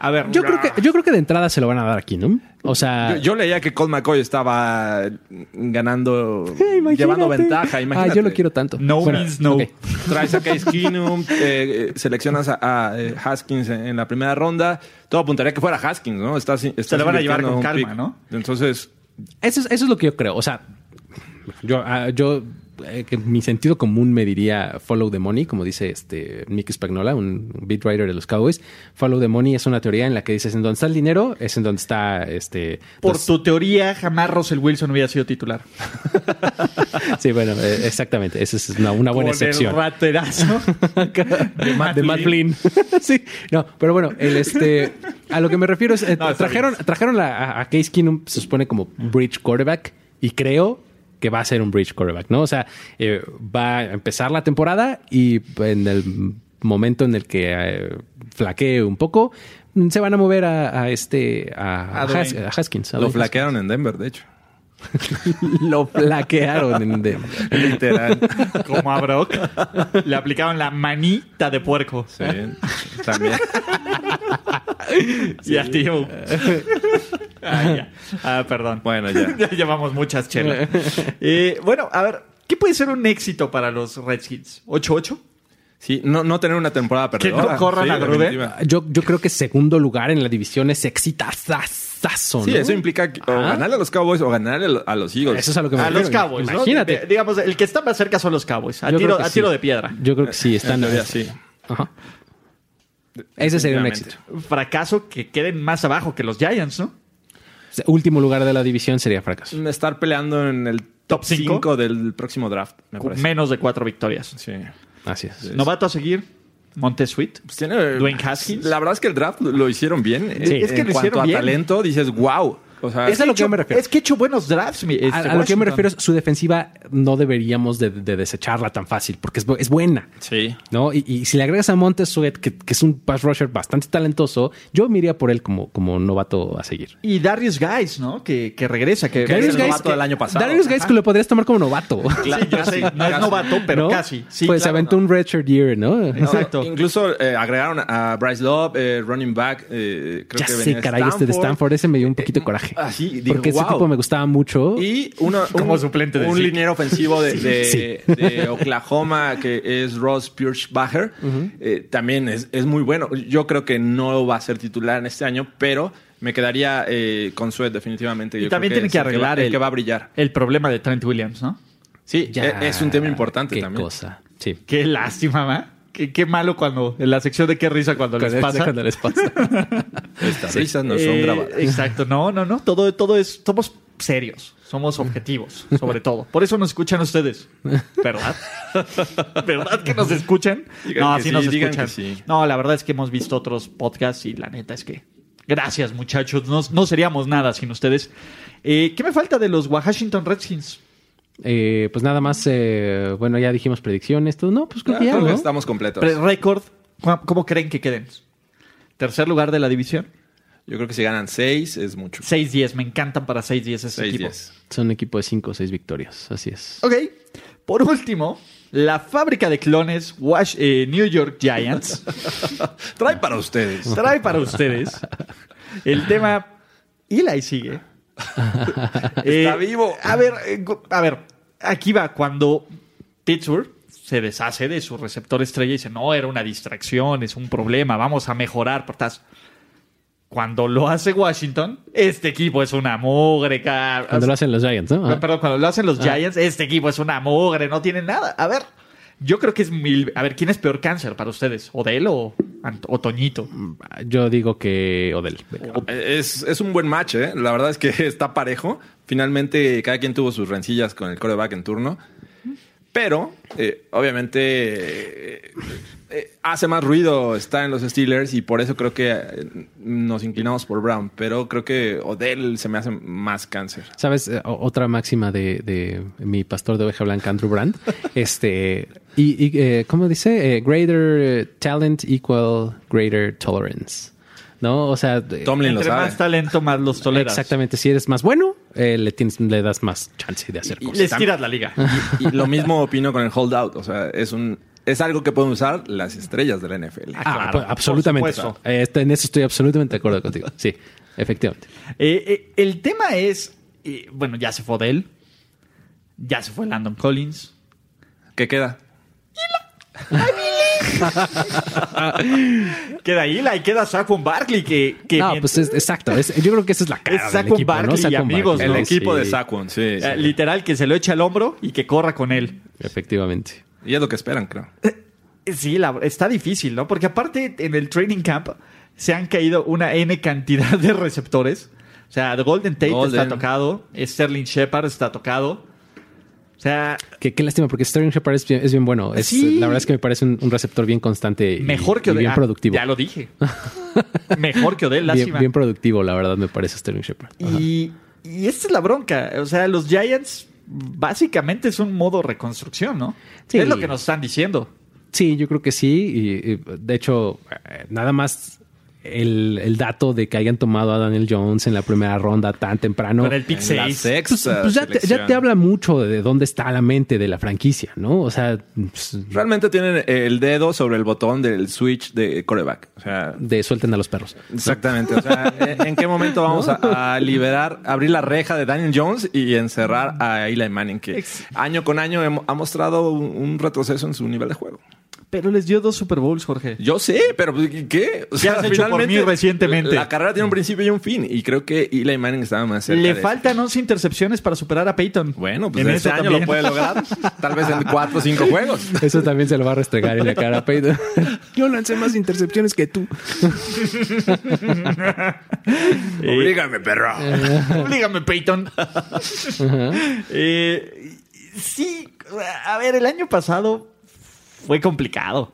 [SPEAKER 2] A ver,
[SPEAKER 3] Yo creo que yo creo que de entrada se lo van a dar aquí, ¿no? O sea,
[SPEAKER 4] yo, yo leía que Colt McCoy estaba ganando,
[SPEAKER 3] Eh, imagínate.
[SPEAKER 4] llevando ventaja. Imagínate.
[SPEAKER 3] Ah, yo lo quiero tanto.
[SPEAKER 2] No means no.
[SPEAKER 3] ok.
[SPEAKER 4] Traes a Case Keenum, eh, eh, seleccionas a, a, eh, Haskins en, en la primera ronda. Todo apuntaría que fuera Haskins, ¿no? Estás, estás
[SPEAKER 2] lo van a llevar con
[SPEAKER 4] invirtiendo
[SPEAKER 2] calma,
[SPEAKER 4] un
[SPEAKER 2] ¿no?
[SPEAKER 4] Entonces,
[SPEAKER 3] Eso es, eso es lo que yo creo. O sea, yo, ah, yo eh, que mi sentido común me diría follow the money, como dice este Nick Spagnola, un beat writer de los Cowboys. Follow the money es una teoría en la que dices en donde está el dinero es en donde está este.
[SPEAKER 2] Por
[SPEAKER 3] pues,
[SPEAKER 2] tu teoría, jamás Russell Wilson hubiera sido titular.
[SPEAKER 3] sí, bueno, eh, exactamente. Esa es una, una buena
[SPEAKER 2] Con
[SPEAKER 3] excepción.
[SPEAKER 2] el raterazo.
[SPEAKER 3] de Matt, Flynn. sí, no, pero bueno, el este a lo que me refiero es eh,
[SPEAKER 2] No, está
[SPEAKER 3] trajeron trajeron la- a, a Case Keenum se supone como bridge quarterback y creo que va a ser un bridge quarterback, ¿no? O sea, eh, va a empezar la temporada y en el momento en el que eh, flaquee un poco mm, se van a mover a, a este a,
[SPEAKER 2] A
[SPEAKER 3] a
[SPEAKER 2] Dwayne.
[SPEAKER 3] Has- a Haskins. a
[SPEAKER 4] lo
[SPEAKER 3] Dwayne
[SPEAKER 4] flaquearon en Denver, de hecho.
[SPEAKER 3] Haskins. lo flaquearon en Denver.
[SPEAKER 4] Literal.
[SPEAKER 2] Como a Brock. Le aplicaron la manita de puerco.
[SPEAKER 4] Sí, también.
[SPEAKER 2] Y a Timo.
[SPEAKER 3] Eh.
[SPEAKER 2] Ah, ya. Ah, perdón.
[SPEAKER 4] Bueno, ya.
[SPEAKER 2] ya llevamos muchas chelas. Eh, bueno, a ver, ¿qué puede ser un éxito para los Redskins? ¿8-8?
[SPEAKER 4] Sí, no, no tener una temporada
[SPEAKER 2] Que no
[SPEAKER 4] perdedora.
[SPEAKER 2] corran
[SPEAKER 4] Sí,
[SPEAKER 2] a Gruden.
[SPEAKER 4] definitiva.
[SPEAKER 3] Yo, yo creo que segundo lugar en la división es exitazazazo,
[SPEAKER 4] Sí,
[SPEAKER 3] ¿no?
[SPEAKER 4] eso implica que- o
[SPEAKER 3] Ah.
[SPEAKER 4] ganarle a los Cowboys o ganarle a lo- a los Eagles.
[SPEAKER 3] Eso es a lo que me
[SPEAKER 2] A
[SPEAKER 3] refiero.
[SPEAKER 2] Ah, los Cowboys, ¿no?
[SPEAKER 3] Imagínate.
[SPEAKER 2] De- digamos, el que está más cerca son los Cowboys. A,
[SPEAKER 3] Yo
[SPEAKER 2] tiro,
[SPEAKER 3] creo que
[SPEAKER 2] a
[SPEAKER 3] sí.
[SPEAKER 2] tiro de piedra.
[SPEAKER 3] Yo creo que sí, están.
[SPEAKER 4] En teoría, sí.
[SPEAKER 3] Ajá. Ese sería un éxito.
[SPEAKER 4] Definitivamente.
[SPEAKER 2] Fracaso que queden más abajo que los Giants, ¿no?
[SPEAKER 3] O sea, Último lugar de la división sería fracaso.
[SPEAKER 4] Estar peleando en el top
[SPEAKER 2] cinco?
[SPEAKER 4] 5 del próximo draft, me
[SPEAKER 2] Con
[SPEAKER 4] parece.
[SPEAKER 2] Menos de cuatro victorias.
[SPEAKER 4] Sí.
[SPEAKER 3] Así es.
[SPEAKER 2] Novato a seguir, Montesuit.
[SPEAKER 4] Pues tiene-
[SPEAKER 2] Dwayne Haskins.
[SPEAKER 4] La verdad es que el draft lo lo hicieron bien.
[SPEAKER 2] Sí.
[SPEAKER 4] Es que en
[SPEAKER 2] lo
[SPEAKER 4] cuanto
[SPEAKER 2] hicieron
[SPEAKER 4] a
[SPEAKER 2] bien.
[SPEAKER 4] talento, dices, wow. O sea,
[SPEAKER 3] Es a lo que yo me refiero.
[SPEAKER 2] Es que he hecho buenos drafts. mi- este,
[SPEAKER 3] A, a lo que yo me
[SPEAKER 2] Washington.
[SPEAKER 3] refiero es su defensiva no deberíamos de, de desecharla tan fácil porque es, bu- es buena.
[SPEAKER 4] Sí.
[SPEAKER 3] ¿no? Y, y si le agregas a Montes Sweat, que, que es un pass rusher bastante talentoso, yo me iría por él como, como novato a seguir.
[SPEAKER 2] Y Darius Guys, ¿no? Que, que regresa. Que,
[SPEAKER 4] Darius
[SPEAKER 2] es el
[SPEAKER 4] Guys-
[SPEAKER 2] novato.
[SPEAKER 4] novato del año pasado.
[SPEAKER 3] Darius Gates que lo podrías tomar como novato.
[SPEAKER 2] Sí, yo sé, no es
[SPEAKER 4] Casi.
[SPEAKER 2] novato, pero
[SPEAKER 3] ¿no?
[SPEAKER 2] casi. Sí,
[SPEAKER 3] pues se
[SPEAKER 2] claro.
[SPEAKER 3] aventó un redshirt year, ¿no?
[SPEAKER 2] Exacto.
[SPEAKER 4] Incluso eh, agregaron a Bryce Love, eh, running back. eh, creo
[SPEAKER 3] Ya
[SPEAKER 4] que
[SPEAKER 3] sé,
[SPEAKER 4] venía
[SPEAKER 3] caray, este de Stanford, ese me dio un poquito de coraje.
[SPEAKER 4] ah, sí, digo,
[SPEAKER 3] porque ese
[SPEAKER 4] wow.
[SPEAKER 3] tipo me gustaba mucho.
[SPEAKER 4] Y uno, un,
[SPEAKER 2] Como suplente de
[SPEAKER 4] un
[SPEAKER 2] Zeke.
[SPEAKER 4] liniero ofensivo de, de-
[SPEAKER 3] Sí.
[SPEAKER 4] de Oklahoma que es Ross Pierce-Bacher. eh, también es, es muy bueno. Yo creo que no va a ser titular en este año, pero me quedaría eh, con Sweat definitivamente.
[SPEAKER 2] Y
[SPEAKER 4] Yo
[SPEAKER 2] también
[SPEAKER 4] creo
[SPEAKER 2] tienen
[SPEAKER 4] es
[SPEAKER 2] que
[SPEAKER 4] el va-
[SPEAKER 2] arreglar
[SPEAKER 4] el, que va a brillar.
[SPEAKER 2] El problema de Trent Williams, ¿no?
[SPEAKER 4] Sí,
[SPEAKER 3] Ya,
[SPEAKER 4] e, es un tema importante
[SPEAKER 3] qué
[SPEAKER 4] también.
[SPEAKER 3] cosa. Sí.
[SPEAKER 2] Qué lástima, ¿va? Qué, qué malo cuando, en la sección de qué risa cuando les pasa.
[SPEAKER 3] Cuando les pasa.
[SPEAKER 4] Estas risas no son
[SPEAKER 2] Eh,
[SPEAKER 4] grabadas.
[SPEAKER 2] Exacto, no, no, no. Todo, todo es. Somos serios, somos objetivos, sobre todo. Por eso nos escuchan ustedes, ¿verdad? ¿Verdad que nos escuchan?
[SPEAKER 4] Digan
[SPEAKER 2] no,
[SPEAKER 4] que
[SPEAKER 2] sí
[SPEAKER 4] sí,
[SPEAKER 2] nos
[SPEAKER 4] digan
[SPEAKER 2] escuchan.
[SPEAKER 4] que sí.
[SPEAKER 2] No, la verdad es que hemos visto otros podcasts y la neta es que. Gracias, muchachos. No, no seríamos nada sin ustedes. Eh, ¿Qué me falta de los Washington Redskins?
[SPEAKER 3] Eh, pues nada más, eh, bueno, ya dijimos predicciones, todo. No, pues creo
[SPEAKER 4] Ah,
[SPEAKER 3] que ya,
[SPEAKER 4] creo que
[SPEAKER 3] ¿no?
[SPEAKER 4] estamos completos.
[SPEAKER 2] Pre- Récord, ¿cómo, cómo creen que queden? ¿Tercer lugar de la división?
[SPEAKER 4] Yo creo que si ganan seis es mucho.
[SPEAKER 2] 6-10, me encantan para 6-10 ese
[SPEAKER 4] Seis,
[SPEAKER 2] equipo.
[SPEAKER 4] diez.
[SPEAKER 3] Son un equipo de 5 o 6 victorias, así es.
[SPEAKER 2] Ok. Por último, la fábrica de clones Wash- eh, New York Giants
[SPEAKER 4] Trae para ustedes.
[SPEAKER 2] trae para ustedes el tema Eli sigue. Eh,
[SPEAKER 4] vivo.
[SPEAKER 2] A ver, eh, gu- a ver, aquí va. Cuando Pittsburgh se deshace de su receptor estrella y dice, no, era una distracción, es un problema, vamos a mejorar. portas". Cuando lo hace Washington, este equipo es una mugre. car-
[SPEAKER 3] Cuando lo hacen los Giants, ¿no?
[SPEAKER 2] no,
[SPEAKER 3] Ajá.
[SPEAKER 2] Perdón, cuando lo hacen
[SPEAKER 3] Ah.
[SPEAKER 2] los Giants, este equipo es una mugre, no tiene nada. A ver, yo creo que es mil... A ver, ¿quién es peor cáncer para ustedes? ¿Odell o, Ant- o Toñito?
[SPEAKER 3] Ah, Yo digo que Odell.
[SPEAKER 4] Es, es un buen match, ¿eh? La verdad es que está parejo. Finalmente, cada quien tuvo sus rencillas con el coreback en turno. Pero, eh, obviamente, eh, eh, hace más ruido está en los Steelers y por eso creo que eh, nos inclinamos por Brown. Pero creo que Odell se me hace más cáncer.
[SPEAKER 3] ¿Sabes? Eh, o- Otra máxima de, de mi pastor de oveja blanca, Andrew Brand. Este, y, y, eh, ¿cómo dice? Eh, greater talent equal greater tolerance. ¿No? O sea, de-
[SPEAKER 4] Tomlin lo
[SPEAKER 2] Eh, Entre
[SPEAKER 4] sabe.
[SPEAKER 2] más talento, más los toleras.
[SPEAKER 3] exactamente. Si eres más bueno, eh, le, tienes, le das más chance de hacer
[SPEAKER 4] Y-
[SPEAKER 3] cosas.
[SPEAKER 2] Les tiras la liga.
[SPEAKER 4] Y, y lo mismo opino con el holdout. O sea, es un es algo que pueden usar las estrellas de la NFL.
[SPEAKER 3] Ah,
[SPEAKER 2] claro,
[SPEAKER 3] pues,
[SPEAKER 2] por
[SPEAKER 3] absolutamente.
[SPEAKER 2] supuesto.
[SPEAKER 3] Eh, este- en eso estoy absolutamente de acuerdo contigo. Sí, efectivamente.
[SPEAKER 2] Eh, eh, el tema es, eh, bueno, ya se fue Odell, ya se fue Landon Collins.
[SPEAKER 4] ¿Qué queda?
[SPEAKER 2] Queda Ila y queda Saquon Barkley, que... que
[SPEAKER 3] No,
[SPEAKER 2] mient-
[SPEAKER 3] pues es- exacto. Es- yo creo que esa es la cara
[SPEAKER 2] Es
[SPEAKER 3] del
[SPEAKER 2] Saquon
[SPEAKER 3] equipo, ¿no?
[SPEAKER 2] Barkley y
[SPEAKER 3] Saquon
[SPEAKER 2] amigos,
[SPEAKER 3] Barkley,
[SPEAKER 4] El
[SPEAKER 2] No,
[SPEAKER 4] equipo
[SPEAKER 3] sí,
[SPEAKER 4] de Saquon, sí. sí.
[SPEAKER 2] eh, literal, que se lo echa al hombro y que corra con él.
[SPEAKER 3] Efectivamente.
[SPEAKER 4] Y es lo que esperan, creo.
[SPEAKER 2] Sí, la- está difícil, ¿no? Porque aparte en el training camp se han caído una N cantidad de receptores. O sea, Golden Tate
[SPEAKER 4] Golden.
[SPEAKER 2] está tocado, Sterling Shepard está tocado. O sea,
[SPEAKER 3] Qué, qué lástima, porque Sterling Shepard es bien, es bien bueno. Es,
[SPEAKER 2] Sí.
[SPEAKER 3] La verdad es que me parece un, un receptor bien constante y,
[SPEAKER 2] mejor que
[SPEAKER 3] y
[SPEAKER 2] Odell.
[SPEAKER 3] bien
[SPEAKER 2] Ah,
[SPEAKER 3] productivo.
[SPEAKER 2] ya lo dije. mejor que Odell,
[SPEAKER 3] bien,
[SPEAKER 2] lástima.
[SPEAKER 3] bien productivo, la verdad, me parece Sterling Shepard. Ajá.
[SPEAKER 2] y, y esta es la bronca. O sea, los Giants básicamente es un modo reconstrucción, ¿no?
[SPEAKER 3] Sí.
[SPEAKER 2] Es lo que nos están diciendo.
[SPEAKER 3] Sí, yo creo que sí. Y, y, de hecho, eh, nada más el, el dato de que hayan tomado a Daniel Jones en la primera ronda tan temprano.
[SPEAKER 2] Con el pick uh,
[SPEAKER 4] En la
[SPEAKER 2] 6.
[SPEAKER 3] Pues,
[SPEAKER 4] sexta
[SPEAKER 3] pues ya, te, ya
[SPEAKER 4] selección.
[SPEAKER 3] te habla mucho de dónde está la mente de la franquicia, ¿no? O sea, pues,
[SPEAKER 4] Realmente tienen el dedo sobre el botón del switch de coreback. O sea,
[SPEAKER 3] de suelten a los perros.
[SPEAKER 4] exactamente. O sea, ¿en qué momento vamos a, a liberar, abrir la reja de Daniel Jones y encerrar a Eli Manning, que
[SPEAKER 2] Ex-
[SPEAKER 4] año con año hem- ha mostrado un, un retroceso en su nivel de juego?
[SPEAKER 2] Pero les dio dos Super Bowls, Jorge.
[SPEAKER 4] Yo sé, pero pues, ¿qué? O
[SPEAKER 2] Ya has hecho por mí recientemente. Mm.
[SPEAKER 4] La carrera tiene un principio y un fin, y creo que Eli Manning estaba más cerca.
[SPEAKER 2] Le
[SPEAKER 4] de-
[SPEAKER 2] faltan 11 intercepciones para superar a Peyton.
[SPEAKER 4] Bueno, pues
[SPEAKER 2] En
[SPEAKER 4] este
[SPEAKER 2] eso
[SPEAKER 4] año
[SPEAKER 2] también.
[SPEAKER 4] lo puede lograr. Tal vez en cuatro o cinco juegos.
[SPEAKER 3] Eso también se lo va a restregar en la cara a Peyton. Yo lancé más intercepciones que tú.
[SPEAKER 4] Oblígame, perro.
[SPEAKER 2] Eh, Oblígame, Peyton. Eh, sí, a ver, el año pasado fue complicado.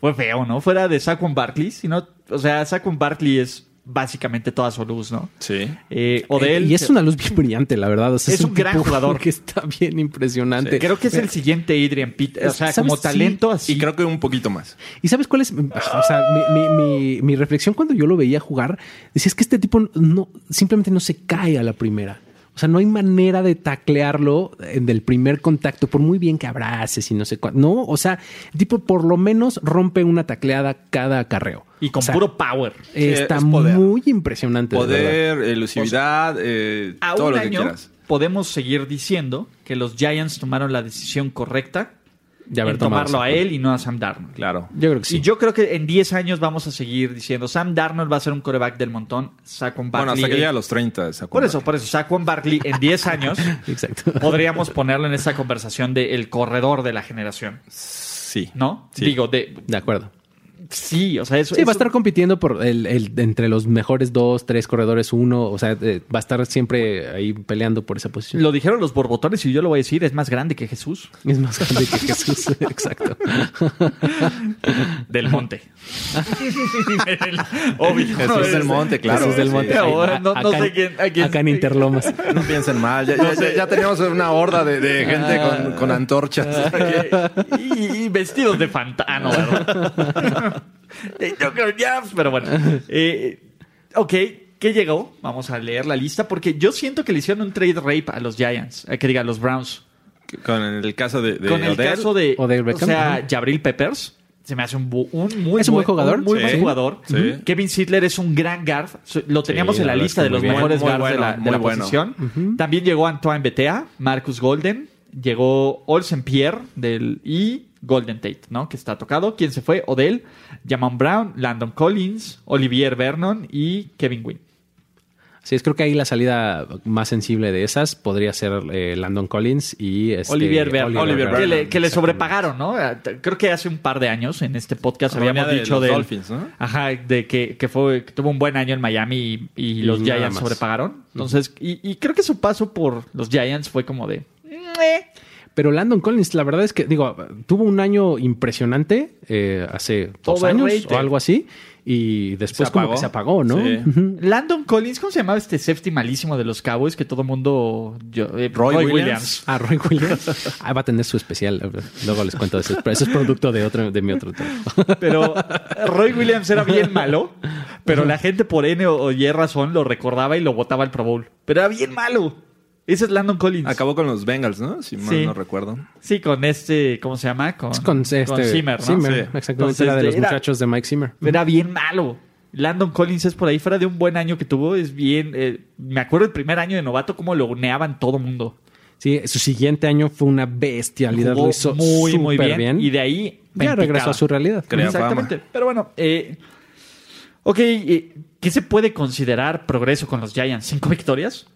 [SPEAKER 2] Fue feo, ¿no? Fuera de Saquon Barkley, sino, o sea, Saquon Barkley es básicamente toda su luz, ¿no?
[SPEAKER 4] Sí.
[SPEAKER 2] Eh, Odell,
[SPEAKER 3] Y es una luz bien brillante, la verdad. O sea,
[SPEAKER 2] Es un gran
[SPEAKER 3] tipo
[SPEAKER 2] jugador.
[SPEAKER 3] Que está bien impresionante.
[SPEAKER 2] creo que es el siguiente Adrian Pitt, o sea,
[SPEAKER 3] ¿Sabes?
[SPEAKER 2] como
[SPEAKER 3] Sí.
[SPEAKER 2] talento así.
[SPEAKER 4] Y creo que un poquito más.
[SPEAKER 3] ¿Y sabes cuál es? O sea, mi, mi- mi- mi reflexión cuando yo lo veía jugar, decía, es que este tipo no, simplemente no se cae a la primera. O sea, no hay manera de taclearlo en el primer contacto, por muy bien que abraces y no sé cuánto. No, o sea, el tipo por lo menos rompe una tacleada cada acarreo.
[SPEAKER 2] Y con
[SPEAKER 3] O sea,
[SPEAKER 2] puro power.
[SPEAKER 3] Está
[SPEAKER 4] es poder.
[SPEAKER 3] muy impresionante. de verdad.
[SPEAKER 4] Poder, elusividad, eh,
[SPEAKER 2] a
[SPEAKER 4] todo
[SPEAKER 2] un
[SPEAKER 4] lo que
[SPEAKER 2] año
[SPEAKER 4] quieras.
[SPEAKER 2] podemos seguir diciendo que los Giants tomaron la decisión correcta
[SPEAKER 3] De haber
[SPEAKER 2] en
[SPEAKER 3] tomado
[SPEAKER 2] tomarlo a
[SPEAKER 3] esa-
[SPEAKER 2] él y no a Sam Darnold.
[SPEAKER 4] Claro.
[SPEAKER 3] Yo creo que sí.
[SPEAKER 2] Y yo creo que en 10 años vamos a seguir diciendo Sam Darnold va a ser un coreback del montón, Saquon Barkley.
[SPEAKER 4] Bueno, hasta que llegue a los 30. ¿se
[SPEAKER 2] Por
[SPEAKER 4] acuerdan?
[SPEAKER 2] eso, por eso, Saquon Barkley en 10 años
[SPEAKER 3] Exacto.
[SPEAKER 2] podríamos ponerlo en esta conversación de el corredor de la generación,
[SPEAKER 4] Sí.
[SPEAKER 2] ¿no?
[SPEAKER 4] Sí.
[SPEAKER 2] Digo, de
[SPEAKER 3] De acuerdo.
[SPEAKER 2] sí, o sea, eso
[SPEAKER 3] Sí, va a
[SPEAKER 2] eso-
[SPEAKER 3] estar compitiendo por el, el- entre los mejores dos, tres corredores, uno. O sea, eh, va a estar siempre ahí peleando por esa posición.
[SPEAKER 2] lo dijeron los borbotones y yo lo voy a decir, es más grande que Jesús
[SPEAKER 3] Es más grande que Jesús. Exacto.
[SPEAKER 2] del Monte. El- obvio.
[SPEAKER 4] Jesús
[SPEAKER 2] Es-
[SPEAKER 4] del Monte, claro.
[SPEAKER 3] Jesús del
[SPEAKER 4] Sí.
[SPEAKER 3] Monte.
[SPEAKER 2] Ahora,
[SPEAKER 3] Ahí, a-
[SPEAKER 2] no- no
[SPEAKER 3] acá en-
[SPEAKER 2] sé quién- a quién-
[SPEAKER 3] Acá en Interlomas.
[SPEAKER 4] No piensen mal. Ya, ya- ya- ya teníamos una horda de, de gente con,
[SPEAKER 2] Ah.
[SPEAKER 4] con antorchas.
[SPEAKER 2] Que- y, y vestidos de fantano, ¿verdad? Eh, Yo creo ya, pero bueno. Eh, ok, ¿qué llegó? Vamos a leer la lista porque yo siento que le hicieron un trade rape a los Giants, eh, que diga, a los Browns.
[SPEAKER 4] Con el caso de, de
[SPEAKER 2] Con el
[SPEAKER 4] Odell.
[SPEAKER 2] caso de,
[SPEAKER 3] Odell
[SPEAKER 2] o
[SPEAKER 3] Beckham,
[SPEAKER 2] sea,
[SPEAKER 3] ajá.
[SPEAKER 2] Jabril Peppers. Se me hace un, bu- un muy
[SPEAKER 3] ¿Es un buen jugador?
[SPEAKER 2] muy
[SPEAKER 3] Sí.
[SPEAKER 2] buen jugador.
[SPEAKER 4] Sí.
[SPEAKER 2] Ujú. Kevin Sittler es un gran guard. So- Lo teníamos
[SPEAKER 3] Sí,
[SPEAKER 2] en la
[SPEAKER 3] la verdad
[SPEAKER 2] lista
[SPEAKER 3] es que
[SPEAKER 2] de los
[SPEAKER 3] muy bien.
[SPEAKER 2] mejores
[SPEAKER 4] Muy
[SPEAKER 2] guards de la,
[SPEAKER 4] bueno,
[SPEAKER 2] de la
[SPEAKER 4] muy bueno.
[SPEAKER 2] posición. También llegó Antoine Betea, Marcus Golden, llegó Olsen Pierre del, y Golden Tate, ¿no? Que está tocado. ¿Quién se fue? Odell, Jamon Brown, Landon Collins, Olivier Vernon y Kevin Wynn.
[SPEAKER 3] Sí, es, creo que ahí la salida más sensible de esas podría ser eh, Landon Collins y este,
[SPEAKER 2] Olivier Vernon.
[SPEAKER 4] Olivier
[SPEAKER 2] que le,
[SPEAKER 4] Vernon,
[SPEAKER 2] que le sobrepagaron, ¿no? Eh, t- Creo que hace un par de años en este podcast
[SPEAKER 4] Hablaba
[SPEAKER 2] habíamos
[SPEAKER 4] de
[SPEAKER 2] dicho
[SPEAKER 4] los
[SPEAKER 2] de
[SPEAKER 4] Dolphins, ¿no?
[SPEAKER 2] Ajá, de que, que fue que tuvo un buen año en Miami y, y los
[SPEAKER 3] nada
[SPEAKER 2] Giants
[SPEAKER 3] más.
[SPEAKER 2] sobrepagaron. Entonces, y, y creo que su paso por los Giants fue como de... "Meh".
[SPEAKER 3] Pero Landon Collins, la verdad es que, digo, tuvo un año impresionante eh, hace dos años
[SPEAKER 2] Overrated.
[SPEAKER 3] o algo así. Y después como que se apagó, ¿no?
[SPEAKER 4] Sí.
[SPEAKER 3] Ujú.
[SPEAKER 2] Landon Collins, ¿cómo se llamaba este safety malísimo de los Cowboys que todo mundo... yo- eh,
[SPEAKER 4] Roy Williams.
[SPEAKER 3] Ah, Roy Williams. Ah, va a tener su especial. Luego les cuento eso. Pero eso es producto de otro, de mi otro trabajo.
[SPEAKER 2] Pero Roy Williams era bien malo, pero la gente por N o Y razón lo recordaba y lo votaba al Pro Bowl. Pero era bien malo. Ese es Landon Collins.
[SPEAKER 4] Acabó con los Bengals, ¿no? Si mal
[SPEAKER 2] Sí.
[SPEAKER 4] no recuerdo.
[SPEAKER 2] Sí, con este, ¿cómo se llama? Con,
[SPEAKER 3] Con, este,
[SPEAKER 2] Zimmer, ¿no?
[SPEAKER 4] Sí.
[SPEAKER 3] exactamente.
[SPEAKER 2] Entonces,
[SPEAKER 3] era de los
[SPEAKER 2] era-
[SPEAKER 3] muchachos de Mike Zimmer.
[SPEAKER 2] Era bien malo. Landon Collins es por ahí, fuera de un buen año que tuvo, es bien... eh, me acuerdo el primer año de novato cómo lo uneaban todo mundo.
[SPEAKER 3] Sí, su siguiente año fue una bestialidad.
[SPEAKER 2] Jugó
[SPEAKER 3] Lo hizo
[SPEAKER 2] muy, muy bien,
[SPEAKER 3] súper bien.
[SPEAKER 2] Y de ahí...
[SPEAKER 3] ya
[SPEAKER 2] en
[SPEAKER 3] regresó
[SPEAKER 2] picada.
[SPEAKER 3] a su realidad.
[SPEAKER 4] Crea
[SPEAKER 2] Exactamente. Pero bueno, eh, ok, eh, ¿qué se puede considerar progreso con los Giants? ¿Cinco victorias?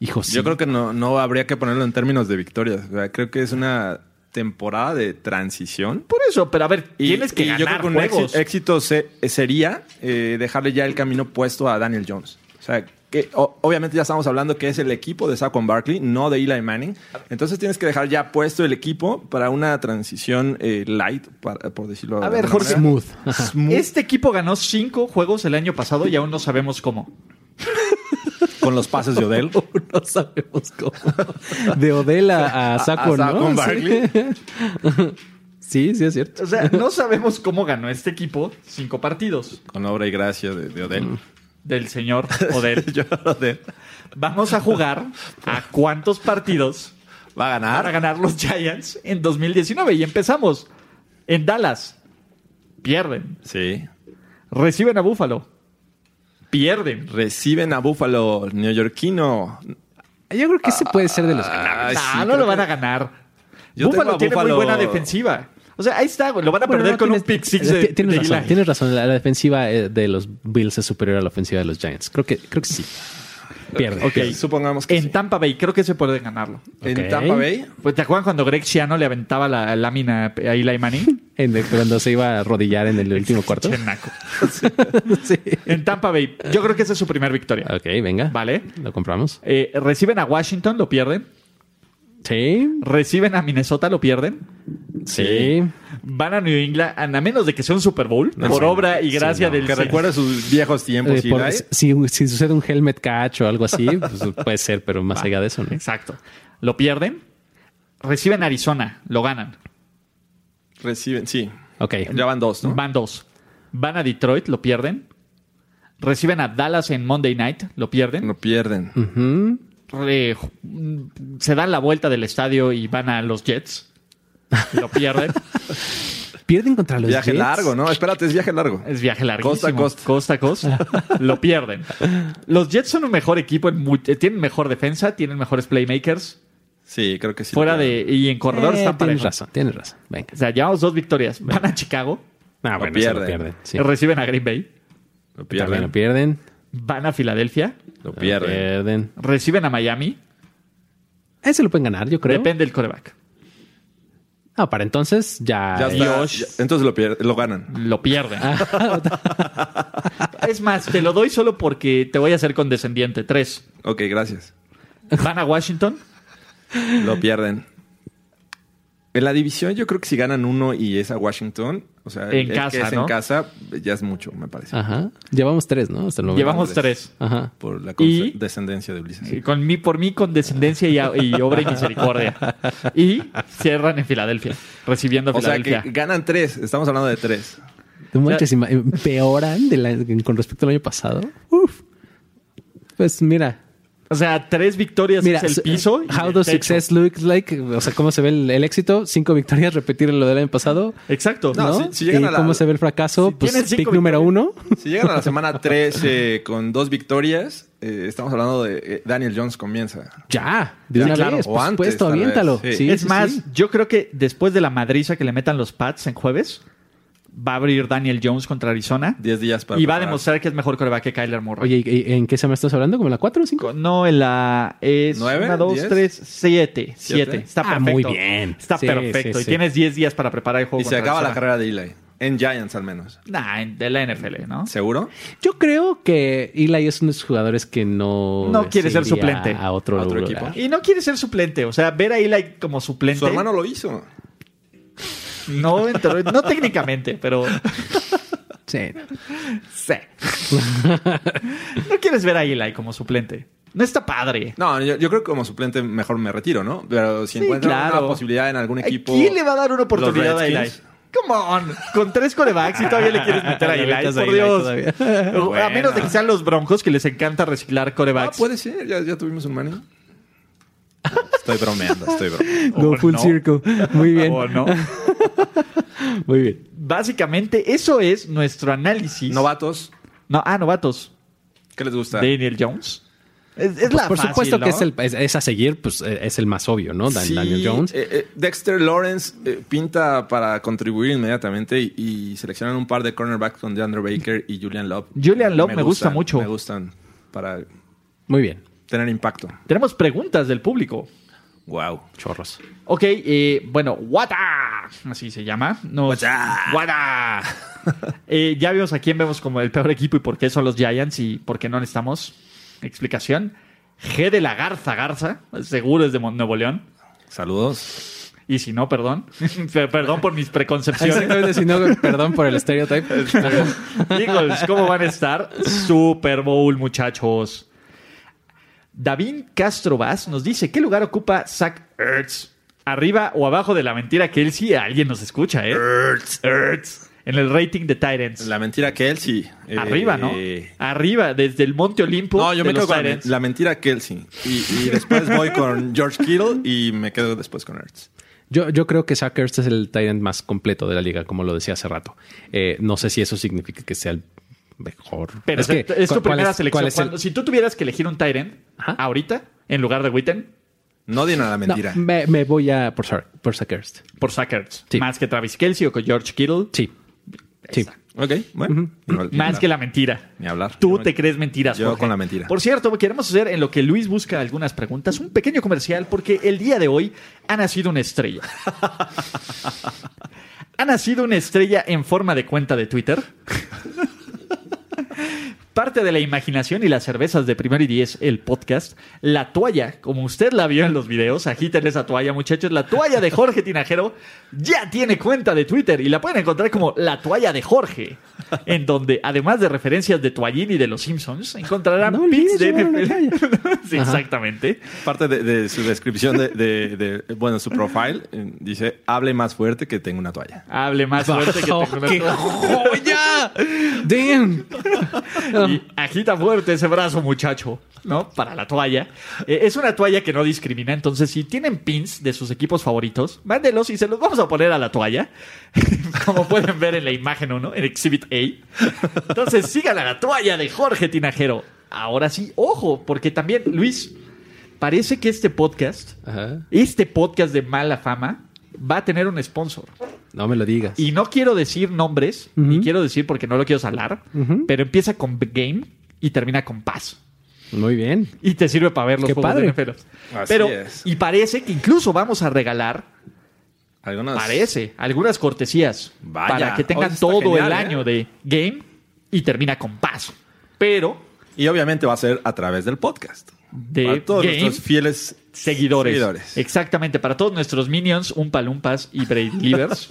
[SPEAKER 3] Hijo, sí.
[SPEAKER 4] Yo creo que no, no habría que ponerlo en términos de victorias. O sea, creo que es una temporada de transición.
[SPEAKER 2] Por eso, pero a ver, tienes que
[SPEAKER 4] y
[SPEAKER 2] ganar
[SPEAKER 4] yo creo que un
[SPEAKER 2] juegos.
[SPEAKER 4] éxito, éxito se- sería eh, dejarle ya el camino puesto a Daniel Jones. O sea, que o- obviamente ya estamos hablando que es el equipo de Saquon Barkley, no de Eli Manning. Entonces tienes que dejar ya puesto el equipo para una transición eh, light, para- por decirlo
[SPEAKER 2] A ver,
[SPEAKER 4] alguna
[SPEAKER 2] Jorge.
[SPEAKER 4] manera.
[SPEAKER 3] Smooth.
[SPEAKER 4] Smooth,
[SPEAKER 2] Este equipo ganó cinco juegos el año pasado y aún no sabemos cómo.
[SPEAKER 4] con los pases de Odell.
[SPEAKER 3] no sabemos cómo. De Odela a Saco,
[SPEAKER 4] a Saquon
[SPEAKER 3] ¿no?
[SPEAKER 4] Barkley.
[SPEAKER 3] Sí. sí, sí, es cierto.
[SPEAKER 2] O sea, no sabemos cómo ganó este equipo cinco partidos
[SPEAKER 4] Con obra y gracia de, de Odell.
[SPEAKER 2] del señor Odell.
[SPEAKER 4] Yo, Odell.
[SPEAKER 2] Vamos a jugar a cuántos partidos
[SPEAKER 4] Va a ganar.
[SPEAKER 2] para ganar los Giants en 2019 y empezamos en Dallas. Pierden.
[SPEAKER 4] Sí.
[SPEAKER 2] Reciben a Buffalo. Pierden.
[SPEAKER 4] Reciben a Buffalo, neoyorquino.
[SPEAKER 3] Yo creo que ese puede ser de los
[SPEAKER 4] Ah,
[SPEAKER 2] no,
[SPEAKER 4] sí,
[SPEAKER 2] no
[SPEAKER 4] creo
[SPEAKER 2] lo
[SPEAKER 4] que-
[SPEAKER 2] van a ganar.
[SPEAKER 4] Yo tengo
[SPEAKER 2] Buffalo
[SPEAKER 4] a
[SPEAKER 2] tiene
[SPEAKER 4] Buffalo-
[SPEAKER 2] muy buena defensiva. O sea, ahí está, güey. Lo van a
[SPEAKER 3] Bueno,
[SPEAKER 2] perder
[SPEAKER 3] no,
[SPEAKER 2] con
[SPEAKER 3] tienes-
[SPEAKER 2] un pick six
[SPEAKER 3] eh,
[SPEAKER 2] de,
[SPEAKER 3] ti- Tienes
[SPEAKER 2] de
[SPEAKER 3] razón,
[SPEAKER 2] Eli.
[SPEAKER 3] tienes razón. La, la defensiva eh, de los Bills es superior a la ofensiva de los Giants. Creo que, creo que sí. Pierde.
[SPEAKER 2] Ok.
[SPEAKER 4] Sí, Supongamos que
[SPEAKER 2] En
[SPEAKER 4] sí.
[SPEAKER 2] Tampa Bay, creo que se pueden ganarlo.
[SPEAKER 3] Ok.
[SPEAKER 4] en Tampa Bay.
[SPEAKER 2] Pues, ¿Te acuerdan cuando Greg Schiano le aventaba la lámina a Eli Manning?
[SPEAKER 3] En el- cuando se iba a arrodillar en el último cuarto.
[SPEAKER 2] Che naco.
[SPEAKER 3] sí.
[SPEAKER 2] En Tampa Bay, yo creo que esa es su primer victoria.
[SPEAKER 3] Ok, venga.
[SPEAKER 2] Vale.
[SPEAKER 3] Lo compramos.
[SPEAKER 2] Eh, reciben a Washington, lo pierden.
[SPEAKER 3] Sí.
[SPEAKER 2] Reciben a Minnesota, lo pierden.
[SPEAKER 3] Sí. Eh,
[SPEAKER 2] Van a New England, a menos de que sea un Super Bowl, por obra y gracia del
[SPEAKER 4] Que recuerda sus viejos tiempos.
[SPEAKER 3] Eh,
[SPEAKER 4] ¿sí,
[SPEAKER 3] por-
[SPEAKER 4] Dai?
[SPEAKER 3] si, si sucede un helmet catch o algo así, pues, puede ser, pero más allá de eso, ¿no?
[SPEAKER 2] Exacto. Lo pierden. Reciben a Arizona, lo ganan.
[SPEAKER 4] Reciben, sí.
[SPEAKER 3] Ok.
[SPEAKER 2] Mm.
[SPEAKER 4] Ya van dos, ¿no?
[SPEAKER 2] Van dos. Van a Detroit, lo pierden. Reciben a Dallas en Monday Night, lo pierden.
[SPEAKER 4] No pierden.
[SPEAKER 2] Mm.
[SPEAKER 3] Ujú.
[SPEAKER 2] Re- mm, se dan la vuelta del estadio y van a los Jets. Lo pierden.
[SPEAKER 3] Pierden contra los
[SPEAKER 4] Viaje
[SPEAKER 3] Jets.
[SPEAKER 4] largo, ¿no? Espérate, es viaje largo.
[SPEAKER 2] es viaje larguísimo.
[SPEAKER 4] Costa a costa.
[SPEAKER 2] Costa a costa. Lo pierden. Los Jets son un mejor equipo. en mu- eh, tienen mejor defensa, tienen mejores playmakers.
[SPEAKER 4] Sí, creo que sí.
[SPEAKER 2] fuera de... Y en corredor
[SPEAKER 3] Eh,
[SPEAKER 2] están
[SPEAKER 3] tienes
[SPEAKER 2] parejos.
[SPEAKER 3] razón, tienes razón. Venga.
[SPEAKER 2] O sea, llevamos dos victorias. Van a Chicago,
[SPEAKER 3] Ah,
[SPEAKER 4] Lo
[SPEAKER 3] bueno, se lo
[SPEAKER 4] pierden.
[SPEAKER 3] pierden. sí.
[SPEAKER 2] reciben a Green Bay,
[SPEAKER 4] Lo
[SPEAKER 3] También
[SPEAKER 4] pierden.
[SPEAKER 3] lo pierden.
[SPEAKER 2] van a Filadelfia,
[SPEAKER 4] Lo
[SPEAKER 3] Lo
[SPEAKER 4] pierden.
[SPEAKER 3] pierden.
[SPEAKER 2] reciben a Miami.
[SPEAKER 3] Ese lo pueden ganar, yo creo.
[SPEAKER 2] Depende del coreback.
[SPEAKER 3] Ah, para entonces ya.
[SPEAKER 4] Ya está.
[SPEAKER 2] Dios.
[SPEAKER 4] Ya- Entonces lo pierden, lo ganan.
[SPEAKER 2] Lo pierden. es más, te lo doy solo porque te voy a hacer condescendiente. Tres.
[SPEAKER 4] Ok, gracias.
[SPEAKER 2] Van a Washington.
[SPEAKER 4] Lo pierden. En la división yo creo que si ganan uno y es a Washington, o sea,
[SPEAKER 2] En
[SPEAKER 4] el que
[SPEAKER 2] casa,
[SPEAKER 4] es
[SPEAKER 2] ¿no?
[SPEAKER 4] en casa ya es mucho, me parece.
[SPEAKER 3] Ajá. Llevamos tres, ¿no? Hasta el momento.
[SPEAKER 2] Llevamos tres.
[SPEAKER 3] Ajá.
[SPEAKER 4] Por la
[SPEAKER 2] Ah. Y-
[SPEAKER 4] conse- descendencia de Ulises.
[SPEAKER 2] Sí, Con mí, por mí, condescendencia y, a- y obra y misericordia. Y cierran en Filadelfia, recibiendo a
[SPEAKER 4] O sea
[SPEAKER 2] Filadelfia.
[SPEAKER 4] que ganan tres, estamos hablando de tres.
[SPEAKER 3] No manches, ima- empeoran de la- con respecto al año pasado. Uf. Pues mira.
[SPEAKER 2] O sea, tres victorias
[SPEAKER 3] Mira,
[SPEAKER 2] es el piso. y
[SPEAKER 3] How
[SPEAKER 2] el
[SPEAKER 3] does
[SPEAKER 2] techo.
[SPEAKER 3] success look like? O sea, ¿cómo se ve el, el éxito? Cinco victorias, repetir lo del año pasado.
[SPEAKER 2] Exacto.
[SPEAKER 4] No,
[SPEAKER 3] ¿no?
[SPEAKER 4] si- si llegan
[SPEAKER 3] ¿Y
[SPEAKER 4] a la-
[SPEAKER 3] cómo se ve el fracaso?
[SPEAKER 2] Si
[SPEAKER 3] pues
[SPEAKER 2] tienen
[SPEAKER 3] pick
[SPEAKER 2] cinco
[SPEAKER 3] número uno.
[SPEAKER 4] Si llegan a la semana 13 con dos victorias, eh, estamos hablando de eh, Daniel Jones comienza.
[SPEAKER 3] Ya, de
[SPEAKER 4] Ya,
[SPEAKER 3] una
[SPEAKER 4] claro,
[SPEAKER 3] vez,
[SPEAKER 4] o
[SPEAKER 3] por
[SPEAKER 4] antes,
[SPEAKER 3] supuesto,
[SPEAKER 4] tal vez,
[SPEAKER 3] aviéntalo.
[SPEAKER 4] sí.
[SPEAKER 3] Sí,
[SPEAKER 2] es
[SPEAKER 3] sí,
[SPEAKER 2] más,
[SPEAKER 3] sí.
[SPEAKER 2] yo creo que después de la madriza que le metan los Pats en jueves, va a abrir Daniel Jones contra Arizona
[SPEAKER 4] 10 días para
[SPEAKER 2] y va a
[SPEAKER 4] preparar.
[SPEAKER 2] demostrar que es mejor coreback que Kyler Murray.
[SPEAKER 3] Oye, ¿y- y- ¿en qué semana estás hablando? ¿Como la 4 o 5?
[SPEAKER 2] Co- No, en la es
[SPEAKER 4] ¿Nueve?
[SPEAKER 2] 1, 2,
[SPEAKER 4] ¿Diez?
[SPEAKER 2] 3, 7. 7.
[SPEAKER 4] ¿Siete?
[SPEAKER 2] Está
[SPEAKER 3] Ah,
[SPEAKER 2] perfecto.
[SPEAKER 3] muy bien.
[SPEAKER 2] Está
[SPEAKER 3] Sí,
[SPEAKER 2] perfecto.
[SPEAKER 3] sí,
[SPEAKER 2] y
[SPEAKER 3] sí.
[SPEAKER 2] tienes 10 días para preparar el juego.
[SPEAKER 4] Y se
[SPEAKER 2] contra
[SPEAKER 4] acaba la
[SPEAKER 2] Arizona.
[SPEAKER 4] carrera de Eli. En Giants al menos.
[SPEAKER 2] Nah, en- de la NFL, ¿no?
[SPEAKER 4] ¿Seguro?
[SPEAKER 3] Yo creo que Eli es uno de esos jugadores que no...
[SPEAKER 2] No quiere
[SPEAKER 3] se
[SPEAKER 2] ser
[SPEAKER 3] iría
[SPEAKER 2] suplente.
[SPEAKER 3] A otro,
[SPEAKER 4] ¿A otro
[SPEAKER 3] lugar.
[SPEAKER 4] equipo?
[SPEAKER 2] Y no quiere ser suplente. O sea, ver a Eli como suplente.
[SPEAKER 4] Su hermano lo hizo.
[SPEAKER 2] No, entró- no técnicamente, pero.
[SPEAKER 3] Sí.
[SPEAKER 2] Sí. no quieres ver a Eli como suplente. No está padre.
[SPEAKER 4] No, yo, yo creo que como suplente mejor me retiro, ¿no? Pero si
[SPEAKER 2] Sí,
[SPEAKER 4] encuentro
[SPEAKER 2] claro.
[SPEAKER 4] una posibilidad en algún
[SPEAKER 2] ¿A
[SPEAKER 4] equipo.
[SPEAKER 2] ¿Quién le va a dar una oportunidad
[SPEAKER 4] los
[SPEAKER 2] a Eli?
[SPEAKER 4] Redskins?
[SPEAKER 2] Come on. Con tres corebacks y todavía le quieres meter a
[SPEAKER 3] Le
[SPEAKER 2] Eli.
[SPEAKER 3] metes a
[SPEAKER 2] Por
[SPEAKER 3] Eli
[SPEAKER 2] Dios.
[SPEAKER 3] todavía.
[SPEAKER 2] A menos de que sean los broncos que les encanta reciclar
[SPEAKER 4] Ah,
[SPEAKER 2] corebacks.
[SPEAKER 4] puede ser, ya, ya tuvimos un Manning. Estoy bromeando, estoy bromeando.
[SPEAKER 3] Go
[SPEAKER 2] O
[SPEAKER 3] full
[SPEAKER 2] no.
[SPEAKER 3] circle. Muy bien.
[SPEAKER 2] O no.
[SPEAKER 3] Muy bien.
[SPEAKER 2] Básicamente, eso es nuestro análisis.
[SPEAKER 4] Novatos,
[SPEAKER 2] No, ah, novatos.
[SPEAKER 4] ¿qué les gusta?
[SPEAKER 2] Daniel Jones. Es, es la
[SPEAKER 3] Pues, por
[SPEAKER 2] fácil,
[SPEAKER 3] supuesto que
[SPEAKER 2] ¿no?
[SPEAKER 3] es, el, es, es a seguir, pues eh, es el más obvio, ¿no? Dan-
[SPEAKER 4] Sí,
[SPEAKER 3] Daniel Jones.
[SPEAKER 4] eh, eh, Dexter Lawrence eh, pinta para contribuir inmediatamente y, y seleccionan un par de cornerbacks con DeAndre Baker y Julian Love.
[SPEAKER 2] Julian Love me gusta
[SPEAKER 4] gustan,
[SPEAKER 2] mucho.
[SPEAKER 4] Me gustan para
[SPEAKER 3] Muy bien.
[SPEAKER 4] tener impacto.
[SPEAKER 2] Tenemos preguntas del público.
[SPEAKER 4] Wow.
[SPEAKER 3] Chorros.
[SPEAKER 2] Ok, eh, bueno, Wata, así se llama. Nos-
[SPEAKER 4] Wata.
[SPEAKER 2] Wata. Eh, ya vimos a quién vemos como el peor equipo y por qué son los Giants y por qué no necesitamos explicación. G de la Garza Garza, seguro es de Mon- Nuevo León.
[SPEAKER 4] Saludos.
[SPEAKER 2] Y si no, perdón. Per- perdón por mis preconcepciones.
[SPEAKER 3] Exactamente, si no, perdón por el stereotype.
[SPEAKER 2] Eagles, ¿cómo van a estar? Super Bowl, muchachos. David Castro Vaz nos dice: ¿Qué lugar ocupa Zach Ertz? ¿Arriba o abajo de la mentira que él sí alguien nos escucha, eh? Ertz. En el rating de Titans.
[SPEAKER 4] La mentira Kelsey. Eh,
[SPEAKER 2] Arriba, ¿no?
[SPEAKER 4] eh,
[SPEAKER 2] Arriba, desde el Monte Olimpo.
[SPEAKER 4] No,
[SPEAKER 2] de
[SPEAKER 4] yo me quedo
[SPEAKER 2] los
[SPEAKER 4] con la,
[SPEAKER 2] Titans.
[SPEAKER 4] la mentira Kelsey. Y, y después voy con George Kittle y me quedo después con Ertz.
[SPEAKER 3] Yo, yo creo que Zach Ertz es el tight end más completo de la liga, como lo decía hace rato. Eh, no sé si eso significa que sea el mejor.
[SPEAKER 2] Pero es,
[SPEAKER 3] que,
[SPEAKER 2] es tu
[SPEAKER 3] ¿cu- cuál
[SPEAKER 2] primera
[SPEAKER 3] es-
[SPEAKER 2] selección.
[SPEAKER 3] cuál es el-
[SPEAKER 2] Cuando- si tú tuvieras que elegir un Tyrant
[SPEAKER 3] Ajá.
[SPEAKER 2] ahorita, en lugar de Witten,
[SPEAKER 4] No dieron a la
[SPEAKER 3] No,
[SPEAKER 4] mentira.
[SPEAKER 3] me, me voy a por, Zach- por Zach Ertz.
[SPEAKER 2] por Zach Ertz.
[SPEAKER 3] Sí.
[SPEAKER 2] Más que Travis Kelsey o que George Kittle.
[SPEAKER 3] Sí. Sí.
[SPEAKER 4] Ok, bueno. Ni- ni
[SPEAKER 2] Más
[SPEAKER 4] hablar.
[SPEAKER 2] que la mentira.
[SPEAKER 4] Ni hablar.
[SPEAKER 2] Tú
[SPEAKER 4] Yo-
[SPEAKER 2] te crees mentiras.
[SPEAKER 4] yo
[SPEAKER 2] Jorge.
[SPEAKER 4] con la mentira.
[SPEAKER 2] Por cierto, queremos hacer en lo que Luis busca algunas preguntas, un pequeño comercial, porque el día de hoy ha nacido una estrella. ha nacido una estrella en forma de cuenta de Twitter. Parte de la imaginación y las cervezas de Primero y Diez, el podcast. La toalla, como usted la vio en los videos, agiten esa toalla, muchachos. La toalla de Jorge Tinajero ya tiene cuenta de Twitter y la pueden encontrar como La Toalla de Jorge, en donde, además de referencias de Toallín y de los Simpsons, encontrarán
[SPEAKER 3] No
[SPEAKER 2] pics
[SPEAKER 3] olvides
[SPEAKER 2] de
[SPEAKER 3] llevar una
[SPEAKER 2] NFL. Sí, exactamente.
[SPEAKER 4] Parte de, de su descripción de, de- de- bueno, su profile eh, dice, hable más fuerte que tengo una toalla.
[SPEAKER 2] Hable más fuerte que tengo una
[SPEAKER 3] ¡Qué
[SPEAKER 2] toalla.
[SPEAKER 3] joya! ¡Damn!
[SPEAKER 2] Y agita fuerte ese brazo, muchacho, ¿no? Para la toalla. Eh, es una toalla que no discrimina, entonces si tienen pins de sus equipos favoritos, mándelos y se los vamos a poner a la toalla. Como pueden ver en la imagen 1, en Exhibit A. Entonces sigan a la toalla de Jorge Tinajero. Ahora sí, ojo, porque también, Luis, parece que este podcast,
[SPEAKER 3] Ajá.
[SPEAKER 2] este podcast de mala fama, va a tener un sponsor.
[SPEAKER 3] No me lo digas.
[SPEAKER 2] Y no quiero decir nombres, ni
[SPEAKER 3] Ujú.
[SPEAKER 2] quiero decir porque no lo quiero salar,
[SPEAKER 3] Ujú.
[SPEAKER 2] pero empieza con B- Game y termina con Paz.
[SPEAKER 3] Muy bien.
[SPEAKER 2] Y te sirve para ver los
[SPEAKER 3] Qué
[SPEAKER 2] juegos
[SPEAKER 3] padre.
[SPEAKER 2] de NFL.
[SPEAKER 4] Así
[SPEAKER 2] Pero,
[SPEAKER 4] es.
[SPEAKER 2] y parece que incluso vamos a regalar,
[SPEAKER 4] Algunas...
[SPEAKER 2] parece, algunas cortesías
[SPEAKER 4] Vaya,
[SPEAKER 2] para que
[SPEAKER 3] Oh,
[SPEAKER 4] oye,
[SPEAKER 2] tengan
[SPEAKER 4] está
[SPEAKER 2] todo
[SPEAKER 4] genial,
[SPEAKER 2] el
[SPEAKER 4] ¿eh?
[SPEAKER 2] año de Game y termina con Paz. Pero,
[SPEAKER 4] Y obviamente va a ser a través del podcast.
[SPEAKER 2] De
[SPEAKER 4] Para todos
[SPEAKER 2] Game.
[SPEAKER 4] nuestros fieles
[SPEAKER 2] seguidores.
[SPEAKER 4] seguidores.
[SPEAKER 2] Exactamente, para todos nuestros minions, un palumpas y Brady Livers.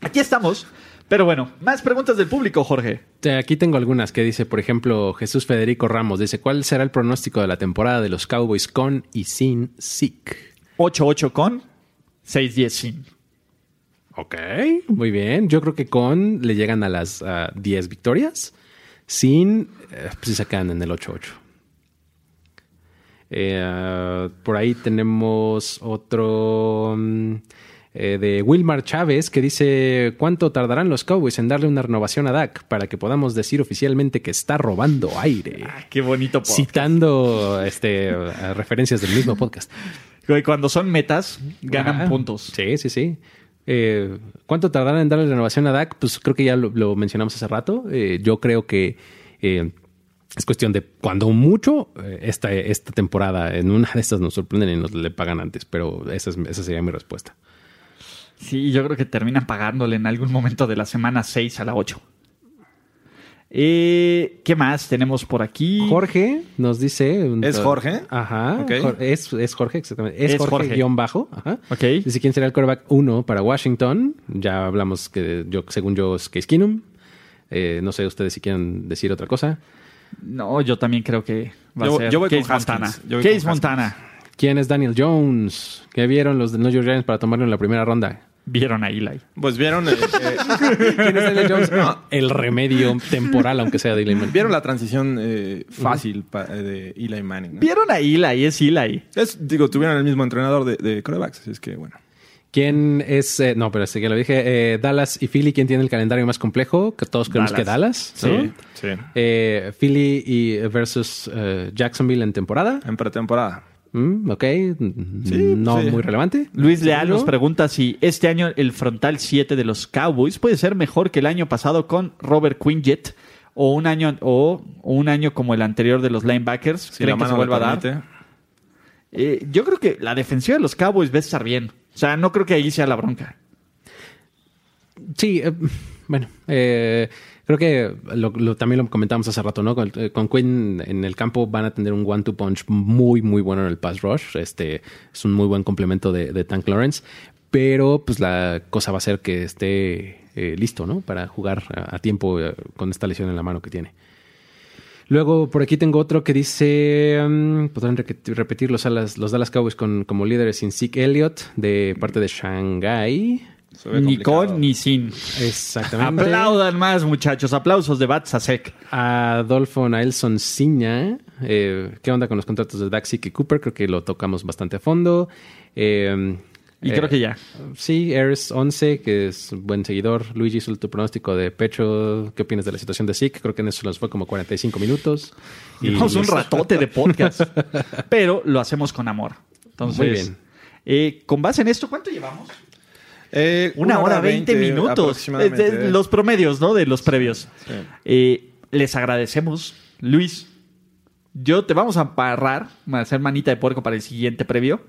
[SPEAKER 2] Aquí estamos. Pero bueno, más preguntas del público, Jorge.
[SPEAKER 3] Eh, Aquí tengo algunas que dice, por ejemplo, Jesús Federico Ramos dice, ¿cuál será el pronóstico de la temporada de los Cowboys con y sin Zeke?
[SPEAKER 2] 8-8 con 6-10 sin.
[SPEAKER 3] Ok. Muy bien. Yo creo que con le llegan a las ah, 10 victorias. Sin, eh, pues sí se quedan en el 8-8. Eh, por ahí tenemos otro mm, eh, de Wilmar Chávez que dice: ¿Cuánto tardarán los Cowboys en darle una renovación a Dak para que podamos decir oficialmente que está robando aire?
[SPEAKER 2] Ah, qué bonito. podcast.
[SPEAKER 3] Citando este, a referencias del mismo podcast.
[SPEAKER 2] Güey, Cuando son metas, ganan
[SPEAKER 3] Ah,
[SPEAKER 2] puntos.
[SPEAKER 3] Sí, sí, sí. Eh, ¿Cuánto tardarán en darle renovación a Dak? Pues creo que ya lo, lo mencionamos hace rato. Eh, yo creo que eh, es cuestión de cuando mucho eh, esta, esta temporada. En una de estas nos sorprenden y nos le pagan antes, pero esa, es- esa sería mi respuesta.
[SPEAKER 2] Sí, yo creo que terminan pagándole en algún momento de la semana 6 a la 8. ¿Qué más tenemos por aquí?
[SPEAKER 3] Jorge nos dice... un-
[SPEAKER 4] ¿Es Jorge?
[SPEAKER 3] Ajá.
[SPEAKER 4] Ok.
[SPEAKER 3] Jor- Es, es Jorge, exactamente. Es,
[SPEAKER 2] Es
[SPEAKER 3] Jorge,
[SPEAKER 2] Jorge.
[SPEAKER 3] guión bajo. Ajá.
[SPEAKER 2] Ok.
[SPEAKER 3] Dice quién será el quarterback 1 para Washington. Ya hablamos que yo, según yo, es Case Keenum. Eh, no sé ustedes si quieren decir otra cosa.
[SPEAKER 2] No, yo también creo que va
[SPEAKER 4] Yo-
[SPEAKER 2] a ser
[SPEAKER 4] yo voy con
[SPEAKER 2] Case
[SPEAKER 4] Haskins.
[SPEAKER 2] Montana.
[SPEAKER 4] Yo voy
[SPEAKER 2] Case
[SPEAKER 4] con
[SPEAKER 2] Montana.
[SPEAKER 3] ¿Quién es Daniel Jones? ¿Qué vieron los de New York Giants para tomarlo en la primera ronda?
[SPEAKER 2] Vieron a Eli.
[SPEAKER 4] Pues vieron, eh, eh,
[SPEAKER 3] ¿Quién es Daniel Jones? El remedio temporal, aunque sea de Eli Manning.
[SPEAKER 4] vieron la transición eh, fácil pa- eh, de Eli Manning. ¿no?
[SPEAKER 2] Vieron a Eli, es Eli.
[SPEAKER 4] Es- digo, tuvieron el mismo entrenador de, de corebacks, así es que bueno.
[SPEAKER 3] ¿Quién es? eh, no, pero este que lo dije. eh, Dallas y Philly, ¿quién tiene el calendario más complejo? Que todos creemos que Dallas.
[SPEAKER 2] Sí.
[SPEAKER 3] ¿no?
[SPEAKER 4] Sí.
[SPEAKER 3] Eh, Philly y versus eh, Jacksonville en temporada.
[SPEAKER 4] En pretemporada.
[SPEAKER 3] Mm, ok, no
[SPEAKER 4] sí.
[SPEAKER 3] muy relevante.
[SPEAKER 2] Luis Leal
[SPEAKER 3] ¿no?
[SPEAKER 2] nos pregunta si este año el frontal 7 de los Cowboys puede ser mejor que el año pasado con Robert Quinjet o un año o, o un año como el anterior de los linebackers.
[SPEAKER 4] Si
[SPEAKER 2] ¿Creen
[SPEAKER 4] la
[SPEAKER 2] que
[SPEAKER 4] mano
[SPEAKER 2] se
[SPEAKER 4] lo
[SPEAKER 2] vuelva a dar?
[SPEAKER 4] permite.
[SPEAKER 2] Eh, yo creo que la defensiva de los Cowboys va a estar bien. O sea, no creo que ahí sea la bronca.
[SPEAKER 3] Sí, eh, bueno, eh, creo que lo- lo- también lo comentamos hace rato, ¿no? Con, eh, con Quinn en el campo van a tener un one-two punch muy, muy bueno en el pass rush. Este es un muy buen complemento de, de Tank Lawrence, pero pues la cosa va a ser que esté eh, listo, ¿no? Para jugar a, a tiempo eh, con esta lesión en la mano que tiene. Luego por aquí tengo otro que dice, mm, podrán re- repetir los, Dallas- los Dallas Cowboys con, como líderes sin Zeke Elliott de parte de Shanghai.
[SPEAKER 4] Se ve
[SPEAKER 2] Ni
[SPEAKER 4] complicado.
[SPEAKER 2] con ni sin.
[SPEAKER 3] Exactamente.
[SPEAKER 2] Aplaudan más, muchachos. Aplausos de Batsasek.
[SPEAKER 3] Adolfo Naelson Ciña. eh, ¿Qué onda con los contratos de Daxi y Cooper? Creo que lo tocamos bastante a fondo. Eh,
[SPEAKER 2] Y
[SPEAKER 3] eh,
[SPEAKER 2] creo que ya.
[SPEAKER 3] Sí, Eres 11, que es un buen seguidor. Luigi, hizo tu pronóstico de pecho. ¿Qué opinas de la situación de Zeke? Creo que en eso nos fue como 45 minutos. Y
[SPEAKER 2] Llevamos un ratote de podcast. pero lo hacemos con amor. Entonces,
[SPEAKER 3] Muy bien.
[SPEAKER 2] eh, con base en esto, ¿cuánto llevamos?
[SPEAKER 4] Eh,
[SPEAKER 2] Una, hora, 20, minutos.
[SPEAKER 4] aproximadamente.
[SPEAKER 2] Es de los promedios, ¿no? De los previos.
[SPEAKER 4] sí.
[SPEAKER 2] Eh, les agradecemos. Luis, yo te vamos a emparrar, a hacer manita de puerco para el siguiente previo,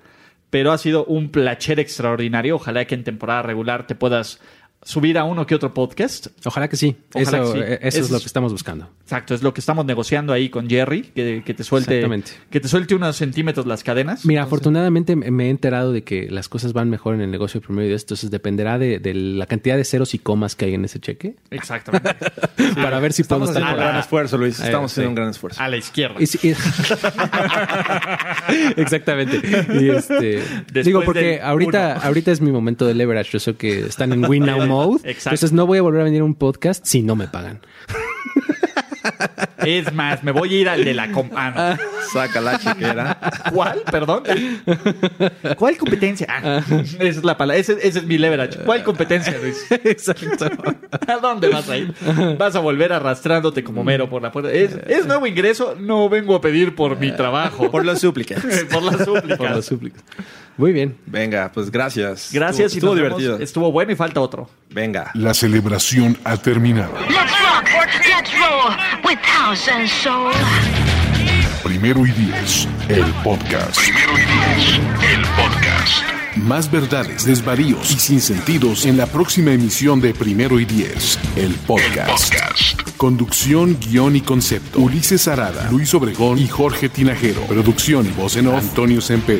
[SPEAKER 2] pero ha sido un placer extraordinario. Ojalá que en temporada regular te puedas subir a uno que otro podcast.
[SPEAKER 3] Ojalá que sí.
[SPEAKER 2] Ojalá
[SPEAKER 3] eso
[SPEAKER 2] que sí.
[SPEAKER 3] eh, eso es
[SPEAKER 2] Eso
[SPEAKER 3] lo
[SPEAKER 2] es-
[SPEAKER 3] que estamos buscando.
[SPEAKER 2] Exacto, es lo que estamos negociando ahí con Jerry, que, que te suelte
[SPEAKER 3] Exactamente.
[SPEAKER 2] que te suelte unos centímetros las cadenas.
[SPEAKER 3] Mira, afortunadamente me me he enterado de que las cosas van mejor en el negocio de promedio. Entonces dependerá de, de la cantidad de ceros y comas que hay en ese cheque
[SPEAKER 2] Exactamente.
[SPEAKER 3] para ver si podemos
[SPEAKER 4] Estamos haciendo un
[SPEAKER 2] temporada.
[SPEAKER 4] gran esfuerzo, Luis.
[SPEAKER 3] Eh,
[SPEAKER 4] Estamos
[SPEAKER 3] sí.
[SPEAKER 4] haciendo un gran esfuerzo.
[SPEAKER 2] A la izquierda.
[SPEAKER 3] Y sí- Exactamente. Y este, digo, porque
[SPEAKER 2] del
[SPEAKER 3] ahorita,
[SPEAKER 2] uno.
[SPEAKER 3] ahorita es mi momento de leverage. Yo sé que están en win now mode.
[SPEAKER 2] Exacto.
[SPEAKER 3] Entonces no voy a volver a venir a un podcast si no me pagan.
[SPEAKER 2] Es más, me voy a ir al de la com- ah, no.
[SPEAKER 4] Saca la chiquera.
[SPEAKER 2] ¿Cuál? Perdón. ¿Cuál competencia? Ah, esa es la palabra. Ese, ese es mi leverage. ¿Cuál competencia, Luis?
[SPEAKER 3] Exacto.
[SPEAKER 2] ¿A dónde vas a ir? Vas a volver arrastrándote como mero por la puerta. Es, es nuevo ingreso. No vengo a pedir por mi trabajo. Por,
[SPEAKER 4] Por las súplicas.
[SPEAKER 2] las súplicas.
[SPEAKER 3] Por las súplicas. Muy bien.
[SPEAKER 4] Venga, pues gracias.
[SPEAKER 2] Gracias. y
[SPEAKER 4] Estuvo, estuvo
[SPEAKER 2] nos vemos.
[SPEAKER 4] divertido.
[SPEAKER 2] Estuvo bueno y falta otro.
[SPEAKER 4] Venga.
[SPEAKER 1] La celebración ha terminado.
[SPEAKER 5] Let's rock, let's roll with house and soul.
[SPEAKER 1] Primero y diez, el podcast. Primero y diez, el podcast. Más verdades, desvaríos y sinsentidos en la próxima emisión de Primero y diez, el podcast. Conducción, guión y concepto. Ulises Arada, Luis Obregón y Jorge Tinajero. Producción y voz en off, Antonio Sempere.